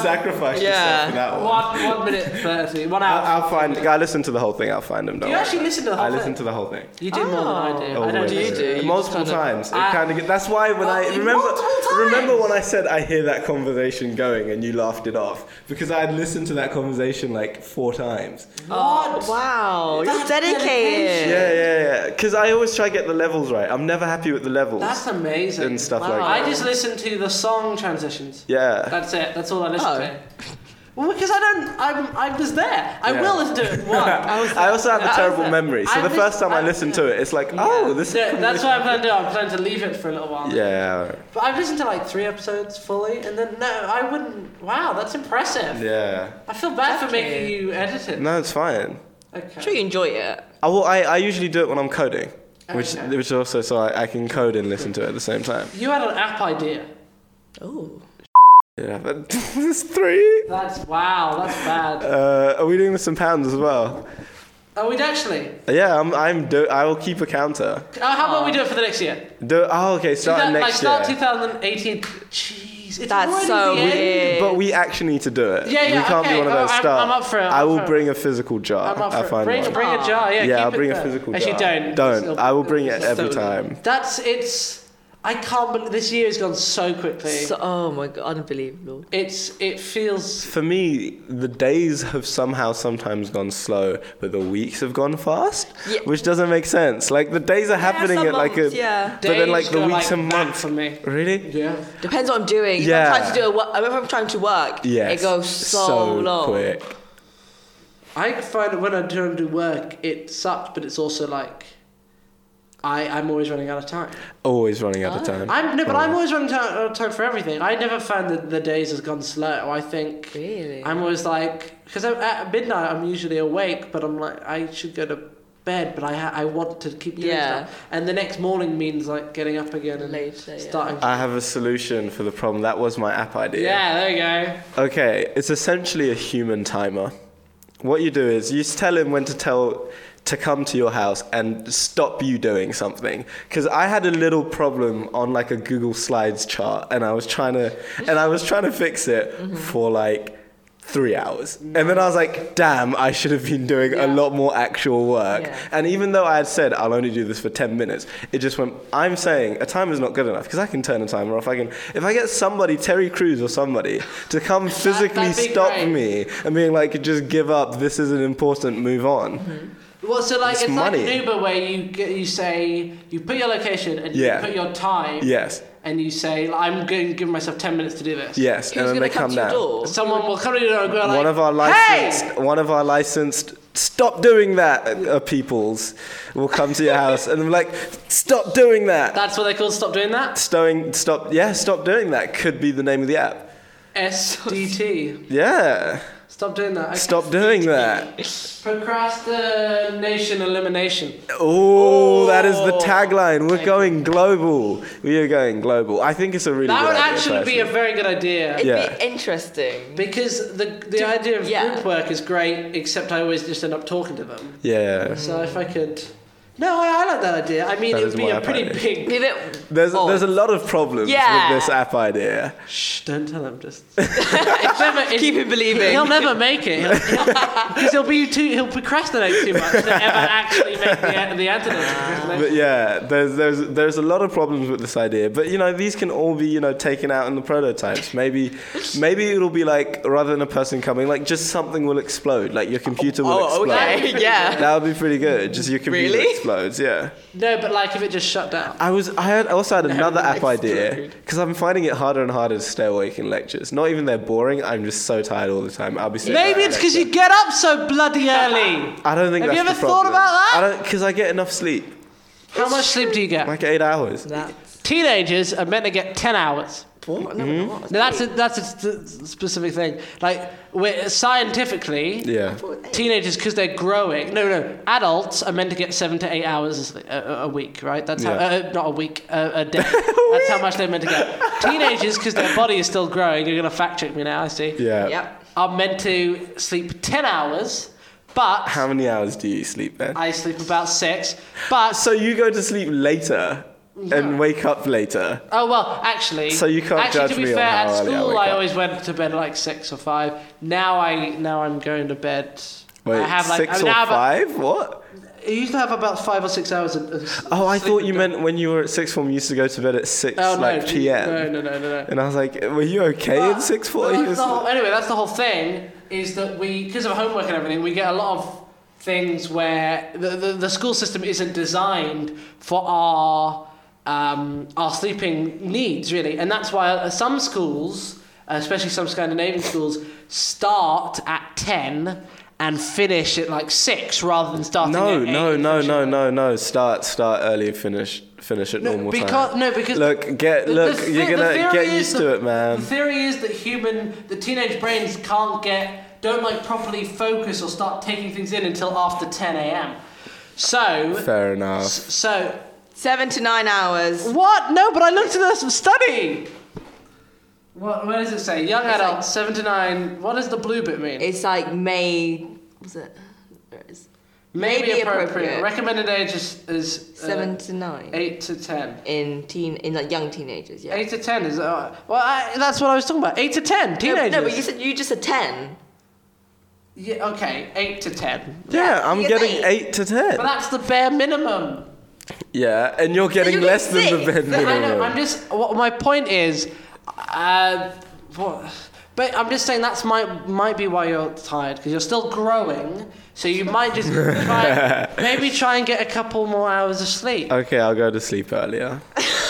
Speaker 4: sacrificed
Speaker 6: yeah.
Speaker 4: yourself for that one.
Speaker 1: One, one minute thirty. One hour.
Speaker 4: I'll, I'll find. I listened to the whole thing. I'll find them. Don't
Speaker 1: you
Speaker 4: worry.
Speaker 1: actually listened to the whole
Speaker 4: I
Speaker 1: thing?
Speaker 4: listened to the whole thing.
Speaker 1: you do more than I do.
Speaker 4: All
Speaker 1: I
Speaker 4: the
Speaker 1: don't
Speaker 4: way
Speaker 1: do
Speaker 4: through.
Speaker 1: it.
Speaker 4: Oh, Multiple
Speaker 1: Kinda-
Speaker 4: times. It
Speaker 1: I- Oh,
Speaker 4: kind of. That's why when I
Speaker 6: Multiple
Speaker 4: remember
Speaker 6: times.
Speaker 4: remember when I said I hear that conversation going and you laughed it off because I had listened to that conversation like four times.
Speaker 1: What?
Speaker 6: Wow,
Speaker 1: That's
Speaker 6: you're dedicated.
Speaker 1: dedication.
Speaker 4: Yeah, yeah, yeah. Because I always try to get the levels right. I'm never happy with the levels.
Speaker 1: That's amazing.
Speaker 4: And stuff
Speaker 1: Wow.
Speaker 4: like
Speaker 1: I
Speaker 4: that.
Speaker 1: just listen to the song transitions.
Speaker 4: yeah.
Speaker 1: That's it. That's all I listen
Speaker 6: Oh.
Speaker 1: to. Well, because I don't. I'm, I was there. I
Speaker 4: Yeah.
Speaker 1: will listen to it. One. I was
Speaker 4: I also have a
Speaker 1: was
Speaker 4: terrible
Speaker 1: there.
Speaker 4: memory. So
Speaker 1: I
Speaker 4: the
Speaker 1: lis-
Speaker 4: first time I
Speaker 1: I-
Speaker 4: listened to it, it's like, oh, this.
Speaker 1: Yeah, that's what I plan to do. I plan to leave it for a little while.
Speaker 4: Yeah.
Speaker 1: But I've listened to like three episodes fully, and then no, I wouldn't. Wow, that's impressive.
Speaker 4: Yeah.
Speaker 1: I feel bad for
Speaker 6: Exactly.
Speaker 1: making you edit it.
Speaker 4: No, it's fine.
Speaker 1: Okay.
Speaker 6: I'm sure you enjoy it.
Speaker 4: I, well, I, I usually do it when I'm coding, which
Speaker 1: Okay.
Speaker 4: which also so I, I can code and listen to it at the same time.
Speaker 1: You had an app idea.
Speaker 6: Oh.
Speaker 4: Yeah, but there's three.
Speaker 1: That's wow. That's bad.
Speaker 4: Uh, are we doing this in pounds as well? Uh,
Speaker 1: oh, we'd actually.
Speaker 4: Yeah, I'm. I'm. Do- I will keep a counter.
Speaker 1: Oh, how about we do it for the next year?
Speaker 4: Do- oh, okay. Starting
Speaker 1: That- like
Speaker 4: next
Speaker 1: start
Speaker 4: year.
Speaker 1: 2018. Jeez, it's already
Speaker 6: That's so
Speaker 1: the end.
Speaker 6: weird.
Speaker 4: But we actually need to do it.
Speaker 1: Yeah, yeah,
Speaker 4: We can't
Speaker 1: okay.
Speaker 4: be one of
Speaker 1: Oh,
Speaker 4: those
Speaker 1: I'm-
Speaker 4: stars.
Speaker 1: I'm up for it, I'm
Speaker 4: I
Speaker 1: up
Speaker 4: will
Speaker 1: for it.
Speaker 4: bring a physical jar.
Speaker 1: I'm up
Speaker 4: I
Speaker 1: for it.
Speaker 4: find
Speaker 1: Bring,
Speaker 4: one.
Speaker 1: bring
Speaker 6: Oh.
Speaker 1: a jar. Yeah,
Speaker 4: yeah,
Speaker 1: keep
Speaker 4: I'll
Speaker 1: it
Speaker 4: bring a
Speaker 1: there.
Speaker 4: physical
Speaker 1: Actually,
Speaker 4: jar.
Speaker 1: don't.
Speaker 4: Don't.
Speaker 1: It'll-
Speaker 4: I will bring it
Speaker 1: it'll-
Speaker 4: every
Speaker 1: so-
Speaker 4: time.
Speaker 1: That's it's. I can't believe this year has gone so quickly.
Speaker 6: So, oh my god, unbelievable.
Speaker 1: it's it feels.
Speaker 4: For me, the days have somehow sometimes gone slow, but the weeks have gone fast,
Speaker 6: Yeah.
Speaker 4: which doesn't make sense. Like the days are happening
Speaker 6: some
Speaker 4: at like
Speaker 6: months,
Speaker 4: a,
Speaker 6: yeah.
Speaker 4: but then like
Speaker 1: days
Speaker 4: the
Speaker 1: go,
Speaker 4: weeks
Speaker 1: like,
Speaker 4: and
Speaker 1: back
Speaker 4: months.
Speaker 1: for me.
Speaker 4: Really?
Speaker 1: Yeah.
Speaker 6: Depends what I'm doing. If
Speaker 4: Yeah.
Speaker 6: I'm trying to do a work, if I'm trying to work,
Speaker 4: Yes.
Speaker 6: it goes so, long.
Speaker 4: quick.
Speaker 1: I find that when I'm trying to do work, it sucks, but it's also like. I, I'm always running out of time.
Speaker 4: Always running out of time.
Speaker 1: I'm no, but I'm always running ti- out of time for everything. I never found that the days has gone slow. I think
Speaker 6: Really?
Speaker 1: I'm always like because at midnight I'm usually awake, but I'm like I should go to bed, but I ha- I want to keep doing
Speaker 6: Yeah.
Speaker 1: stuff. And the next morning means like getting up again and
Speaker 6: Later, yeah.
Speaker 1: starting.
Speaker 4: I have a solution for the problem. That was my app idea.
Speaker 1: yeah, there you go.
Speaker 4: Okay, it's essentially a human timer. What you do is you s- tell him when to tell to come to your house and stop you doing something. Because I had a little problem on like a Google Slides chart, and I was trying to and I was trying to fix it for like three hours, and then I was like, "Damn, I should have been doing a lot more actual work."
Speaker 6: Yeah.
Speaker 4: And even though I had said I'll only do this for 10 minutes, it just went, I'm saying a timer's not good enough because I can turn a timer off. I can, if I get somebody, Terry Crews or somebody, to come physically
Speaker 1: that'd be
Speaker 4: stop
Speaker 1: great.
Speaker 4: me and being like, just give up, this isn't important, move on.
Speaker 1: Well, so like
Speaker 4: It's
Speaker 1: it's, like
Speaker 4: money.
Speaker 1: an Uber where you get, you say you put your location and
Speaker 4: Yeah.
Speaker 1: you put your time.
Speaker 4: Yes,
Speaker 1: And you say like, I'm going to give myself ten minutes to do this.
Speaker 4: yes.
Speaker 6: Who's
Speaker 4: and then
Speaker 6: gonna
Speaker 4: they
Speaker 6: come,
Speaker 4: come,
Speaker 6: to your
Speaker 4: down.
Speaker 6: door?
Speaker 1: Someone will come to you and go like,
Speaker 4: one of our licensed, one of our licensed, stop doing that, uh, peoples, will come to your house and I'm like, stop doing that.
Speaker 1: That's what they call stop doing that.
Speaker 4: Stowing, stop, yeah, stop doing that could be the name of the app.
Speaker 1: SDT.
Speaker 4: Yeah.
Speaker 1: Stop doing that. Okay.
Speaker 4: Stop doing that.
Speaker 1: Procrastination elimination.
Speaker 4: Oh, that is the tagline. We're going global. We are going global. I think it's a really
Speaker 1: That
Speaker 4: good
Speaker 1: would
Speaker 4: idea,
Speaker 1: actually be a
Speaker 4: personally.
Speaker 1: very good idea.
Speaker 6: It'd
Speaker 4: Yeah.
Speaker 6: be interesting.
Speaker 1: because the the idea of
Speaker 6: yeah.
Speaker 1: group work is great, except I always just end up talking to them.
Speaker 4: Yeah.
Speaker 1: So if I could, no, I, I like that idea. I mean,
Speaker 4: That
Speaker 1: it
Speaker 4: is
Speaker 1: would be
Speaker 4: my
Speaker 1: a pretty
Speaker 4: idea.
Speaker 1: big.
Speaker 6: Leave it.
Speaker 4: There's
Speaker 6: Oh.
Speaker 4: there's a lot of problems
Speaker 6: Yeah.
Speaker 4: with this app idea.
Speaker 1: Shh! Don't tell him. Just It's never, it's-
Speaker 6: Keep him believing.
Speaker 1: He'll never make it. He'll, he'll, 'cause he'll be too. He'll procrastinate too much to ever actually make the, the antidote. to procrastination.
Speaker 4: But yeah, there's there's there's a lot of problems with this idea. But you know, these can all be you know taken out in the prototypes. Maybe maybe it'll be like rather than a person coming, like just something will explode, like your computer will
Speaker 6: Oh,
Speaker 4: explode.
Speaker 6: okay. yeah.
Speaker 4: That would be pretty good. Just your computer
Speaker 6: Really?
Speaker 4: explodes. Yeah.
Speaker 1: No, but like if it just shut down.
Speaker 4: I was. I had, I also had another app idea because I'm finding it harder and harder to stay awake in lectures. Not even they're boring. I'm just so tired all the time. I'll be. sitting
Speaker 1: Maybe
Speaker 4: there
Speaker 1: it's
Speaker 4: in
Speaker 1: because you
Speaker 4: lecture.
Speaker 1: get up so bloody early.
Speaker 4: I don't think
Speaker 1: Have
Speaker 4: that's
Speaker 1: you
Speaker 4: the
Speaker 1: ever thought
Speaker 4: problem.
Speaker 1: about that?
Speaker 4: I don't because I get enough sleep,
Speaker 1: How much sleep do you get?
Speaker 4: like eight hours.
Speaker 1: Teenagers are meant to get 10 hours.
Speaker 6: What? No,
Speaker 4: Mm-hmm.
Speaker 6: we're not.
Speaker 1: Now that's a, that's a st- specific thing. Like we're, scientifically,
Speaker 4: Yeah.
Speaker 1: teenagers because they're growing. No, no, adults are meant to get seven to eight hours a, a, a week, right? That's how,
Speaker 4: Yeah.
Speaker 1: uh, not a week, uh, a day. that's how much they're meant to get. Teenagers because their body is still growing. You're gonna fact check me now. I see.
Speaker 4: Yeah.
Speaker 6: Yep.
Speaker 1: Are meant to sleep 10 hours, but
Speaker 4: How many hours do you sleep then?
Speaker 1: I sleep about six. But
Speaker 4: so you go to sleep later and wake up later.
Speaker 1: Oh well, actually.
Speaker 4: So you can't
Speaker 1: actually,
Speaker 4: judge
Speaker 1: to be
Speaker 4: me on
Speaker 1: fair,
Speaker 4: how
Speaker 1: at
Speaker 4: early I
Speaker 1: school
Speaker 4: wake
Speaker 1: I,
Speaker 4: up.
Speaker 1: always went to bed at like six or five. Now I now I'm going to bed.
Speaker 4: Wait,
Speaker 1: I have like
Speaker 4: six
Speaker 1: I mean,
Speaker 4: or
Speaker 1: I have a-
Speaker 4: five? What?
Speaker 1: I used to have about five or six hours. Of, of
Speaker 4: Oh, I
Speaker 1: sleep
Speaker 4: thought
Speaker 1: a
Speaker 4: you
Speaker 1: day.
Speaker 4: meant when you were at sixth form, you used to go to bed at six,
Speaker 1: Oh, no,
Speaker 4: like
Speaker 1: geez,
Speaker 4: p.m.
Speaker 1: No, no, no, no, no.
Speaker 4: And I was like, were you okay in sixth form?
Speaker 1: Well,
Speaker 4: He
Speaker 1: that's
Speaker 4: was-
Speaker 1: the whole- anyway, that's the whole thing is that we, because of homework and everything, we get a lot of things where the, the, the school system isn't designed for our um, our sleeping needs really, and that's why uh, some schools, uh, especially some Scandinavian schools, start at ten and finish at like six rather than starting.
Speaker 4: No,
Speaker 1: at eight
Speaker 4: no,
Speaker 1: and
Speaker 4: no,
Speaker 1: finishing
Speaker 4: no,
Speaker 1: at-
Speaker 4: no, no. Start, start early. Finish, finish at normal
Speaker 1: because-
Speaker 4: time.
Speaker 1: no, because
Speaker 4: look, get
Speaker 1: The-
Speaker 4: look.
Speaker 1: the
Speaker 4: you're
Speaker 1: the
Speaker 4: gonna
Speaker 1: theory
Speaker 4: get
Speaker 1: is
Speaker 4: used
Speaker 1: that-
Speaker 4: to it, man.
Speaker 1: The theory is that human, the teenage brains can't get, don't like properly focus or start taking things in until after 10 a.m. So,
Speaker 4: Fair enough.
Speaker 1: so
Speaker 6: Seven to nine hours.
Speaker 1: what? No, but I looked at this study. What? Where does it say? Young adult,
Speaker 6: like-
Speaker 1: seven to nine. What does the blue bit mean?
Speaker 6: It's like May. Was it? Where is-
Speaker 1: Maybe
Speaker 6: maybe
Speaker 1: appropriate.
Speaker 6: appropriate.
Speaker 1: Recommended age is, is uh,
Speaker 6: Seven to nine
Speaker 1: eight to ten.
Speaker 6: in teen in like young teenagers. Yeah.
Speaker 1: Eight to ten is uh, well. I, that's what I was talking about. Eight to ten
Speaker 6: No,
Speaker 1: teenagers.
Speaker 6: No, but you said you just said ten.
Speaker 1: yeah, okay, eight to ten.
Speaker 4: Yeah, I'm
Speaker 6: you get
Speaker 4: getting
Speaker 6: eight.
Speaker 4: eight to ten.
Speaker 1: But that's the bare minimum.
Speaker 4: Yeah, and you're getting
Speaker 6: you're
Speaker 4: less
Speaker 6: getting
Speaker 4: than the
Speaker 6: six.
Speaker 1: I
Speaker 4: bed minimum.
Speaker 1: know. I'm just. What my point is, uh, what, but I'm just saying that's might might be why you're tired because you're still growing. So you might just try, maybe try and get a couple more hours of sleep.
Speaker 4: Okay, I'll go to sleep earlier.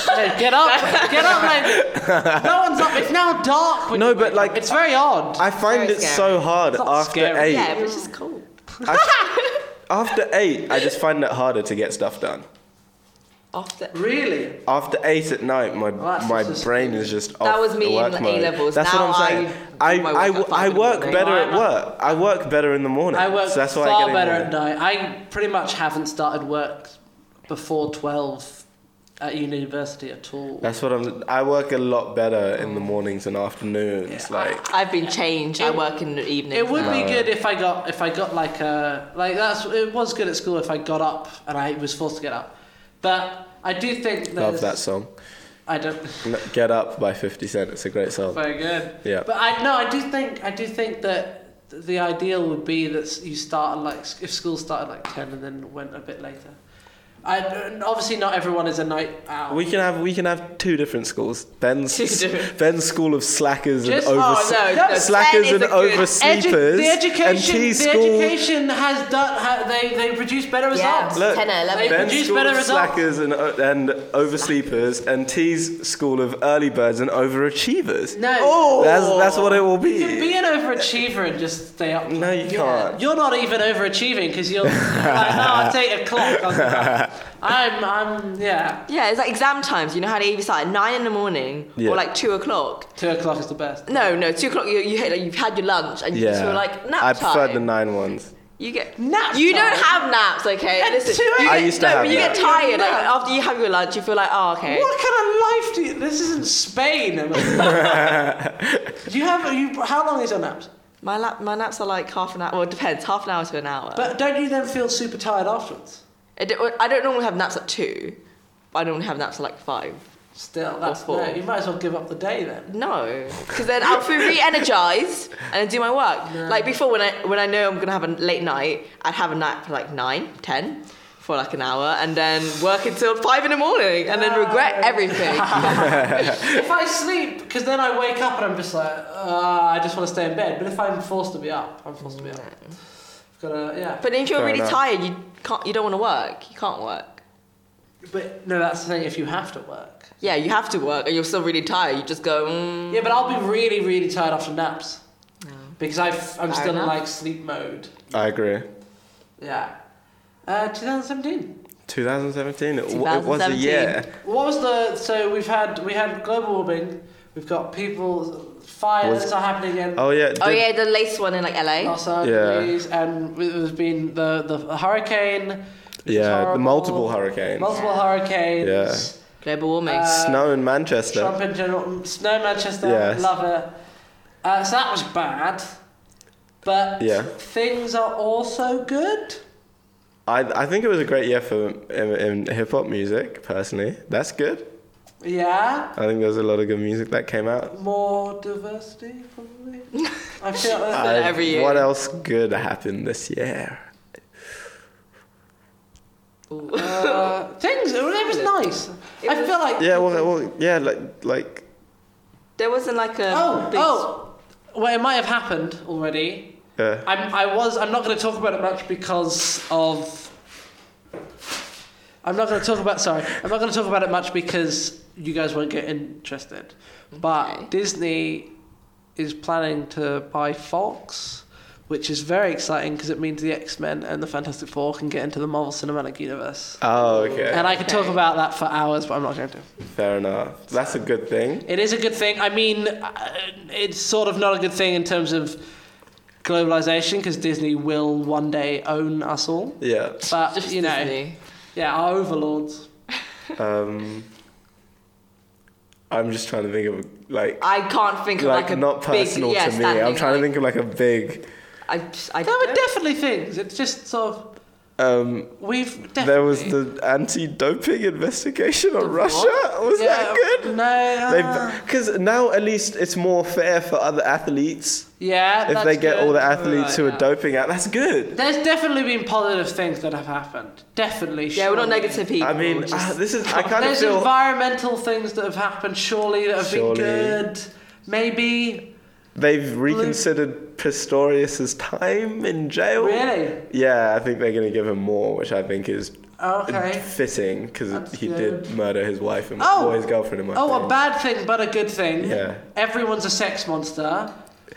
Speaker 1: No, get up, get up, like no one's up. It's now dark. When
Speaker 4: No,
Speaker 1: you
Speaker 4: but,
Speaker 1: wake
Speaker 4: like,
Speaker 1: up. it's very odd.
Speaker 4: I find
Speaker 6: very
Speaker 4: it
Speaker 6: scary.
Speaker 4: so hard
Speaker 1: not
Speaker 4: after
Speaker 1: scary.
Speaker 4: eight.
Speaker 6: Yeah, but it's just cold.
Speaker 4: After eight, I just find it harder to get stuff done.
Speaker 6: After.
Speaker 1: really?
Speaker 4: After eight at night, my
Speaker 1: that's
Speaker 4: my
Speaker 1: just-
Speaker 4: brain is just off.
Speaker 6: That was me
Speaker 4: the work
Speaker 6: in like
Speaker 4: mode.
Speaker 6: A-levels.
Speaker 4: That's
Speaker 6: Now
Speaker 4: what I'm saying.
Speaker 6: I
Speaker 4: I
Speaker 6: do my
Speaker 4: I,
Speaker 6: work at
Speaker 4: w- I
Speaker 6: five in the
Speaker 4: work
Speaker 6: morning.
Speaker 4: better
Speaker 1: No,
Speaker 4: at
Speaker 1: I'm not-
Speaker 4: work. I work better in the morning.
Speaker 1: I work
Speaker 4: so that's why I
Speaker 1: far
Speaker 4: get
Speaker 1: better
Speaker 4: in
Speaker 1: at
Speaker 4: the
Speaker 1: night. I pretty much haven't started work before twelve at university at all.
Speaker 4: That's what I'm. I work a lot better in the mornings and afternoons. Like
Speaker 6: I've been changed. I work in the evening.
Speaker 1: It would
Speaker 4: Uh,
Speaker 1: be good if I got if I got like a like that's it was good at school if I got up and I was forced to get up, but I do think
Speaker 4: love
Speaker 1: there's-
Speaker 4: that song.
Speaker 1: I don't
Speaker 4: N- Get up by Fifty Cent. It's a great song.
Speaker 1: very good.
Speaker 4: Yeah.
Speaker 1: But I no I do think I do think that th- the ideal would be that s- you start at like s- if school started like ten and then went a bit later. I and obviously not everyone is a night owl.
Speaker 4: We can have we can have two different schools. Ben's
Speaker 6: Two different-
Speaker 4: Ben's school of slackers
Speaker 1: Just-
Speaker 4: and over
Speaker 1: oh, no,
Speaker 6: no,
Speaker 4: slackers and
Speaker 6: Ben is a good-
Speaker 1: Edu-
Speaker 4: oversleepers.
Speaker 1: the
Speaker 4: and
Speaker 1: education,
Speaker 4: T's
Speaker 1: the
Speaker 4: school.
Speaker 1: education has done. Ha, they they produce better
Speaker 6: Yeah.
Speaker 1: results.
Speaker 4: Look,
Speaker 6: 10 or 11.
Speaker 1: They
Speaker 4: Ben's
Speaker 1: produce
Speaker 4: school
Speaker 1: better
Speaker 4: of
Speaker 1: results.
Speaker 4: slackers and o- and oversleepers, and T's school of early birds and overachievers.
Speaker 1: No.
Speaker 4: that's that's what it will be.
Speaker 1: You can be an overachiever and just stay up.
Speaker 4: no, you can't.
Speaker 1: You're not even overachieving because you're like, no, it's eight o'clock. I'm, I'm, I'm, yeah,
Speaker 6: Yeah, it's like exam times. You know how they either start at nine in the morning
Speaker 4: Yeah.
Speaker 6: or like two o'clock.
Speaker 1: two o'clock is the best.
Speaker 6: No, no, two o'clock. You, you hit, like, you've had your lunch and you
Speaker 4: Yeah,
Speaker 6: just feel like nap
Speaker 4: I
Speaker 6: time.
Speaker 4: prefer the nine ones.
Speaker 6: You get
Speaker 1: Nap
Speaker 6: You
Speaker 1: time?
Speaker 6: don't have naps, okay?
Speaker 1: At
Speaker 6: Listen,
Speaker 1: two
Speaker 6: you
Speaker 1: a.m.
Speaker 6: get,
Speaker 4: I used to
Speaker 6: no,
Speaker 4: have
Speaker 6: but you
Speaker 4: naps.
Speaker 6: get tired. Like,
Speaker 1: Nap.
Speaker 6: after you have your lunch, you feel like, oh, okay.
Speaker 1: What kind of life do you? This isn't Spain. am I- you have you? How long is your naps?
Speaker 6: My lap, my naps are like half an hour. Well, it depends, half an hour to an hour.
Speaker 1: But don't you then feel super tired afterwards?
Speaker 6: I don't, I don't normally have naps at two. But I normally have naps at like five.
Speaker 1: Still, that's
Speaker 6: four.
Speaker 1: no. You might as well give up the day then.
Speaker 6: No, because then I'll feel re-energized and do my work. Like before, when I when I know I'm gonna have a late night, I'd have a nap for like nine, ten, for like an hour, and then work until five in the morning, and then regret everything.
Speaker 1: If I sleep, because then I wake up and I'm just like, uh, I just want to stay in bed. But if I'm forced to be up, I'm forced to be up.
Speaker 4: Mm.
Speaker 1: Gotta, yeah.
Speaker 6: But if you're
Speaker 4: Fair
Speaker 6: really
Speaker 4: enough.
Speaker 6: tired, you can't, you don't want to work. You can't work.
Speaker 1: But no, that's the thing. If you have to work.
Speaker 6: Yeah, you have to work, and you're still really tired. You just go. Mm.
Speaker 1: Yeah, but I'll be really, really tired after naps. Because i I'm still in
Speaker 6: enough.
Speaker 1: like sleep mode.
Speaker 4: I agree.
Speaker 1: Yeah. Uh, 2017.
Speaker 4: 2017. It, w- it was a
Speaker 6: 2017.
Speaker 4: year.
Speaker 1: What was the? So we've had we had global warming. We've got people fires
Speaker 4: Was-
Speaker 1: are happening in
Speaker 4: Oh yeah.
Speaker 6: Oh
Speaker 4: did-
Speaker 6: yeah, the latest one in like LA.
Speaker 1: Los Angeles, and there's been the the hurricane. which was
Speaker 4: Yeah, the
Speaker 1: horrible.
Speaker 4: multiple hurricanes.
Speaker 1: Multiple hurricanes.
Speaker 4: Yeah.
Speaker 6: Global warming.
Speaker 1: Uh,
Speaker 4: Snow in Manchester.
Speaker 1: Trump in general. Snow Manchester.
Speaker 4: Yes.
Speaker 1: Love it. Uh, so that was bad. But
Speaker 4: Yeah.
Speaker 1: things are also good.
Speaker 4: I, I think it was a great year for in, in hip hop music. Personally, that's good.
Speaker 1: Yeah,
Speaker 4: I think there's a lot of good music that came out.
Speaker 1: more diversity probably. I feel that.
Speaker 6: Said every year.
Speaker 4: What else good happened this year?
Speaker 1: Uh, things it was nice. I
Speaker 6: was-
Speaker 1: feel like
Speaker 4: Yeah, well, well yeah, like like
Speaker 6: There wasn't like a
Speaker 1: oh
Speaker 6: big
Speaker 1: oh, well it might have happened already.
Speaker 4: uh,
Speaker 1: I'm I was I'm not going to talk about it much because of. I'm not going to talk about sorry. I'm not going to talk about it much because you guys won't get interested. But
Speaker 6: Okay.
Speaker 1: Disney is planning to buy Fox, which is very exciting because it means the X Men and the Fantastic Four can get into the Marvel Cinematic Universe.
Speaker 4: oh okay,
Speaker 1: and I could talk
Speaker 6: okay.
Speaker 1: about that for hours, but I'm not going to.
Speaker 4: fair enough. That's a good thing.
Speaker 1: It is a good thing. I mean, uh, it's sort of not a good thing in terms of globalization because Disney will one day own us all.
Speaker 4: Yeah.
Speaker 1: But
Speaker 6: Just
Speaker 1: you know,
Speaker 6: Disney.
Speaker 1: yeah, our overlords.
Speaker 4: Um, I'm just trying to think of like
Speaker 6: I can't think of
Speaker 4: like,
Speaker 6: like a
Speaker 4: not
Speaker 6: big,
Speaker 4: personal
Speaker 6: yeah,
Speaker 4: to me.
Speaker 6: standing,
Speaker 4: I'm trying to
Speaker 6: like,
Speaker 4: think of like a big.
Speaker 6: I just, I
Speaker 1: There were
Speaker 6: don't-
Speaker 1: definitely things. It's just sort of
Speaker 4: Um,
Speaker 1: we've definitely.
Speaker 4: there was the anti-doping investigation on Russia. Was
Speaker 1: Yeah,
Speaker 4: that good?
Speaker 1: No. uh,
Speaker 6: Ah.
Speaker 4: Because now at least it's more fair for other athletes
Speaker 1: yeah.
Speaker 4: if
Speaker 1: that's
Speaker 4: they get all
Speaker 1: good.
Speaker 4: the athletes who are doping out. That's good.
Speaker 1: There's definitely been positive things that have happened. Definitely.
Speaker 6: Yeah, we're not
Speaker 1: surely.
Speaker 6: negative people.
Speaker 4: I mean,
Speaker 6: just-
Speaker 4: ah, this is I kind of
Speaker 1: There's
Speaker 4: feel
Speaker 1: environmental things that have happened, surely, that have
Speaker 4: Surely.
Speaker 1: been good. Maybe.
Speaker 4: they've reconsidered Pistorius's time in jail.
Speaker 1: Really?
Speaker 4: Yeah, I think they're going to give him more, which I think is
Speaker 1: Okay.
Speaker 4: fitting because
Speaker 1: That's
Speaker 4: he
Speaker 1: good.
Speaker 4: did murder his wife and
Speaker 1: Oh!
Speaker 4: or his girlfriend. In my
Speaker 1: Oh, a bad thing, but a good thing.
Speaker 4: Yeah.
Speaker 1: Everyone's a sex monster,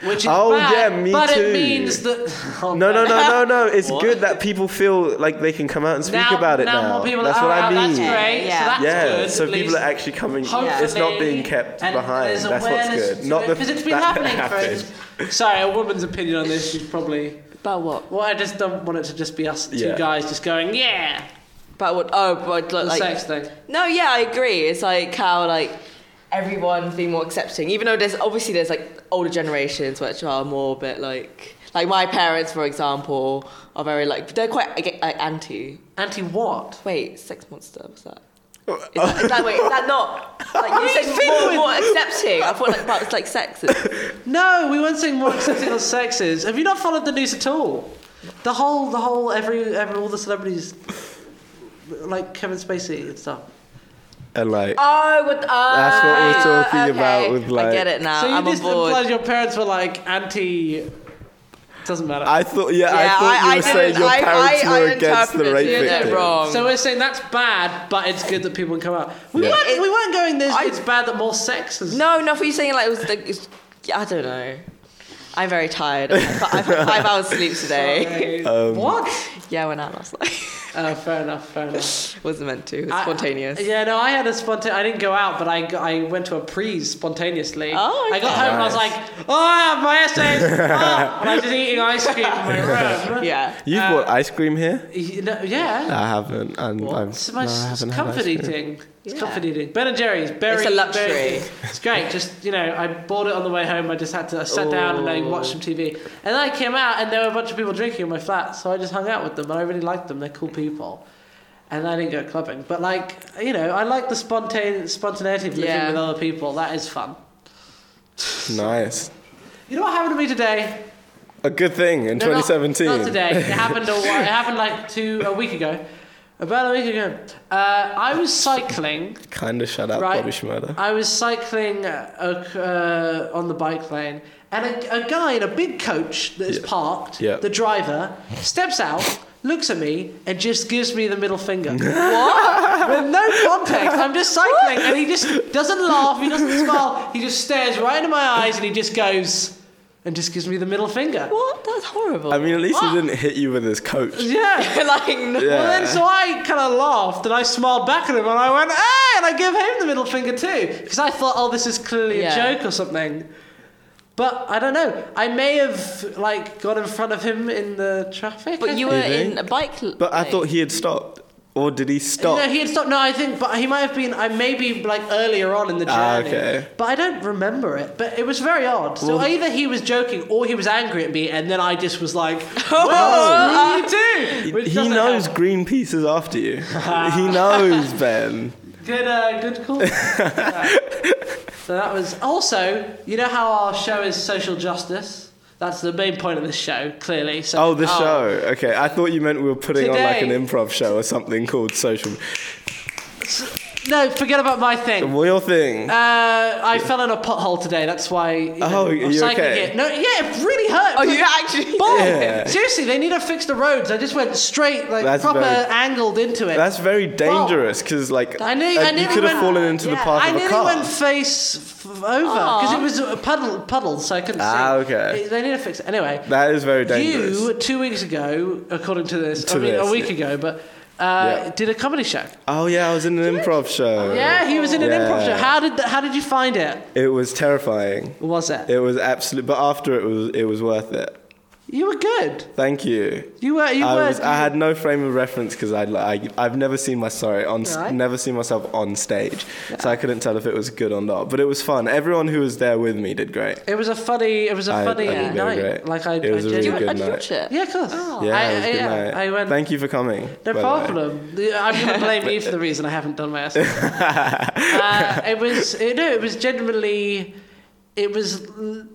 Speaker 1: which is
Speaker 4: Oh,
Speaker 1: bad,
Speaker 4: yeah, me
Speaker 1: but
Speaker 4: too.
Speaker 1: it means that. Oh,
Speaker 4: No,
Speaker 1: man.
Speaker 4: no, no, no, no. It's good that people feel like they can come out and speak
Speaker 1: Now,
Speaker 4: about it
Speaker 1: now,
Speaker 4: now.
Speaker 1: more people.
Speaker 4: that's
Speaker 1: are
Speaker 4: what I
Speaker 1: out,
Speaker 4: mean.
Speaker 1: That's great.
Speaker 6: Yeah.
Speaker 1: So that's
Speaker 4: yeah,
Speaker 1: good.
Speaker 4: so
Speaker 1: at
Speaker 4: people
Speaker 1: least.
Speaker 4: are actually coming.
Speaker 1: Hopefully,
Speaker 4: It's not being kept
Speaker 1: and
Speaker 4: behind.
Speaker 1: There's
Speaker 4: That's what's
Speaker 1: awareness
Speaker 4: good. Not
Speaker 1: because it's been
Speaker 4: that
Speaker 1: happening
Speaker 4: happened.
Speaker 1: for. ages. Sorry, a woman's opinion on this. She's probably.
Speaker 6: about what?
Speaker 1: Well, I just don't want it to just be us two
Speaker 4: Yeah.
Speaker 1: guys just going, yeah,
Speaker 6: About what? Oh, but
Speaker 1: the
Speaker 6: like,
Speaker 1: sex thing.
Speaker 6: No, yeah, I agree. It's like how like everyone's being more accepting, even though there's obviously there's like older generations which are more a bit like like my parents, for example, are very like they're quite like, like anti.
Speaker 1: Anti what?
Speaker 6: Wait, sex monster. What's that? Is that, is that wait? Is that not like you said more, more accepting? I thought like about it's like sex.
Speaker 1: No, we weren't saying more accepting on sex is. Have you not followed the news at all? The whole, the whole, every, every, all the celebrities, like Kevin Spacey and stuff.
Speaker 4: And like,
Speaker 6: Oh, with, uh,
Speaker 4: That's what we're talking about with,
Speaker 6: I
Speaker 4: like-
Speaker 6: get it now.
Speaker 1: so you
Speaker 6: Uh, I'm on
Speaker 1: just implied
Speaker 6: board.
Speaker 1: your parents were like anti. Doesn't matter.
Speaker 4: I thought, yeah, I
Speaker 6: Yeah,
Speaker 4: thought
Speaker 6: I-
Speaker 4: you
Speaker 6: I
Speaker 4: were saying
Speaker 6: didn't-
Speaker 4: your
Speaker 6: I-
Speaker 4: parents
Speaker 6: I-
Speaker 4: were
Speaker 6: I
Speaker 4: against the
Speaker 6: interpreted
Speaker 4: rape
Speaker 6: it
Speaker 4: victims.
Speaker 6: wrong.
Speaker 1: so we're saying that's bad, but it's good that people can come out. We
Speaker 4: Yeah.
Speaker 1: weren't,
Speaker 6: It-
Speaker 1: we weren't going this.
Speaker 6: I-
Speaker 1: it's bad that more sex is.
Speaker 6: No, no, for you saying like it was. Like, it's, I don't know. I'm very tired. I've had five hours sleep today. Um,
Speaker 1: what?
Speaker 6: Yeah, I went out last night.
Speaker 1: Oh, fair enough. Fair enough.
Speaker 6: Wasn't meant to. It
Speaker 1: I-
Speaker 6: was spontaneous.
Speaker 1: I- yeah, no, I had a spontaneous. I didn't go out, but I, go- I went to a prees spontaneously.
Speaker 6: Oh,
Speaker 1: I got
Speaker 6: okay.
Speaker 1: home and I was like, oh, my essays. oh, and I was just eating ice cream in my room.
Speaker 6: yeah.
Speaker 4: You've
Speaker 1: Uh,
Speaker 4: bought ice cream here?
Speaker 1: You know, yeah.
Speaker 4: I haven't. And I'm,
Speaker 1: It's my
Speaker 4: no, I
Speaker 1: it's
Speaker 4: haven't had
Speaker 1: comfort
Speaker 4: ice cream.
Speaker 1: eating. It's
Speaker 6: Yeah.
Speaker 1: comfort eating. Ben and Jerry's. Berry,
Speaker 6: It's a luxury.
Speaker 1: berry- It's great. Just you know, I bought it on the way home. I just had to I sat down and I
Speaker 4: Oh.
Speaker 1: watched some TV. And then I came out and there were a bunch of people drinking in my flat, so I just hung out with them. And I really liked them. They're cool people. And I didn't go clubbing, but like you know, I like the spontane spontaneity of living
Speaker 6: Yeah.
Speaker 1: with other people. That is fun.
Speaker 4: Nice.
Speaker 1: You know what happened to me today?
Speaker 4: A good thing in
Speaker 1: No, not-
Speaker 4: 2017.
Speaker 1: Not, today. It happened a while, it happened like two a week ago. About a week ago, uh, I was cycling.
Speaker 4: Kind of shut up,
Speaker 1: Right. Uh,
Speaker 4: Bobby Schmurder.
Speaker 1: I was cycling uh, uh, on the bike lane, and a, a guy in a big coach that is
Speaker 4: Yeah.
Speaker 1: parked,
Speaker 4: Yeah.
Speaker 1: the driver, steps out, looks at me, and just gives me the middle finger. what? With no context. I'm just cycling, and he just doesn't laugh, he doesn't smile, he just stares right into my eyes, and he just goes, and just gives me the middle finger.
Speaker 6: What? That's horrible.
Speaker 4: I mean, at least he didn't hit you with his coach.
Speaker 1: Yeah.
Speaker 6: like no.
Speaker 1: Well, then, so I kind of laughed and I smiled back at him and I went, hey! And I gave him the middle finger too. Because I thought, oh, this is clearly
Speaker 6: Yeah.
Speaker 1: a joke or something. But I don't know. I may have, like, got in front of him in the traffic. I
Speaker 6: But you
Speaker 1: think.
Speaker 6: were
Speaker 4: think?
Speaker 6: in a bike.
Speaker 4: But I thought he had stopped. Or did he stop?
Speaker 1: No, he had stopped. No, I think, but he might have been. I maybe like earlier on in the
Speaker 4: Ah,
Speaker 1: journey,
Speaker 4: okay.
Speaker 1: but I don't remember it. But it was very odd. So either he was joking or he was angry at me, and then I just was like, "Well, what do you do?" Which
Speaker 4: he
Speaker 1: doesn't
Speaker 4: knows
Speaker 1: help.
Speaker 4: Greenpeace is after you. he knows, Ben.
Speaker 1: Good, uh, good call. Yeah. So that was also. You know how our show is social justice. That's the main point of this show, clearly. So,
Speaker 4: Oh, the show. Okay, I thought you meant we were putting on like an
Speaker 1: Today-
Speaker 4: improv show or something called Social.
Speaker 1: No, forget about my thing.
Speaker 4: Royal thing.
Speaker 1: Uh, I fell in a pothole today. That's why. You know,
Speaker 4: Oh, you
Speaker 1: I'm cycling
Speaker 4: okay?
Speaker 1: It. No, yeah, it really hurt.
Speaker 6: Oh, you actually.
Speaker 1: Ball.
Speaker 4: Yeah.
Speaker 1: Seriously, they need to fix the roads. I just went straight, like
Speaker 4: That's
Speaker 1: proper
Speaker 4: very-
Speaker 1: angled into it.
Speaker 4: That's very dangerous because like
Speaker 1: I knew.
Speaker 4: uh,
Speaker 1: I
Speaker 4: you
Speaker 1: nearly
Speaker 4: could
Speaker 1: went,
Speaker 4: have fallen into the
Speaker 1: yeah,
Speaker 4: path
Speaker 1: I
Speaker 4: of a
Speaker 1: nearly
Speaker 4: car.
Speaker 1: went face f- over because it was a puddle, puddle, so I couldn't
Speaker 4: Ah,
Speaker 1: see.
Speaker 4: okay.
Speaker 1: It- They need to fix it anyway.
Speaker 4: that is very dangerous.
Speaker 1: you two weeks ago, according to this,
Speaker 4: To
Speaker 1: I mean,
Speaker 4: this,
Speaker 1: a week
Speaker 4: yeah.
Speaker 1: ago, but. Uh,
Speaker 4: Yeah.
Speaker 1: Did a comedy show.
Speaker 4: Oh yeah, I was in an improv show.
Speaker 1: Yeah, he was in an improv show.
Speaker 4: Yeah.
Speaker 1: How did how did you find it?
Speaker 4: It was terrifying.
Speaker 1: Was it?
Speaker 4: It was absolute, but after it was it was worth it.
Speaker 1: You were good.
Speaker 4: Thank you.
Speaker 1: You were. You
Speaker 4: I,
Speaker 1: were.
Speaker 4: was, I had no frame of reference because I, I I've never seen my sorry on s
Speaker 1: Right.
Speaker 4: never seen myself on stage, so I couldn't tell if it was good or not. But it was fun. Everyone who was there with me did great.
Speaker 1: It was a funny. It was a
Speaker 4: I-
Speaker 1: funny
Speaker 4: I think they were
Speaker 1: night.
Speaker 4: great.
Speaker 1: Like I,
Speaker 4: It was
Speaker 1: I
Speaker 4: a really
Speaker 1: genuinely-
Speaker 4: good
Speaker 6: I did
Speaker 4: night.
Speaker 6: watch it.
Speaker 1: Yeah, of course. I,
Speaker 4: Yeah, it was a
Speaker 1: I-
Speaker 4: good
Speaker 1: yeah,
Speaker 4: night.
Speaker 1: I went.
Speaker 4: Thank you for coming.
Speaker 1: No
Speaker 4: by the way.
Speaker 1: problem. The- I'm gonna blame you for the reason I haven't done my essay. uh, it was it, no, it was genuinely, it was. l-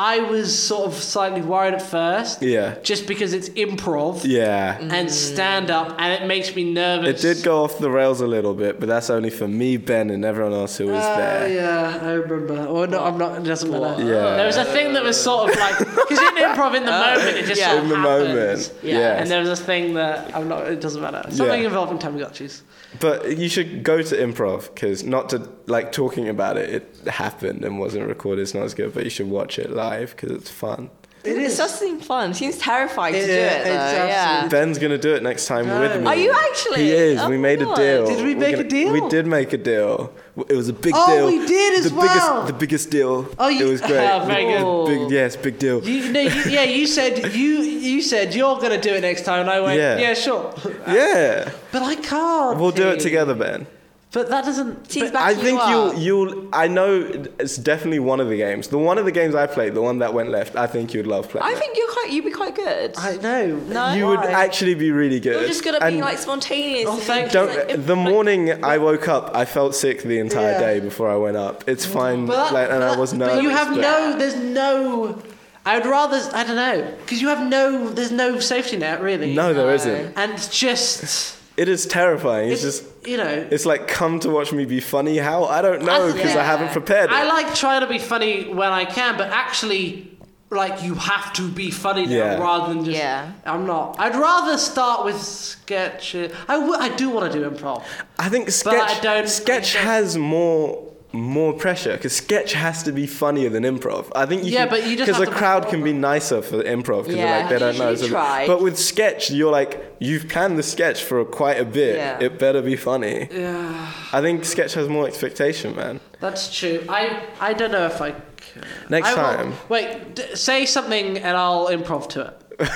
Speaker 1: I was sort of slightly worried at first.
Speaker 4: Yeah.
Speaker 1: Just because it's improv
Speaker 4: Yeah.
Speaker 1: and stand up, and it makes me
Speaker 4: It
Speaker 1: nervous.
Speaker 4: did go off the rails a little bit, but that's only for me, Ben, and everyone else who was
Speaker 1: Oh
Speaker 4: there.
Speaker 1: yeah, I remember. Or no, I'm not. It doesn't matter.
Speaker 4: Yeah.
Speaker 1: There was a thing that was sort of like because in improv, in the moment, it just
Speaker 6: Yeah.
Speaker 1: sort of
Speaker 4: In the
Speaker 1: happens.
Speaker 4: moment,
Speaker 6: Yeah.
Speaker 4: yes.
Speaker 1: And there was a thing that I'm not. It doesn't matter. Something
Speaker 4: Yeah.
Speaker 1: involving Tamagotchis.
Speaker 4: But you should go to improv because not to like talking about it. It happened and wasn't recorded. It's not as good, but you should watch it live because it's fun.
Speaker 1: It
Speaker 6: It does seem fun. It seems terrifying to do
Speaker 1: Yeah,
Speaker 6: it though.
Speaker 1: it's
Speaker 6: Yeah.
Speaker 1: absolutely-
Speaker 4: Ben's gonna do it next time with me.
Speaker 6: Are you actually?
Speaker 4: He is.
Speaker 6: Oh
Speaker 4: we
Speaker 6: my
Speaker 4: made a
Speaker 6: God.
Speaker 4: deal.
Speaker 1: Did we
Speaker 4: We're
Speaker 1: make a deal?
Speaker 4: We did make a deal. It was a big
Speaker 1: Oh,
Speaker 4: deal.
Speaker 1: we did as
Speaker 4: the
Speaker 1: well.
Speaker 4: Biggest, the biggest deal.
Speaker 1: Oh, you-
Speaker 4: It was great.
Speaker 1: Oh, very
Speaker 4: The
Speaker 1: good.
Speaker 4: big- yes, big deal.
Speaker 1: You, no, you, yeah, you said you you said you're gonna do it next time, and I went,
Speaker 4: Yeah.
Speaker 1: yeah, sure,
Speaker 4: yeah,
Speaker 1: but I can't.
Speaker 4: we'll do it
Speaker 1: T.
Speaker 4: together, Ben.
Speaker 1: But that doesn't.
Speaker 6: Team's
Speaker 4: I
Speaker 6: backing
Speaker 4: think
Speaker 6: you
Speaker 4: you'll
Speaker 6: up.
Speaker 4: you'll I know it's definitely one of the games. The one of the games I played, the one that went left, I think you'd love playing.
Speaker 6: I
Speaker 4: it.
Speaker 6: think you're quite. You'd be quite good.
Speaker 1: I know.
Speaker 6: No?
Speaker 4: you would
Speaker 1: Why?
Speaker 4: actually be really good.
Speaker 6: You're just good at
Speaker 4: And
Speaker 6: being like spontaneous.
Speaker 1: Oh,
Speaker 6: and
Speaker 1: thank
Speaker 6: just,
Speaker 4: don't
Speaker 6: like, if-
Speaker 4: the morning I woke up, I felt sick the entire
Speaker 1: Yeah.
Speaker 4: day before I went up. It's fine,
Speaker 1: But,
Speaker 4: like, and I
Speaker 1: but-
Speaker 4: was nervous.
Speaker 1: But you have
Speaker 4: but-
Speaker 1: no. There's no. I would rather. I don't know because you have no. There's no safety net really.
Speaker 4: No, there isn't.
Speaker 1: And it's just.
Speaker 4: It is terrifying. It's,
Speaker 1: It's,
Speaker 4: just
Speaker 1: you know.
Speaker 4: it's like come to watch me be funny. How I don't know because I
Speaker 6: yeah.
Speaker 4: haven't prepared. It.
Speaker 1: I like trying to be funny when I can, but actually, like you have to be funny now
Speaker 4: Yeah.
Speaker 1: rather than just.
Speaker 6: Yeah.
Speaker 1: I'm not. I'd rather start with sketch. I, w- I do want to do improv.
Speaker 4: I think sketch
Speaker 1: I don't-
Speaker 4: sketch
Speaker 1: I don't-
Speaker 4: has more more pressure because sketch has to be funnier than improv. I think you
Speaker 1: Yeah,
Speaker 4: can,
Speaker 1: but you just
Speaker 4: because
Speaker 1: have
Speaker 4: the
Speaker 1: to-
Speaker 4: crowd can be nicer for improv because they're like
Speaker 6: Yeah.
Speaker 4: they
Speaker 6: You
Speaker 4: don't know.
Speaker 6: usually
Speaker 4: so-
Speaker 6: try.
Speaker 4: But with sketch, you're like you've planned the sketch for quite a bit.
Speaker 6: Yeah.
Speaker 4: It better be funny. Yeah. I think sketch has more expectation, man.
Speaker 1: That's true. I I don't know if I. Can.
Speaker 4: Next
Speaker 1: I will-
Speaker 4: time.
Speaker 1: wait. D- say something and I'll improv to it.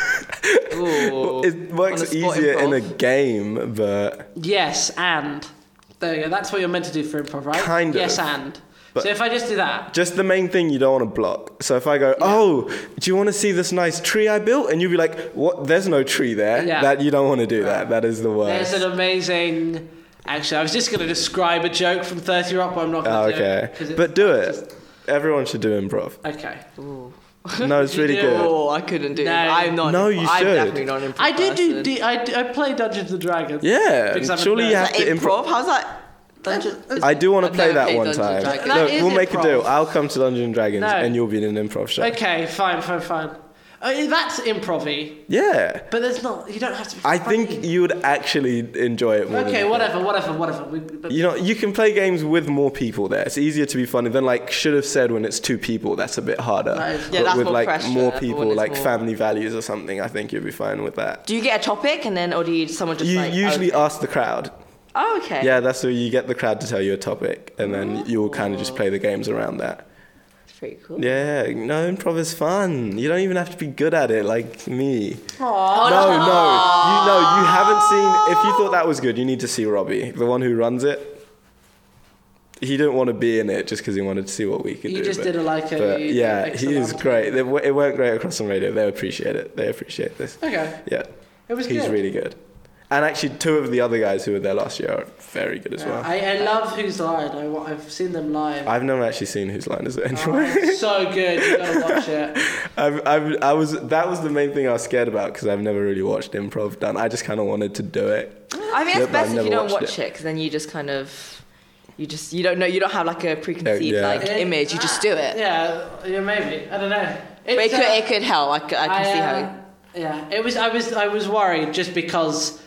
Speaker 4: It
Speaker 6: On
Speaker 4: works
Speaker 6: the spot
Speaker 4: easier in a
Speaker 6: improv.
Speaker 4: game, but
Speaker 1: Yes, and. There you go. That's what you're meant to do for improv, right?
Speaker 4: Kind of.
Speaker 1: Yes, and.
Speaker 4: But-
Speaker 1: so if I just do that.
Speaker 4: just the main thing you don't want to block. So if I go, oh, do you want to see this nice tree I built? And you'll be like, what? There's no tree there.
Speaker 1: Yeah.
Speaker 4: That you don't want to do that. That is the worst.
Speaker 1: There's an amazing. Actually, I was just going to describe a joke from 30 Rock, but I'm not going to
Speaker 4: Oh,
Speaker 1: do
Speaker 4: okay.
Speaker 1: it. 'cause it's-
Speaker 4: But do it.
Speaker 1: it's just-
Speaker 4: Everyone should do improv.
Speaker 1: okay.
Speaker 4: No, it's really
Speaker 1: do-
Speaker 4: good.
Speaker 6: Oh, I couldn't do.
Speaker 1: No.
Speaker 6: that. I'm not.
Speaker 4: No, you
Speaker 6: I'm
Speaker 4: should.
Speaker 6: definitely not an improv
Speaker 1: I do do.
Speaker 6: person.
Speaker 1: D- I, do- I play Dungeons and Dragons.
Speaker 4: Yeah,
Speaker 1: Because I'm a
Speaker 4: surely you
Speaker 1: nerd.
Speaker 4: have
Speaker 6: Like
Speaker 4: to improv.
Speaker 6: improv. How's that? Dungeon. is-
Speaker 4: I do want to
Speaker 6: I've
Speaker 4: play
Speaker 6: never
Speaker 4: that
Speaker 6: played
Speaker 4: one
Speaker 6: Dungeons and
Speaker 4: time.
Speaker 6: Dragons.
Speaker 1: That
Speaker 4: Look,
Speaker 1: is
Speaker 4: we'll make a
Speaker 1: improv.
Speaker 4: deal. I'll come to Dungeons and Dragons,
Speaker 1: No.
Speaker 4: and you'll be in an improv show.
Speaker 1: Okay, fine, fine, fine. Uh, that's improv
Speaker 4: Yeah,
Speaker 1: but there's not. You don't have to. Be
Speaker 4: I
Speaker 1: funny.
Speaker 4: think you would actually enjoy it more. than
Speaker 1: Okay,
Speaker 4: improv.
Speaker 1: whatever, whatever, whatever. We, but
Speaker 4: You know, you can play games with more people there. It's easier to be funny than like should have said when it's two people. That's a bit harder.
Speaker 1: That is-
Speaker 6: Yeah,
Speaker 4: but
Speaker 6: that's
Speaker 4: with
Speaker 6: more
Speaker 4: like
Speaker 6: pressure,
Speaker 4: more
Speaker 6: but when
Speaker 4: people,
Speaker 6: it's
Speaker 4: like
Speaker 6: more-
Speaker 4: family values or something, I think you'll be fine with that.
Speaker 6: Do you get a topic and then, or do you someone just
Speaker 4: You
Speaker 6: like?
Speaker 4: usually
Speaker 6: Oh,
Speaker 4: ask the crowd.
Speaker 6: oh, okay.
Speaker 4: Yeah, that's where you get the crowd to tell you a topic, and then you'll kind of just play the games around that.
Speaker 6: pretty cool.
Speaker 4: Yeah, no, improv is fun. You don't even have to be good at it like me.
Speaker 6: Oh,
Speaker 4: No, no, you no, you haven't seen. If you thought that was good, you need to see Robbie, the one who runs it. He didn't want to be in it just because he wanted to see what we could
Speaker 1: You
Speaker 4: do.
Speaker 1: just
Speaker 4: but-
Speaker 1: didn't like it,
Speaker 4: but
Speaker 1: you did
Speaker 4: yeah,
Speaker 1: X
Speaker 4: he is
Speaker 1: amount.
Speaker 4: great. They- It went great across on radio. They appreciate it. They appreciate this.
Speaker 1: Okay.
Speaker 4: Yeah,
Speaker 1: It was
Speaker 4: he's
Speaker 1: good.
Speaker 4: really good. And actually, two of the other guys who were there last year are very good as well.
Speaker 1: I, I love Who's Line. I, wa- I've seen them live.
Speaker 4: I've never actually seen whose line is it anyway.
Speaker 1: It's so good. You gotta watch it.
Speaker 4: I've, I've, I was that was the main thing I was scared about because I've never really watched improv done. I just kind of wanted to do it.
Speaker 6: I
Speaker 4: Yep,
Speaker 6: think it's
Speaker 4: I've
Speaker 6: best if
Speaker 4: never
Speaker 6: you don't
Speaker 4: watched it.
Speaker 6: watch it because then you just kind of, you just you don't know you don't have like a preconceived
Speaker 4: Yeah.
Speaker 6: like image. You just do it.
Speaker 1: Yeah, yeah, maybe. I don't know. It's,
Speaker 6: But it could
Speaker 1: uh,
Speaker 6: it could help. I c- I can
Speaker 1: I,
Speaker 6: see
Speaker 1: uh,
Speaker 6: how. it-
Speaker 1: Yeah, it was. I was. I was worried just because.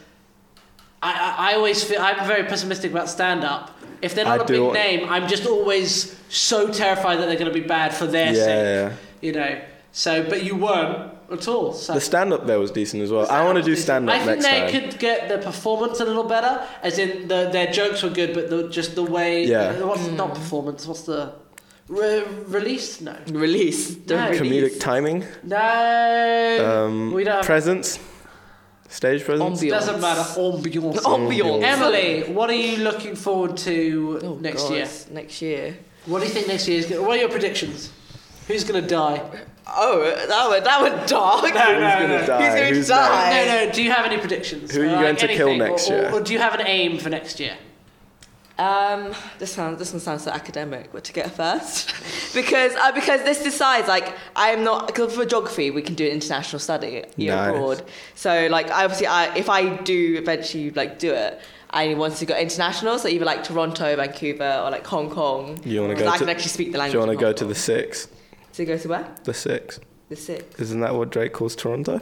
Speaker 1: I, I, I always feel I'm very pessimistic about stand up. If they're not
Speaker 4: I
Speaker 1: a
Speaker 4: do-
Speaker 1: big name, I'm just always so terrified that they're going to be bad for their
Speaker 4: Yeah, yeah.
Speaker 1: sake. You know. So, but you weren't at all. So.
Speaker 4: The stand up there was decent as well. I want to do stand
Speaker 1: I
Speaker 4: up
Speaker 1: think
Speaker 4: next
Speaker 1: they
Speaker 4: time.
Speaker 1: could get the performance a little better, as in the, their jokes were good, but the, just the way.
Speaker 4: Yeah.
Speaker 1: What's
Speaker 6: Hmm.
Speaker 1: not performance? What's the re- release? No.
Speaker 6: Release. Don't
Speaker 1: No.
Speaker 4: Comedic timing,
Speaker 1: No.
Speaker 4: um,
Speaker 1: we don't. Have,
Speaker 4: presence, stage presence.
Speaker 6: Ambiance.
Speaker 1: doesn't matter. Ambiance.
Speaker 6: Ambiance.
Speaker 1: Emily, what are you looking forward to
Speaker 6: Oh,
Speaker 1: next
Speaker 6: God,
Speaker 1: year?
Speaker 6: Next year.
Speaker 1: What do you think next year is? Gonna, what are your predictions? Who's gonna die?
Speaker 6: Oh, that would that would dark.
Speaker 4: Who's gonna die?
Speaker 6: He's gonna
Speaker 4: Who's
Speaker 6: die.
Speaker 1: No, no. Do you have any predictions?
Speaker 4: Who are you
Speaker 1: Or,
Speaker 4: going to kill
Speaker 1: anything? Or-
Speaker 4: next
Speaker 1: or-
Speaker 4: year?
Speaker 1: Or, do you have an aim for next year?
Speaker 6: Um, this sounds this one sounds so academic. What to get first? because uh, because this decides like I am not because for geography we can do an international study year
Speaker 4: Nice.
Speaker 6: abroad. So like I obviously I if I do eventually like do it. I want to go international, so either like Toronto, Vancouver, or like Hong Kong.
Speaker 4: You want to
Speaker 6: 'Cause
Speaker 4: go?
Speaker 6: I
Speaker 4: to,
Speaker 6: can actually speak the
Speaker 4: Do
Speaker 6: language.
Speaker 4: you want
Speaker 6: of
Speaker 4: to go
Speaker 6: Hong
Speaker 4: to
Speaker 6: Kong.
Speaker 4: the six?
Speaker 6: So go to where?
Speaker 4: The six.
Speaker 6: The six,
Speaker 4: Isn't that what Drake calls Toronto?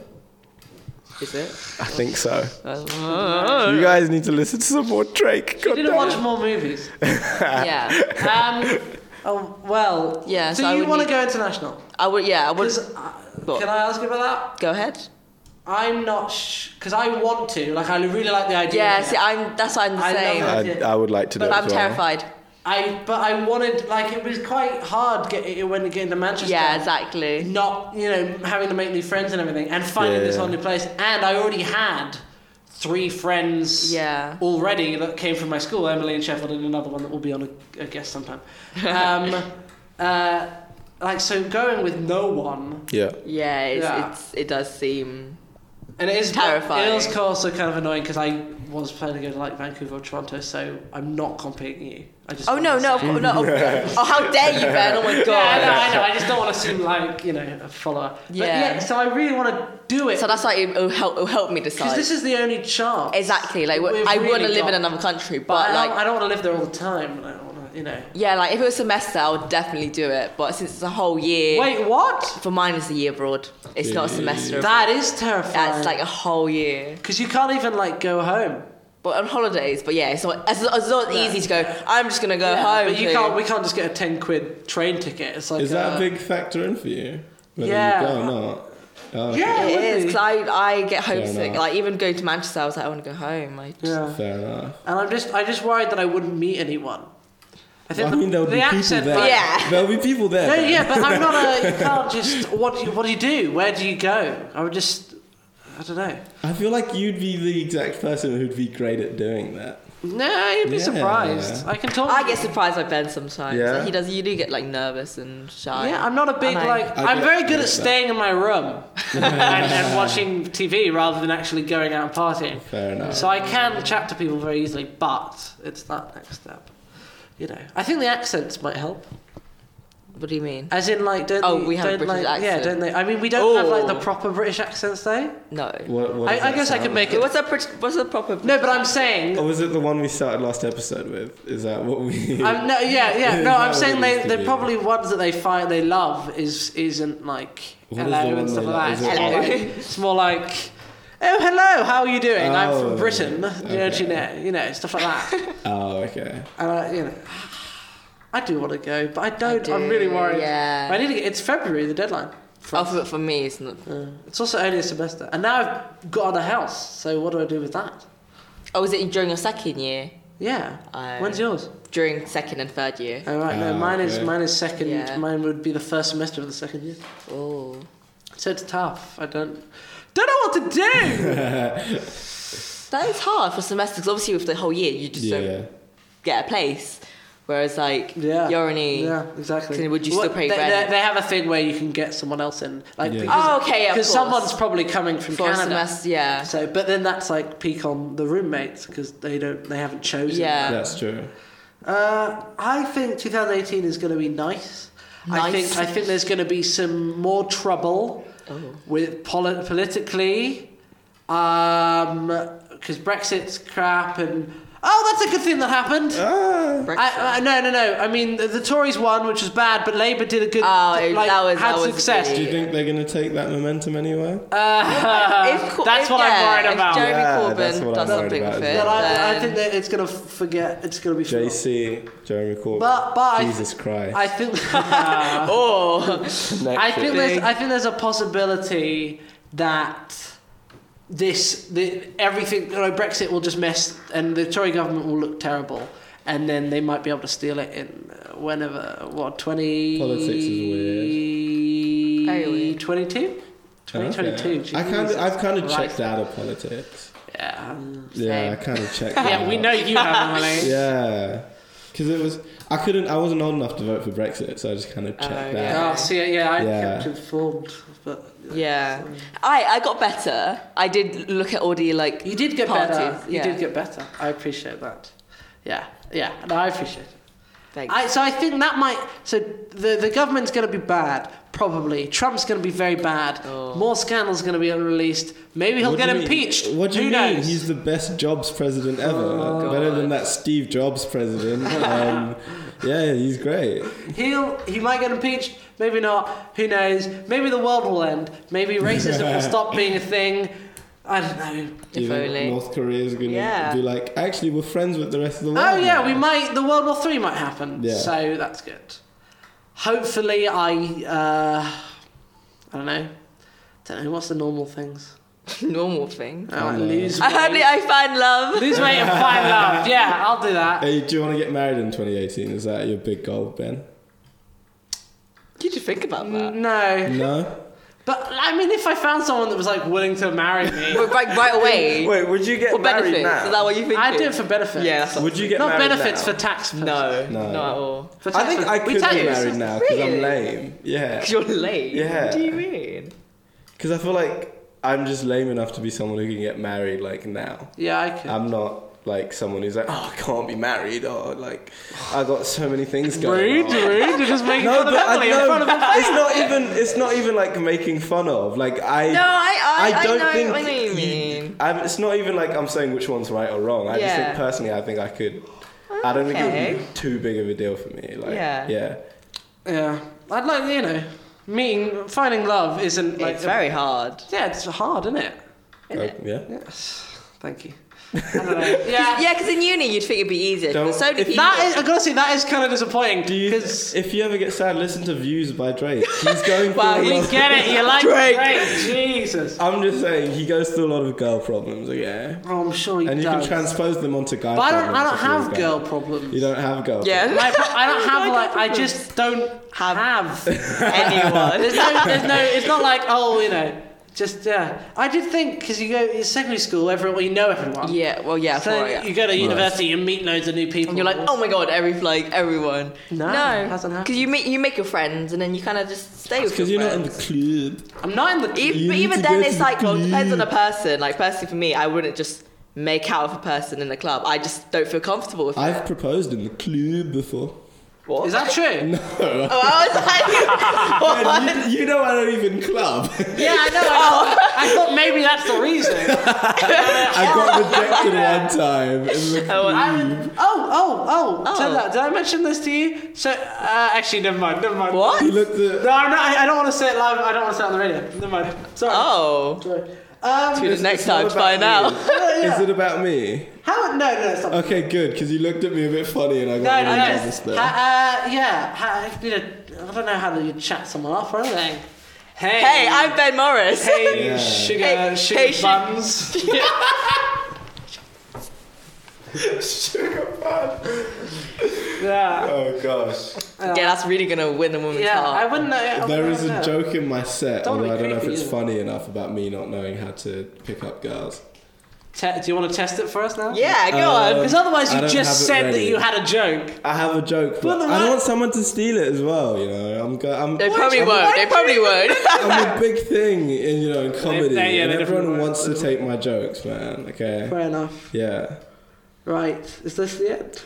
Speaker 6: is it?
Speaker 4: I think so.
Speaker 6: Oh.
Speaker 4: You guys need to listen to some more Drake.
Speaker 1: You
Speaker 4: God
Speaker 1: didn't watch
Speaker 4: damn.
Speaker 1: more movies.
Speaker 6: yeah,
Speaker 1: Um, oh well.
Speaker 6: Yeah,
Speaker 1: So,
Speaker 6: so I
Speaker 1: you
Speaker 6: would
Speaker 1: want to
Speaker 6: need-
Speaker 1: go international?
Speaker 6: I would. Yeah, I would.
Speaker 1: 'Cause, uh,
Speaker 6: What?
Speaker 1: can I ask you about that?
Speaker 6: Go ahead.
Speaker 1: I'm not because I want to. Like I really like the idea.
Speaker 6: Yeah,
Speaker 1: of it.
Speaker 6: see, I'm. That's what
Speaker 1: I
Speaker 6: I'm
Speaker 1: love
Speaker 6: saying.
Speaker 1: that.
Speaker 4: I, I would like to do
Speaker 6: But
Speaker 4: it.
Speaker 6: I'm
Speaker 4: as well.
Speaker 6: terrified.
Speaker 1: I but I wanted like it was quite hard get, when getting to Manchester.
Speaker 6: Yeah, exactly.
Speaker 1: Not you know having to make new friends and everything, and finding this
Speaker 4: Yeah.
Speaker 1: whole new place. And I already had three friends.
Speaker 6: Yeah.
Speaker 1: Already that came from my school, Emily in Sheffield, and another one that will be on a, a guest sometime. Um, uh, like so, going with no one,
Speaker 4: Yeah.
Speaker 6: Yeah, it's,
Speaker 1: Yeah.
Speaker 6: It's, it does seem.
Speaker 1: and it is
Speaker 6: Terrifying.
Speaker 1: It is also kind of annoying because I was planning to go to like Vancouver or Toronto, so I'm not copying you. I just
Speaker 6: Oh
Speaker 1: wanted
Speaker 6: no,
Speaker 1: to
Speaker 6: no,
Speaker 1: say-
Speaker 6: no! no. oh, how dare you, Ben? Oh my
Speaker 1: Yeah, I know,
Speaker 6: god!
Speaker 1: I know. I just don't want to seem like you know a follower. But
Speaker 6: Yeah.
Speaker 1: yeah. So I really want to do it
Speaker 6: So that's like it'll help. It'll help me
Speaker 1: because
Speaker 6: decide.
Speaker 1: this is the only chance.
Speaker 6: exactly like
Speaker 1: We've
Speaker 6: I want to
Speaker 1: really
Speaker 6: live
Speaker 1: got-
Speaker 6: in another country, but,
Speaker 1: But, I,
Speaker 6: like
Speaker 1: don't, want to live there all the time. and I don't want to, you know.
Speaker 6: yeah, like if it was semester, I would definitely do it. But since it's a whole year,
Speaker 1: Wait, what?
Speaker 6: for mine it's a year abroad. It's not a semester.
Speaker 1: That is terrifying.
Speaker 6: that's like a whole year.
Speaker 1: because you can't even like go home.
Speaker 6: But on holidays, but yeah, it's not, it's not- it's not easy to go. I'm just gonna go
Speaker 1: Yeah,
Speaker 6: home.
Speaker 1: but you
Speaker 6: to-
Speaker 1: can't. We can't just get a ten quid train ticket. It's like
Speaker 2: Is that
Speaker 1: uh,
Speaker 2: a big factor in for you? Whether
Speaker 1: Yeah.
Speaker 2: you go or not. Oh,
Speaker 1: Yeah,
Speaker 6: It
Speaker 1: it,
Speaker 6: is
Speaker 1: would be.
Speaker 6: 'cause I, I get homesick.
Speaker 2: enough.
Speaker 6: Like even going to Manchester, I was like, I want to go home. I just,
Speaker 1: Yeah.
Speaker 2: Fair enough.
Speaker 1: And I'm just, I just worried that I wouldn't meet anyone. I think
Speaker 2: I
Speaker 1: the,
Speaker 2: mean, there'll
Speaker 1: the
Speaker 2: be people
Speaker 1: accent.
Speaker 2: there.
Speaker 1: might-
Speaker 6: Yeah.
Speaker 2: There'll be people there.
Speaker 1: No,
Speaker 2: though.
Speaker 1: yeah, but I'm not a. You can't just. What do you, what do you do? Where do you go? I would just. I don't know.
Speaker 2: I feel like you'd be the exact person who'd be great at doing that.
Speaker 1: No, you'd be
Speaker 2: Yeah.
Speaker 1: surprised. I can talk.
Speaker 6: I
Speaker 1: to
Speaker 6: get
Speaker 1: you.
Speaker 6: surprised by Ben sometimes.
Speaker 2: Yeah.
Speaker 6: Like, he does. You do get like nervous and shy.
Speaker 1: Yeah, I'm not a big
Speaker 6: And I-
Speaker 1: like.
Speaker 2: I
Speaker 1: I'm
Speaker 2: get-
Speaker 1: very
Speaker 2: get
Speaker 1: good at
Speaker 2: that.
Speaker 1: staying in my room and, and watching TV rather than actually going out and partying.
Speaker 2: Fair enough.
Speaker 1: So I can chat to people very easily, but it's that next step. You know, I think the accents might help.
Speaker 6: What do you mean?
Speaker 1: As in, like, don't
Speaker 6: Oh,
Speaker 1: they-
Speaker 6: we have a
Speaker 1: don't,
Speaker 6: British
Speaker 1: like,
Speaker 6: accent.
Speaker 1: Yeah, don't they? I mean, we don't have like the
Speaker 6: Oh.
Speaker 1: proper British accents, though.
Speaker 6: No.
Speaker 2: What, what
Speaker 1: I,
Speaker 2: does
Speaker 1: I
Speaker 2: that
Speaker 1: guess I
Speaker 2: sound
Speaker 1: could make
Speaker 6: Wait,
Speaker 1: it.
Speaker 6: What's a pret- what's a proper?
Speaker 1: No, but I'm saying
Speaker 2: Or was it the one we started last episode with? Is that what we?
Speaker 1: I'm, no, yeah, yeah. No,
Speaker 2: That
Speaker 1: I'm
Speaker 2: would
Speaker 1: saying
Speaker 2: be
Speaker 1: they, they're
Speaker 2: stupid.
Speaker 1: probably ones that they find they love is isn't like
Speaker 2: What is the
Speaker 1: hello
Speaker 2: one
Speaker 1: and stuff
Speaker 2: they
Speaker 1: like
Speaker 2: love?
Speaker 1: that. It's
Speaker 2: Is
Speaker 1: more
Speaker 6: it
Speaker 1: like, it's more like oh hello, how are you doing? I'm
Speaker 2: Oh,
Speaker 1: from Britain. You know,
Speaker 2: okay.
Speaker 1: do you know, you know, stuff like that.
Speaker 2: oh, okay.
Speaker 1: and I, you know, I do want to go, but I don't. I am
Speaker 6: do,
Speaker 1: really worried.
Speaker 6: yeah.
Speaker 1: I need to get. It's February, the deadline. For
Speaker 6: Oh,
Speaker 1: us.
Speaker 6: for, for me, it's not.
Speaker 1: It's also only a semester, and now I've got on a house. So what do I do with that?
Speaker 6: Oh, is it during your second year?
Speaker 1: Yeah.
Speaker 6: I-
Speaker 1: When's yours?
Speaker 6: during second and third year.
Speaker 1: All right. no,
Speaker 4: Ah,
Speaker 1: mine is
Speaker 4: okay.
Speaker 1: mine is second.
Speaker 6: Yeah.
Speaker 1: Mine would be the first semester of the second year.
Speaker 6: Oh.
Speaker 1: So it's tough. I don't don't know what to do.
Speaker 6: That is hard for semesters 'cause obviously with the whole year you just
Speaker 4: Yeah.
Speaker 6: don't get a place. Whereas like
Speaker 1: yeah.
Speaker 6: you're only
Speaker 1: Yeah. Exactly.
Speaker 6: So would you still
Speaker 1: Well,
Speaker 6: pay
Speaker 1: they,
Speaker 6: rent?
Speaker 1: They, they have a thing where you can get someone else in. Like
Speaker 4: Yeah.
Speaker 6: Oh, okay, yeah,
Speaker 1: Because 'cause
Speaker 6: of course.
Speaker 1: someone's probably coming from
Speaker 6: for a
Speaker 1: Canada.
Speaker 6: semester. Yeah.
Speaker 1: So, but then that's like peak on the roommates because they don't they haven't chosen.
Speaker 6: Yeah.
Speaker 4: That's true.
Speaker 1: Uh, I think 2018 is going to be nice. I
Speaker 6: Nice. Oh.
Speaker 1: think I think there's going to be some more trouble with poli- politically, because Brexit's crap and oh, that's a good thing that happened.
Speaker 4: Ah,
Speaker 1: I, I, no, no, no. I mean, the, the Tories won, which was bad, but Labour did a good.
Speaker 6: Oh, it-
Speaker 1: like,
Speaker 6: that was-
Speaker 1: had
Speaker 6: that was
Speaker 1: success.
Speaker 6: really-
Speaker 4: Do you think they're going to take that momentum anywhere?
Speaker 1: Uh,
Speaker 6: If Co-
Speaker 1: that's
Speaker 6: if-
Speaker 1: what I'm
Speaker 6: yeah,
Speaker 1: worried about.
Speaker 6: If Jeremy
Speaker 4: Yeah, that's
Speaker 6: Corbyn
Speaker 4: what
Speaker 6: does
Speaker 4: I'm worried
Speaker 6: something
Speaker 4: about
Speaker 6: with
Speaker 4: as
Speaker 6: it,
Speaker 1: But
Speaker 4: well.
Speaker 1: I, I
Speaker 6: then
Speaker 1: think that it's going to forget. It's going to be. forgotten.
Speaker 4: JC, Jeremy Corbyn.
Speaker 1: But but I-
Speaker 4: Jesus Christ.
Speaker 1: I think.
Speaker 6: oh,
Speaker 1: I think there's I think there's a possibility that this the, everything you know, Brexit will just mess and the Tory government will look terrible and then they might be able to steal it in uh, whenever what 20
Speaker 4: Politics is
Speaker 1: weird
Speaker 6: Very weird.
Speaker 1: 22 2022
Speaker 4: Okay. I kind of,
Speaker 1: Jesus
Speaker 4: I've kind of
Speaker 1: Christ.
Speaker 4: checked out of politics.
Speaker 1: yeah
Speaker 4: Yeah,
Speaker 6: Same.
Speaker 4: I kind of checked.
Speaker 1: yeah
Speaker 4: out.
Speaker 1: we know you have Emily
Speaker 4: Yeah, because it was I couldn't I wasn't old enough to vote for Brexit, so I just kind of checked out.
Speaker 6: yeah.
Speaker 1: oh see yeah I
Speaker 4: Yeah.
Speaker 1: kept informed but
Speaker 6: yeah. I I got better. I did look at all the like.
Speaker 1: You did get
Speaker 6: parties.
Speaker 1: better. You
Speaker 6: yeah.
Speaker 1: did get better. I appreciate that. Yeah, yeah, and I appreciate it.
Speaker 6: Thanks.
Speaker 1: I, so I think that might. So the the government's going to be bad, probably. Trump's going to be very bad. More scandals going to be released. Maybe he'll
Speaker 4: What do
Speaker 1: get
Speaker 4: you mean?
Speaker 1: impeached.
Speaker 4: What do you
Speaker 1: Who
Speaker 4: mean?
Speaker 1: knows?
Speaker 4: He's the best jobs president ever. Better than that Steve Jobs president. um, yeah, he's great.
Speaker 1: He'll he might get impeached. Maybe not. Who knows? Maybe the world will end. Maybe racism will stop being a thing. I don't know.
Speaker 6: If
Speaker 4: You think
Speaker 6: only.
Speaker 4: North Korea's gonna
Speaker 6: Yeah.
Speaker 4: be like, actually, we're friends with the rest of the world.
Speaker 1: Oh yeah,
Speaker 4: now."
Speaker 1: we might. The World War Three might happen.
Speaker 4: Yeah.
Speaker 1: So that's good. Hopefully, I. Uh, I don't know. Don't know what's the normal things.
Speaker 6: Normal thing.
Speaker 1: I like lose
Speaker 6: I hardly
Speaker 1: weight.
Speaker 6: I find love.
Speaker 1: Lose weight and find love. Yeah, I'll do that.
Speaker 4: Hey, do you want to get married in 2018? Is that your big goal, Ben?
Speaker 6: Did you think about that?
Speaker 1: No,
Speaker 4: No.
Speaker 1: but I mean, if I found someone that was like willing to marry me,
Speaker 6: But like right away.
Speaker 11: Wait, would you get
Speaker 6: for
Speaker 11: married
Speaker 6: benefits.
Speaker 11: now?
Speaker 6: Is that what you think?
Speaker 1: I'd do it for benefits.
Speaker 6: Yeah, that's what-
Speaker 11: would you get
Speaker 1: Not
Speaker 11: married
Speaker 1: benefits
Speaker 11: now?
Speaker 1: for tax. purposes.
Speaker 6: no,
Speaker 4: No.
Speaker 6: not at all.
Speaker 1: For
Speaker 4: I
Speaker 1: tax
Speaker 4: think
Speaker 1: purposes.
Speaker 4: I could
Speaker 1: We
Speaker 4: be
Speaker 1: tell you.
Speaker 4: married now because
Speaker 6: Really?
Speaker 4: I'm lame. Yeah.
Speaker 6: You're late.
Speaker 4: Yeah.
Speaker 6: What do you mean?
Speaker 4: Because I feel like I'm just lame enough to be someone who can get married like now.
Speaker 1: Yeah, I could.
Speaker 4: I'm not like someone who's like, oh, I can't be married or like, I got so many things going
Speaker 1: rude,
Speaker 4: on.
Speaker 1: rude. You're just making
Speaker 4: No,
Speaker 1: fun of
Speaker 4: but I,
Speaker 1: Emily in front of
Speaker 4: no,
Speaker 1: her
Speaker 4: it's not even. It's not even like making fun of. Like I.
Speaker 6: No, I- I- I
Speaker 4: don't
Speaker 6: know
Speaker 4: think
Speaker 6: what you mean.
Speaker 4: I'm, it's not even like I'm saying which one's right or wrong. I just think
Speaker 6: Yeah.
Speaker 4: personally, I think I could. I don't think it would
Speaker 6: Okay.
Speaker 4: be too big of a deal for me. Like,
Speaker 6: Yeah.
Speaker 4: yeah.
Speaker 1: Yeah, I'd like you know, meeting finding love isn't like
Speaker 6: it's
Speaker 1: a-
Speaker 6: very hard.
Speaker 1: Yeah, it's hard, isn't it?
Speaker 4: Like, Um, yeah.
Speaker 1: Thank you. I don't know. Yeah.
Speaker 6: Yeah, because in uni you'd think it'd be easier.
Speaker 4: Don't-
Speaker 6: There's so many
Speaker 4: if-
Speaker 6: people.
Speaker 1: That is, I gotta say, that is kind of disappointing.
Speaker 4: Do you,
Speaker 1: Because
Speaker 4: if you ever get sad, listen to "Views" by Drake. He's going through.
Speaker 6: Wow,
Speaker 4: a
Speaker 6: he
Speaker 4: lot
Speaker 1: we
Speaker 4: of-
Speaker 1: get it, you like Drake.
Speaker 4: Drake.
Speaker 1: Jesus.
Speaker 4: I'm just saying, he goes through a lot of girl problems. Okay.
Speaker 1: Oh, I'm sure he
Speaker 4: And you
Speaker 1: does.
Speaker 4: can transpose them onto guy
Speaker 1: but I don't.
Speaker 4: problems.
Speaker 1: I don't
Speaker 4: if you're a
Speaker 1: have girl problems.
Speaker 4: You don't have girl.
Speaker 6: yeah,
Speaker 1: I, I don't have like. I just don't have.
Speaker 6: Have.
Speaker 1: There's
Speaker 6: anyone.
Speaker 1: no. There's no. It's not like oh, you know. Just yeah. I did think because you go in secondary school, everyone you know everyone.
Speaker 6: yeah, well, yeah,
Speaker 1: So
Speaker 6: for, yeah.
Speaker 1: you go to university, you meet loads of new people.
Speaker 6: And you're like, oh my god, every like everyone.
Speaker 1: No, it hasn't happened.
Speaker 6: Because you meet you make your friends and then you kind of just stay with your
Speaker 4: Because you're not in the
Speaker 6: friends.
Speaker 4: club.
Speaker 1: I'm not in the.
Speaker 6: Even,
Speaker 4: You
Speaker 6: but
Speaker 4: need
Speaker 6: even
Speaker 4: to
Speaker 6: then,
Speaker 4: go
Speaker 6: it's
Speaker 4: to
Speaker 6: like well,
Speaker 4: the
Speaker 6: depends on the
Speaker 4: club.
Speaker 6: person. Like personally, for me, I wouldn't just make out with a person in the club. I just don't feel comfortable with.
Speaker 4: I've proposed in the club before.
Speaker 1: Is that true?
Speaker 6: Oh, I was like, what?
Speaker 4: And you, you know I don't even club.
Speaker 1: Oh, Yeah, I know.
Speaker 6: Oh.
Speaker 1: I, thought, I thought maybe that's the reason.
Speaker 4: I got rejected one time in the club.
Speaker 1: I would, oh, oh, oh,
Speaker 6: Oh.
Speaker 1: Did, I, did I mention this to you? So, uh, actually, never mind, never mind.
Speaker 4: He
Speaker 6: What?
Speaker 4: looked at.
Speaker 1: No, I'm not, I, I don't want to say it live. I don't want to say it on the radio. Never mind. Sorry.
Speaker 6: Oh,
Speaker 1: Sorry. Um,
Speaker 6: the next
Speaker 4: It's not
Speaker 6: time,
Speaker 4: about
Speaker 6: find
Speaker 4: me.
Speaker 6: out.
Speaker 4: Is it about me?
Speaker 1: how? No, no, stop.
Speaker 4: Okay, good, because you looked at me a bit funny and I
Speaker 1: No,
Speaker 4: got
Speaker 1: no,
Speaker 4: really
Speaker 1: no.
Speaker 4: nervous there.
Speaker 1: Ha- uh, yeah. Ha- you know, I don't know how you chat someone off or anything. Hey.
Speaker 6: Hey, I'm Ben Morris.
Speaker 1: Hey,
Speaker 4: Yeah.
Speaker 1: sugar,
Speaker 6: Hey,
Speaker 1: sugar
Speaker 6: hey, su-
Speaker 1: buns.
Speaker 4: Sugar Pad.
Speaker 1: Yeah.
Speaker 4: Oh gosh.
Speaker 6: yeah, that's really gonna win the woman's
Speaker 1: Yeah, I
Speaker 6: heart.
Speaker 1: wouldn't know. Uh, I
Speaker 4: There
Speaker 1: wouldn't
Speaker 4: is
Speaker 1: know.
Speaker 4: a joke in my set,
Speaker 1: Don't
Speaker 4: although
Speaker 1: be
Speaker 4: I don't know if
Speaker 1: creepy,
Speaker 4: it's
Speaker 1: is it?
Speaker 4: funny enough about me not knowing how to pick up girls.
Speaker 1: Te- do you want to test it for us now?
Speaker 6: yeah,
Speaker 4: Uh,
Speaker 6: go on.
Speaker 1: Because otherwise,
Speaker 4: I
Speaker 1: you
Speaker 4: don't
Speaker 1: just said
Speaker 4: have it
Speaker 1: that
Speaker 4: ready.
Speaker 1: you had a joke.
Speaker 4: I have a joke, but
Speaker 1: Well, then
Speaker 4: I
Speaker 1: why-
Speaker 4: don't want someone to steal it as well. You know, I'm go- I'm,
Speaker 6: They probably
Speaker 1: you-
Speaker 6: won't. They probably won't.
Speaker 4: I'm a big thing in you know in comedy,
Speaker 1: yeah,
Speaker 4: and
Speaker 1: they
Speaker 4: everyone
Speaker 1: definitely
Speaker 4: wants to take my jokes, man. Okay,
Speaker 1: Fair enough.
Speaker 4: yeah.
Speaker 1: Right. Is this the end?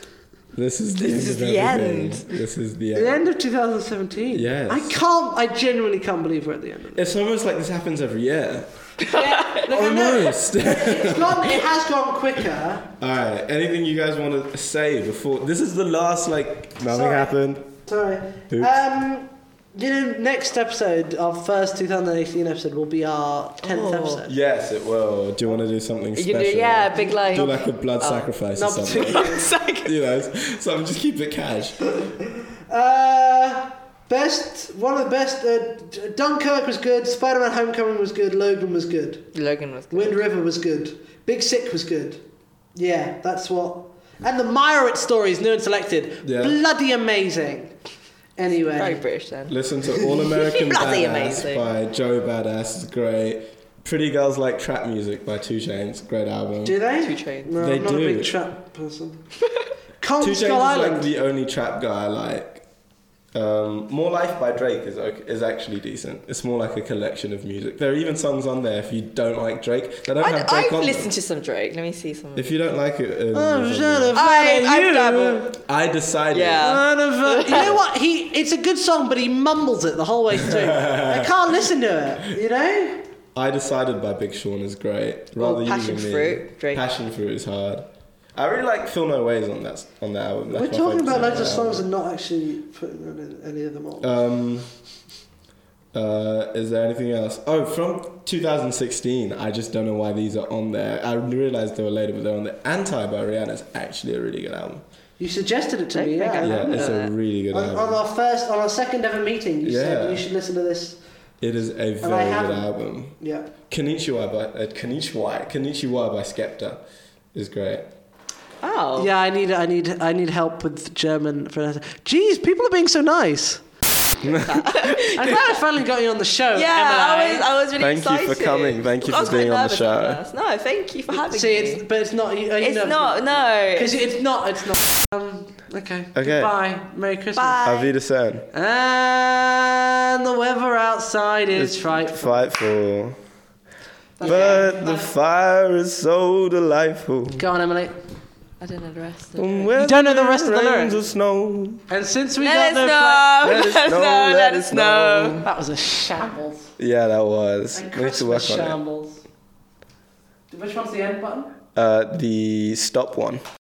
Speaker 4: This is the this end.
Speaker 6: is
Speaker 4: of
Speaker 6: the
Speaker 4: everything.
Speaker 6: end.
Speaker 4: This is the end.
Speaker 1: The end of 2017.
Speaker 4: Yes.
Speaker 1: I can't. I genuinely can't believe we're at the end of it.
Speaker 4: It's almost like this happens every year.
Speaker 1: Look,
Speaker 4: Oh,
Speaker 1: I know
Speaker 4: Almost.
Speaker 1: it's gone. It has gone quicker.
Speaker 4: All right. Anything you guys want to say before this is the last like nothing
Speaker 1: Sorry.
Speaker 4: happened.
Speaker 1: Sorry.
Speaker 4: Oops.
Speaker 1: Um, you know, next episode, our first 2018 episode, will be our
Speaker 4: Oh.
Speaker 1: 10th episode.
Speaker 4: Yes, it will. Do you want to do something
Speaker 6: You
Speaker 4: special?
Speaker 6: do, yeah, big Oh, like.
Speaker 4: Do like a blood sacrifice or
Speaker 1: Not
Speaker 4: something.
Speaker 1: particularly.
Speaker 6: It's like-
Speaker 4: You know, so I'm just keep it cash.
Speaker 1: Uh, best one of the best. Uh, Dunkirk was good. Spider-Man: Homecoming was good. Logan was good.
Speaker 6: Logan was good.
Speaker 1: Wind River was good. Big Sick was good. Yeah, that's what. And the Myriad stories, new and selected,
Speaker 4: Yeah.
Speaker 1: bloody amazing. Anyway,
Speaker 6: Very British then.
Speaker 4: Listen to All American
Speaker 6: Bloody
Speaker 4: Badass
Speaker 6: amazing.
Speaker 4: by Joe Badass. It's great. Pretty Girls Like Trap Music by Two Chainz. Great album.
Speaker 1: do they?
Speaker 6: Two Chainz.
Speaker 1: No,
Speaker 4: They
Speaker 1: I'm not
Speaker 4: do.
Speaker 1: a big trap person. Cold
Speaker 4: Two Chainz is
Speaker 1: Skull Island.
Speaker 4: like the only trap guy I like. Um, More Life by Drake is okay, is actually decent. It's more like a collection of music. There are even songs on there if you don't like Drake. They don't
Speaker 6: I,
Speaker 4: have Drake
Speaker 6: I've
Speaker 4: on them.
Speaker 6: listened to some Drake. Let me see some.
Speaker 4: If you don't like it, um,
Speaker 1: I'm
Speaker 4: there's
Speaker 1: trying
Speaker 4: nothing.
Speaker 1: to
Speaker 6: I,
Speaker 1: find
Speaker 6: I've
Speaker 1: you.
Speaker 6: dabbled.
Speaker 4: I decided.
Speaker 6: Yeah.
Speaker 1: Son of a- you know what? He it's a good song, but he mumbles it the whole way through. I can't listen to it. You know?
Speaker 4: I decided by Big Sean is great. Rather you
Speaker 6: Passion
Speaker 4: than me.
Speaker 6: Fruit, Drake.
Speaker 4: Passion fruit is hard. I really like Feel No Ways on that on that album. That's
Speaker 1: We're
Speaker 4: my
Speaker 1: talking
Speaker 4: favourite
Speaker 1: about loads
Speaker 4: song
Speaker 1: of
Speaker 4: on that
Speaker 1: songs and not actually putting on any of them on.
Speaker 4: Uh, album. Um, uh, is there anything else? Oh, from 2016. I just don't know why these are on there. I realized they were later, but they're on there. Anti by Rihanna is actually a really good album.
Speaker 1: you suggested it to me,
Speaker 6: Don't think
Speaker 1: yeah.
Speaker 6: I
Speaker 4: Yeah,
Speaker 6: remember
Speaker 4: it's a
Speaker 6: that.
Speaker 4: really good
Speaker 1: On, on
Speaker 4: album.
Speaker 1: our first, on our second ever meeting, you
Speaker 4: Yeah.
Speaker 1: said you should listen to this.
Speaker 4: It is a
Speaker 1: I
Speaker 4: very good
Speaker 1: haven't.
Speaker 4: album.
Speaker 1: Yeah.
Speaker 4: Konnichiwa by uh, Konnichiwa Konnichiwa by Skepta is great.
Speaker 6: Oh.
Speaker 1: Yeah, I need, I need, I need help with German pronunciation. Jeez, people are being so nice. I'm glad I finally got you on the show.
Speaker 6: Yeah, I was,
Speaker 1: Emily.
Speaker 6: I was really
Speaker 12: Thank you for
Speaker 6: excited.
Speaker 12: coming. Thank you
Speaker 6: I
Speaker 12: for
Speaker 6: was quite
Speaker 12: being on the
Speaker 6: nervous
Speaker 12: show.
Speaker 6: at first. No, thank you for having
Speaker 1: See,
Speaker 6: me.
Speaker 1: it's, but it's not. You,
Speaker 6: It's not, no.
Speaker 1: Because it's not. It's not. Um, okay.
Speaker 12: Okay.
Speaker 1: Bye. Merry Christmas.
Speaker 6: Bye.
Speaker 12: Avida
Speaker 1: And the weather outside is frightful.
Speaker 12: Frightful. But the fire is so delightful.
Speaker 1: Go on, Emily.
Speaker 6: I don't know the rest of it.
Speaker 12: You
Speaker 1: don't know the rest of the lyrics?
Speaker 12: Of snow.
Speaker 1: And since we
Speaker 6: Let us
Speaker 1: got no.
Speaker 6: know.
Speaker 1: fla-
Speaker 6: Let us know. Let us know.
Speaker 1: that was a shambles.
Speaker 12: Yeah, that was.
Speaker 1: And
Speaker 12: We need to work
Speaker 1: Christmas
Speaker 12: on it.
Speaker 1: shambles. Which one's the end button?
Speaker 12: Uh, the stop one.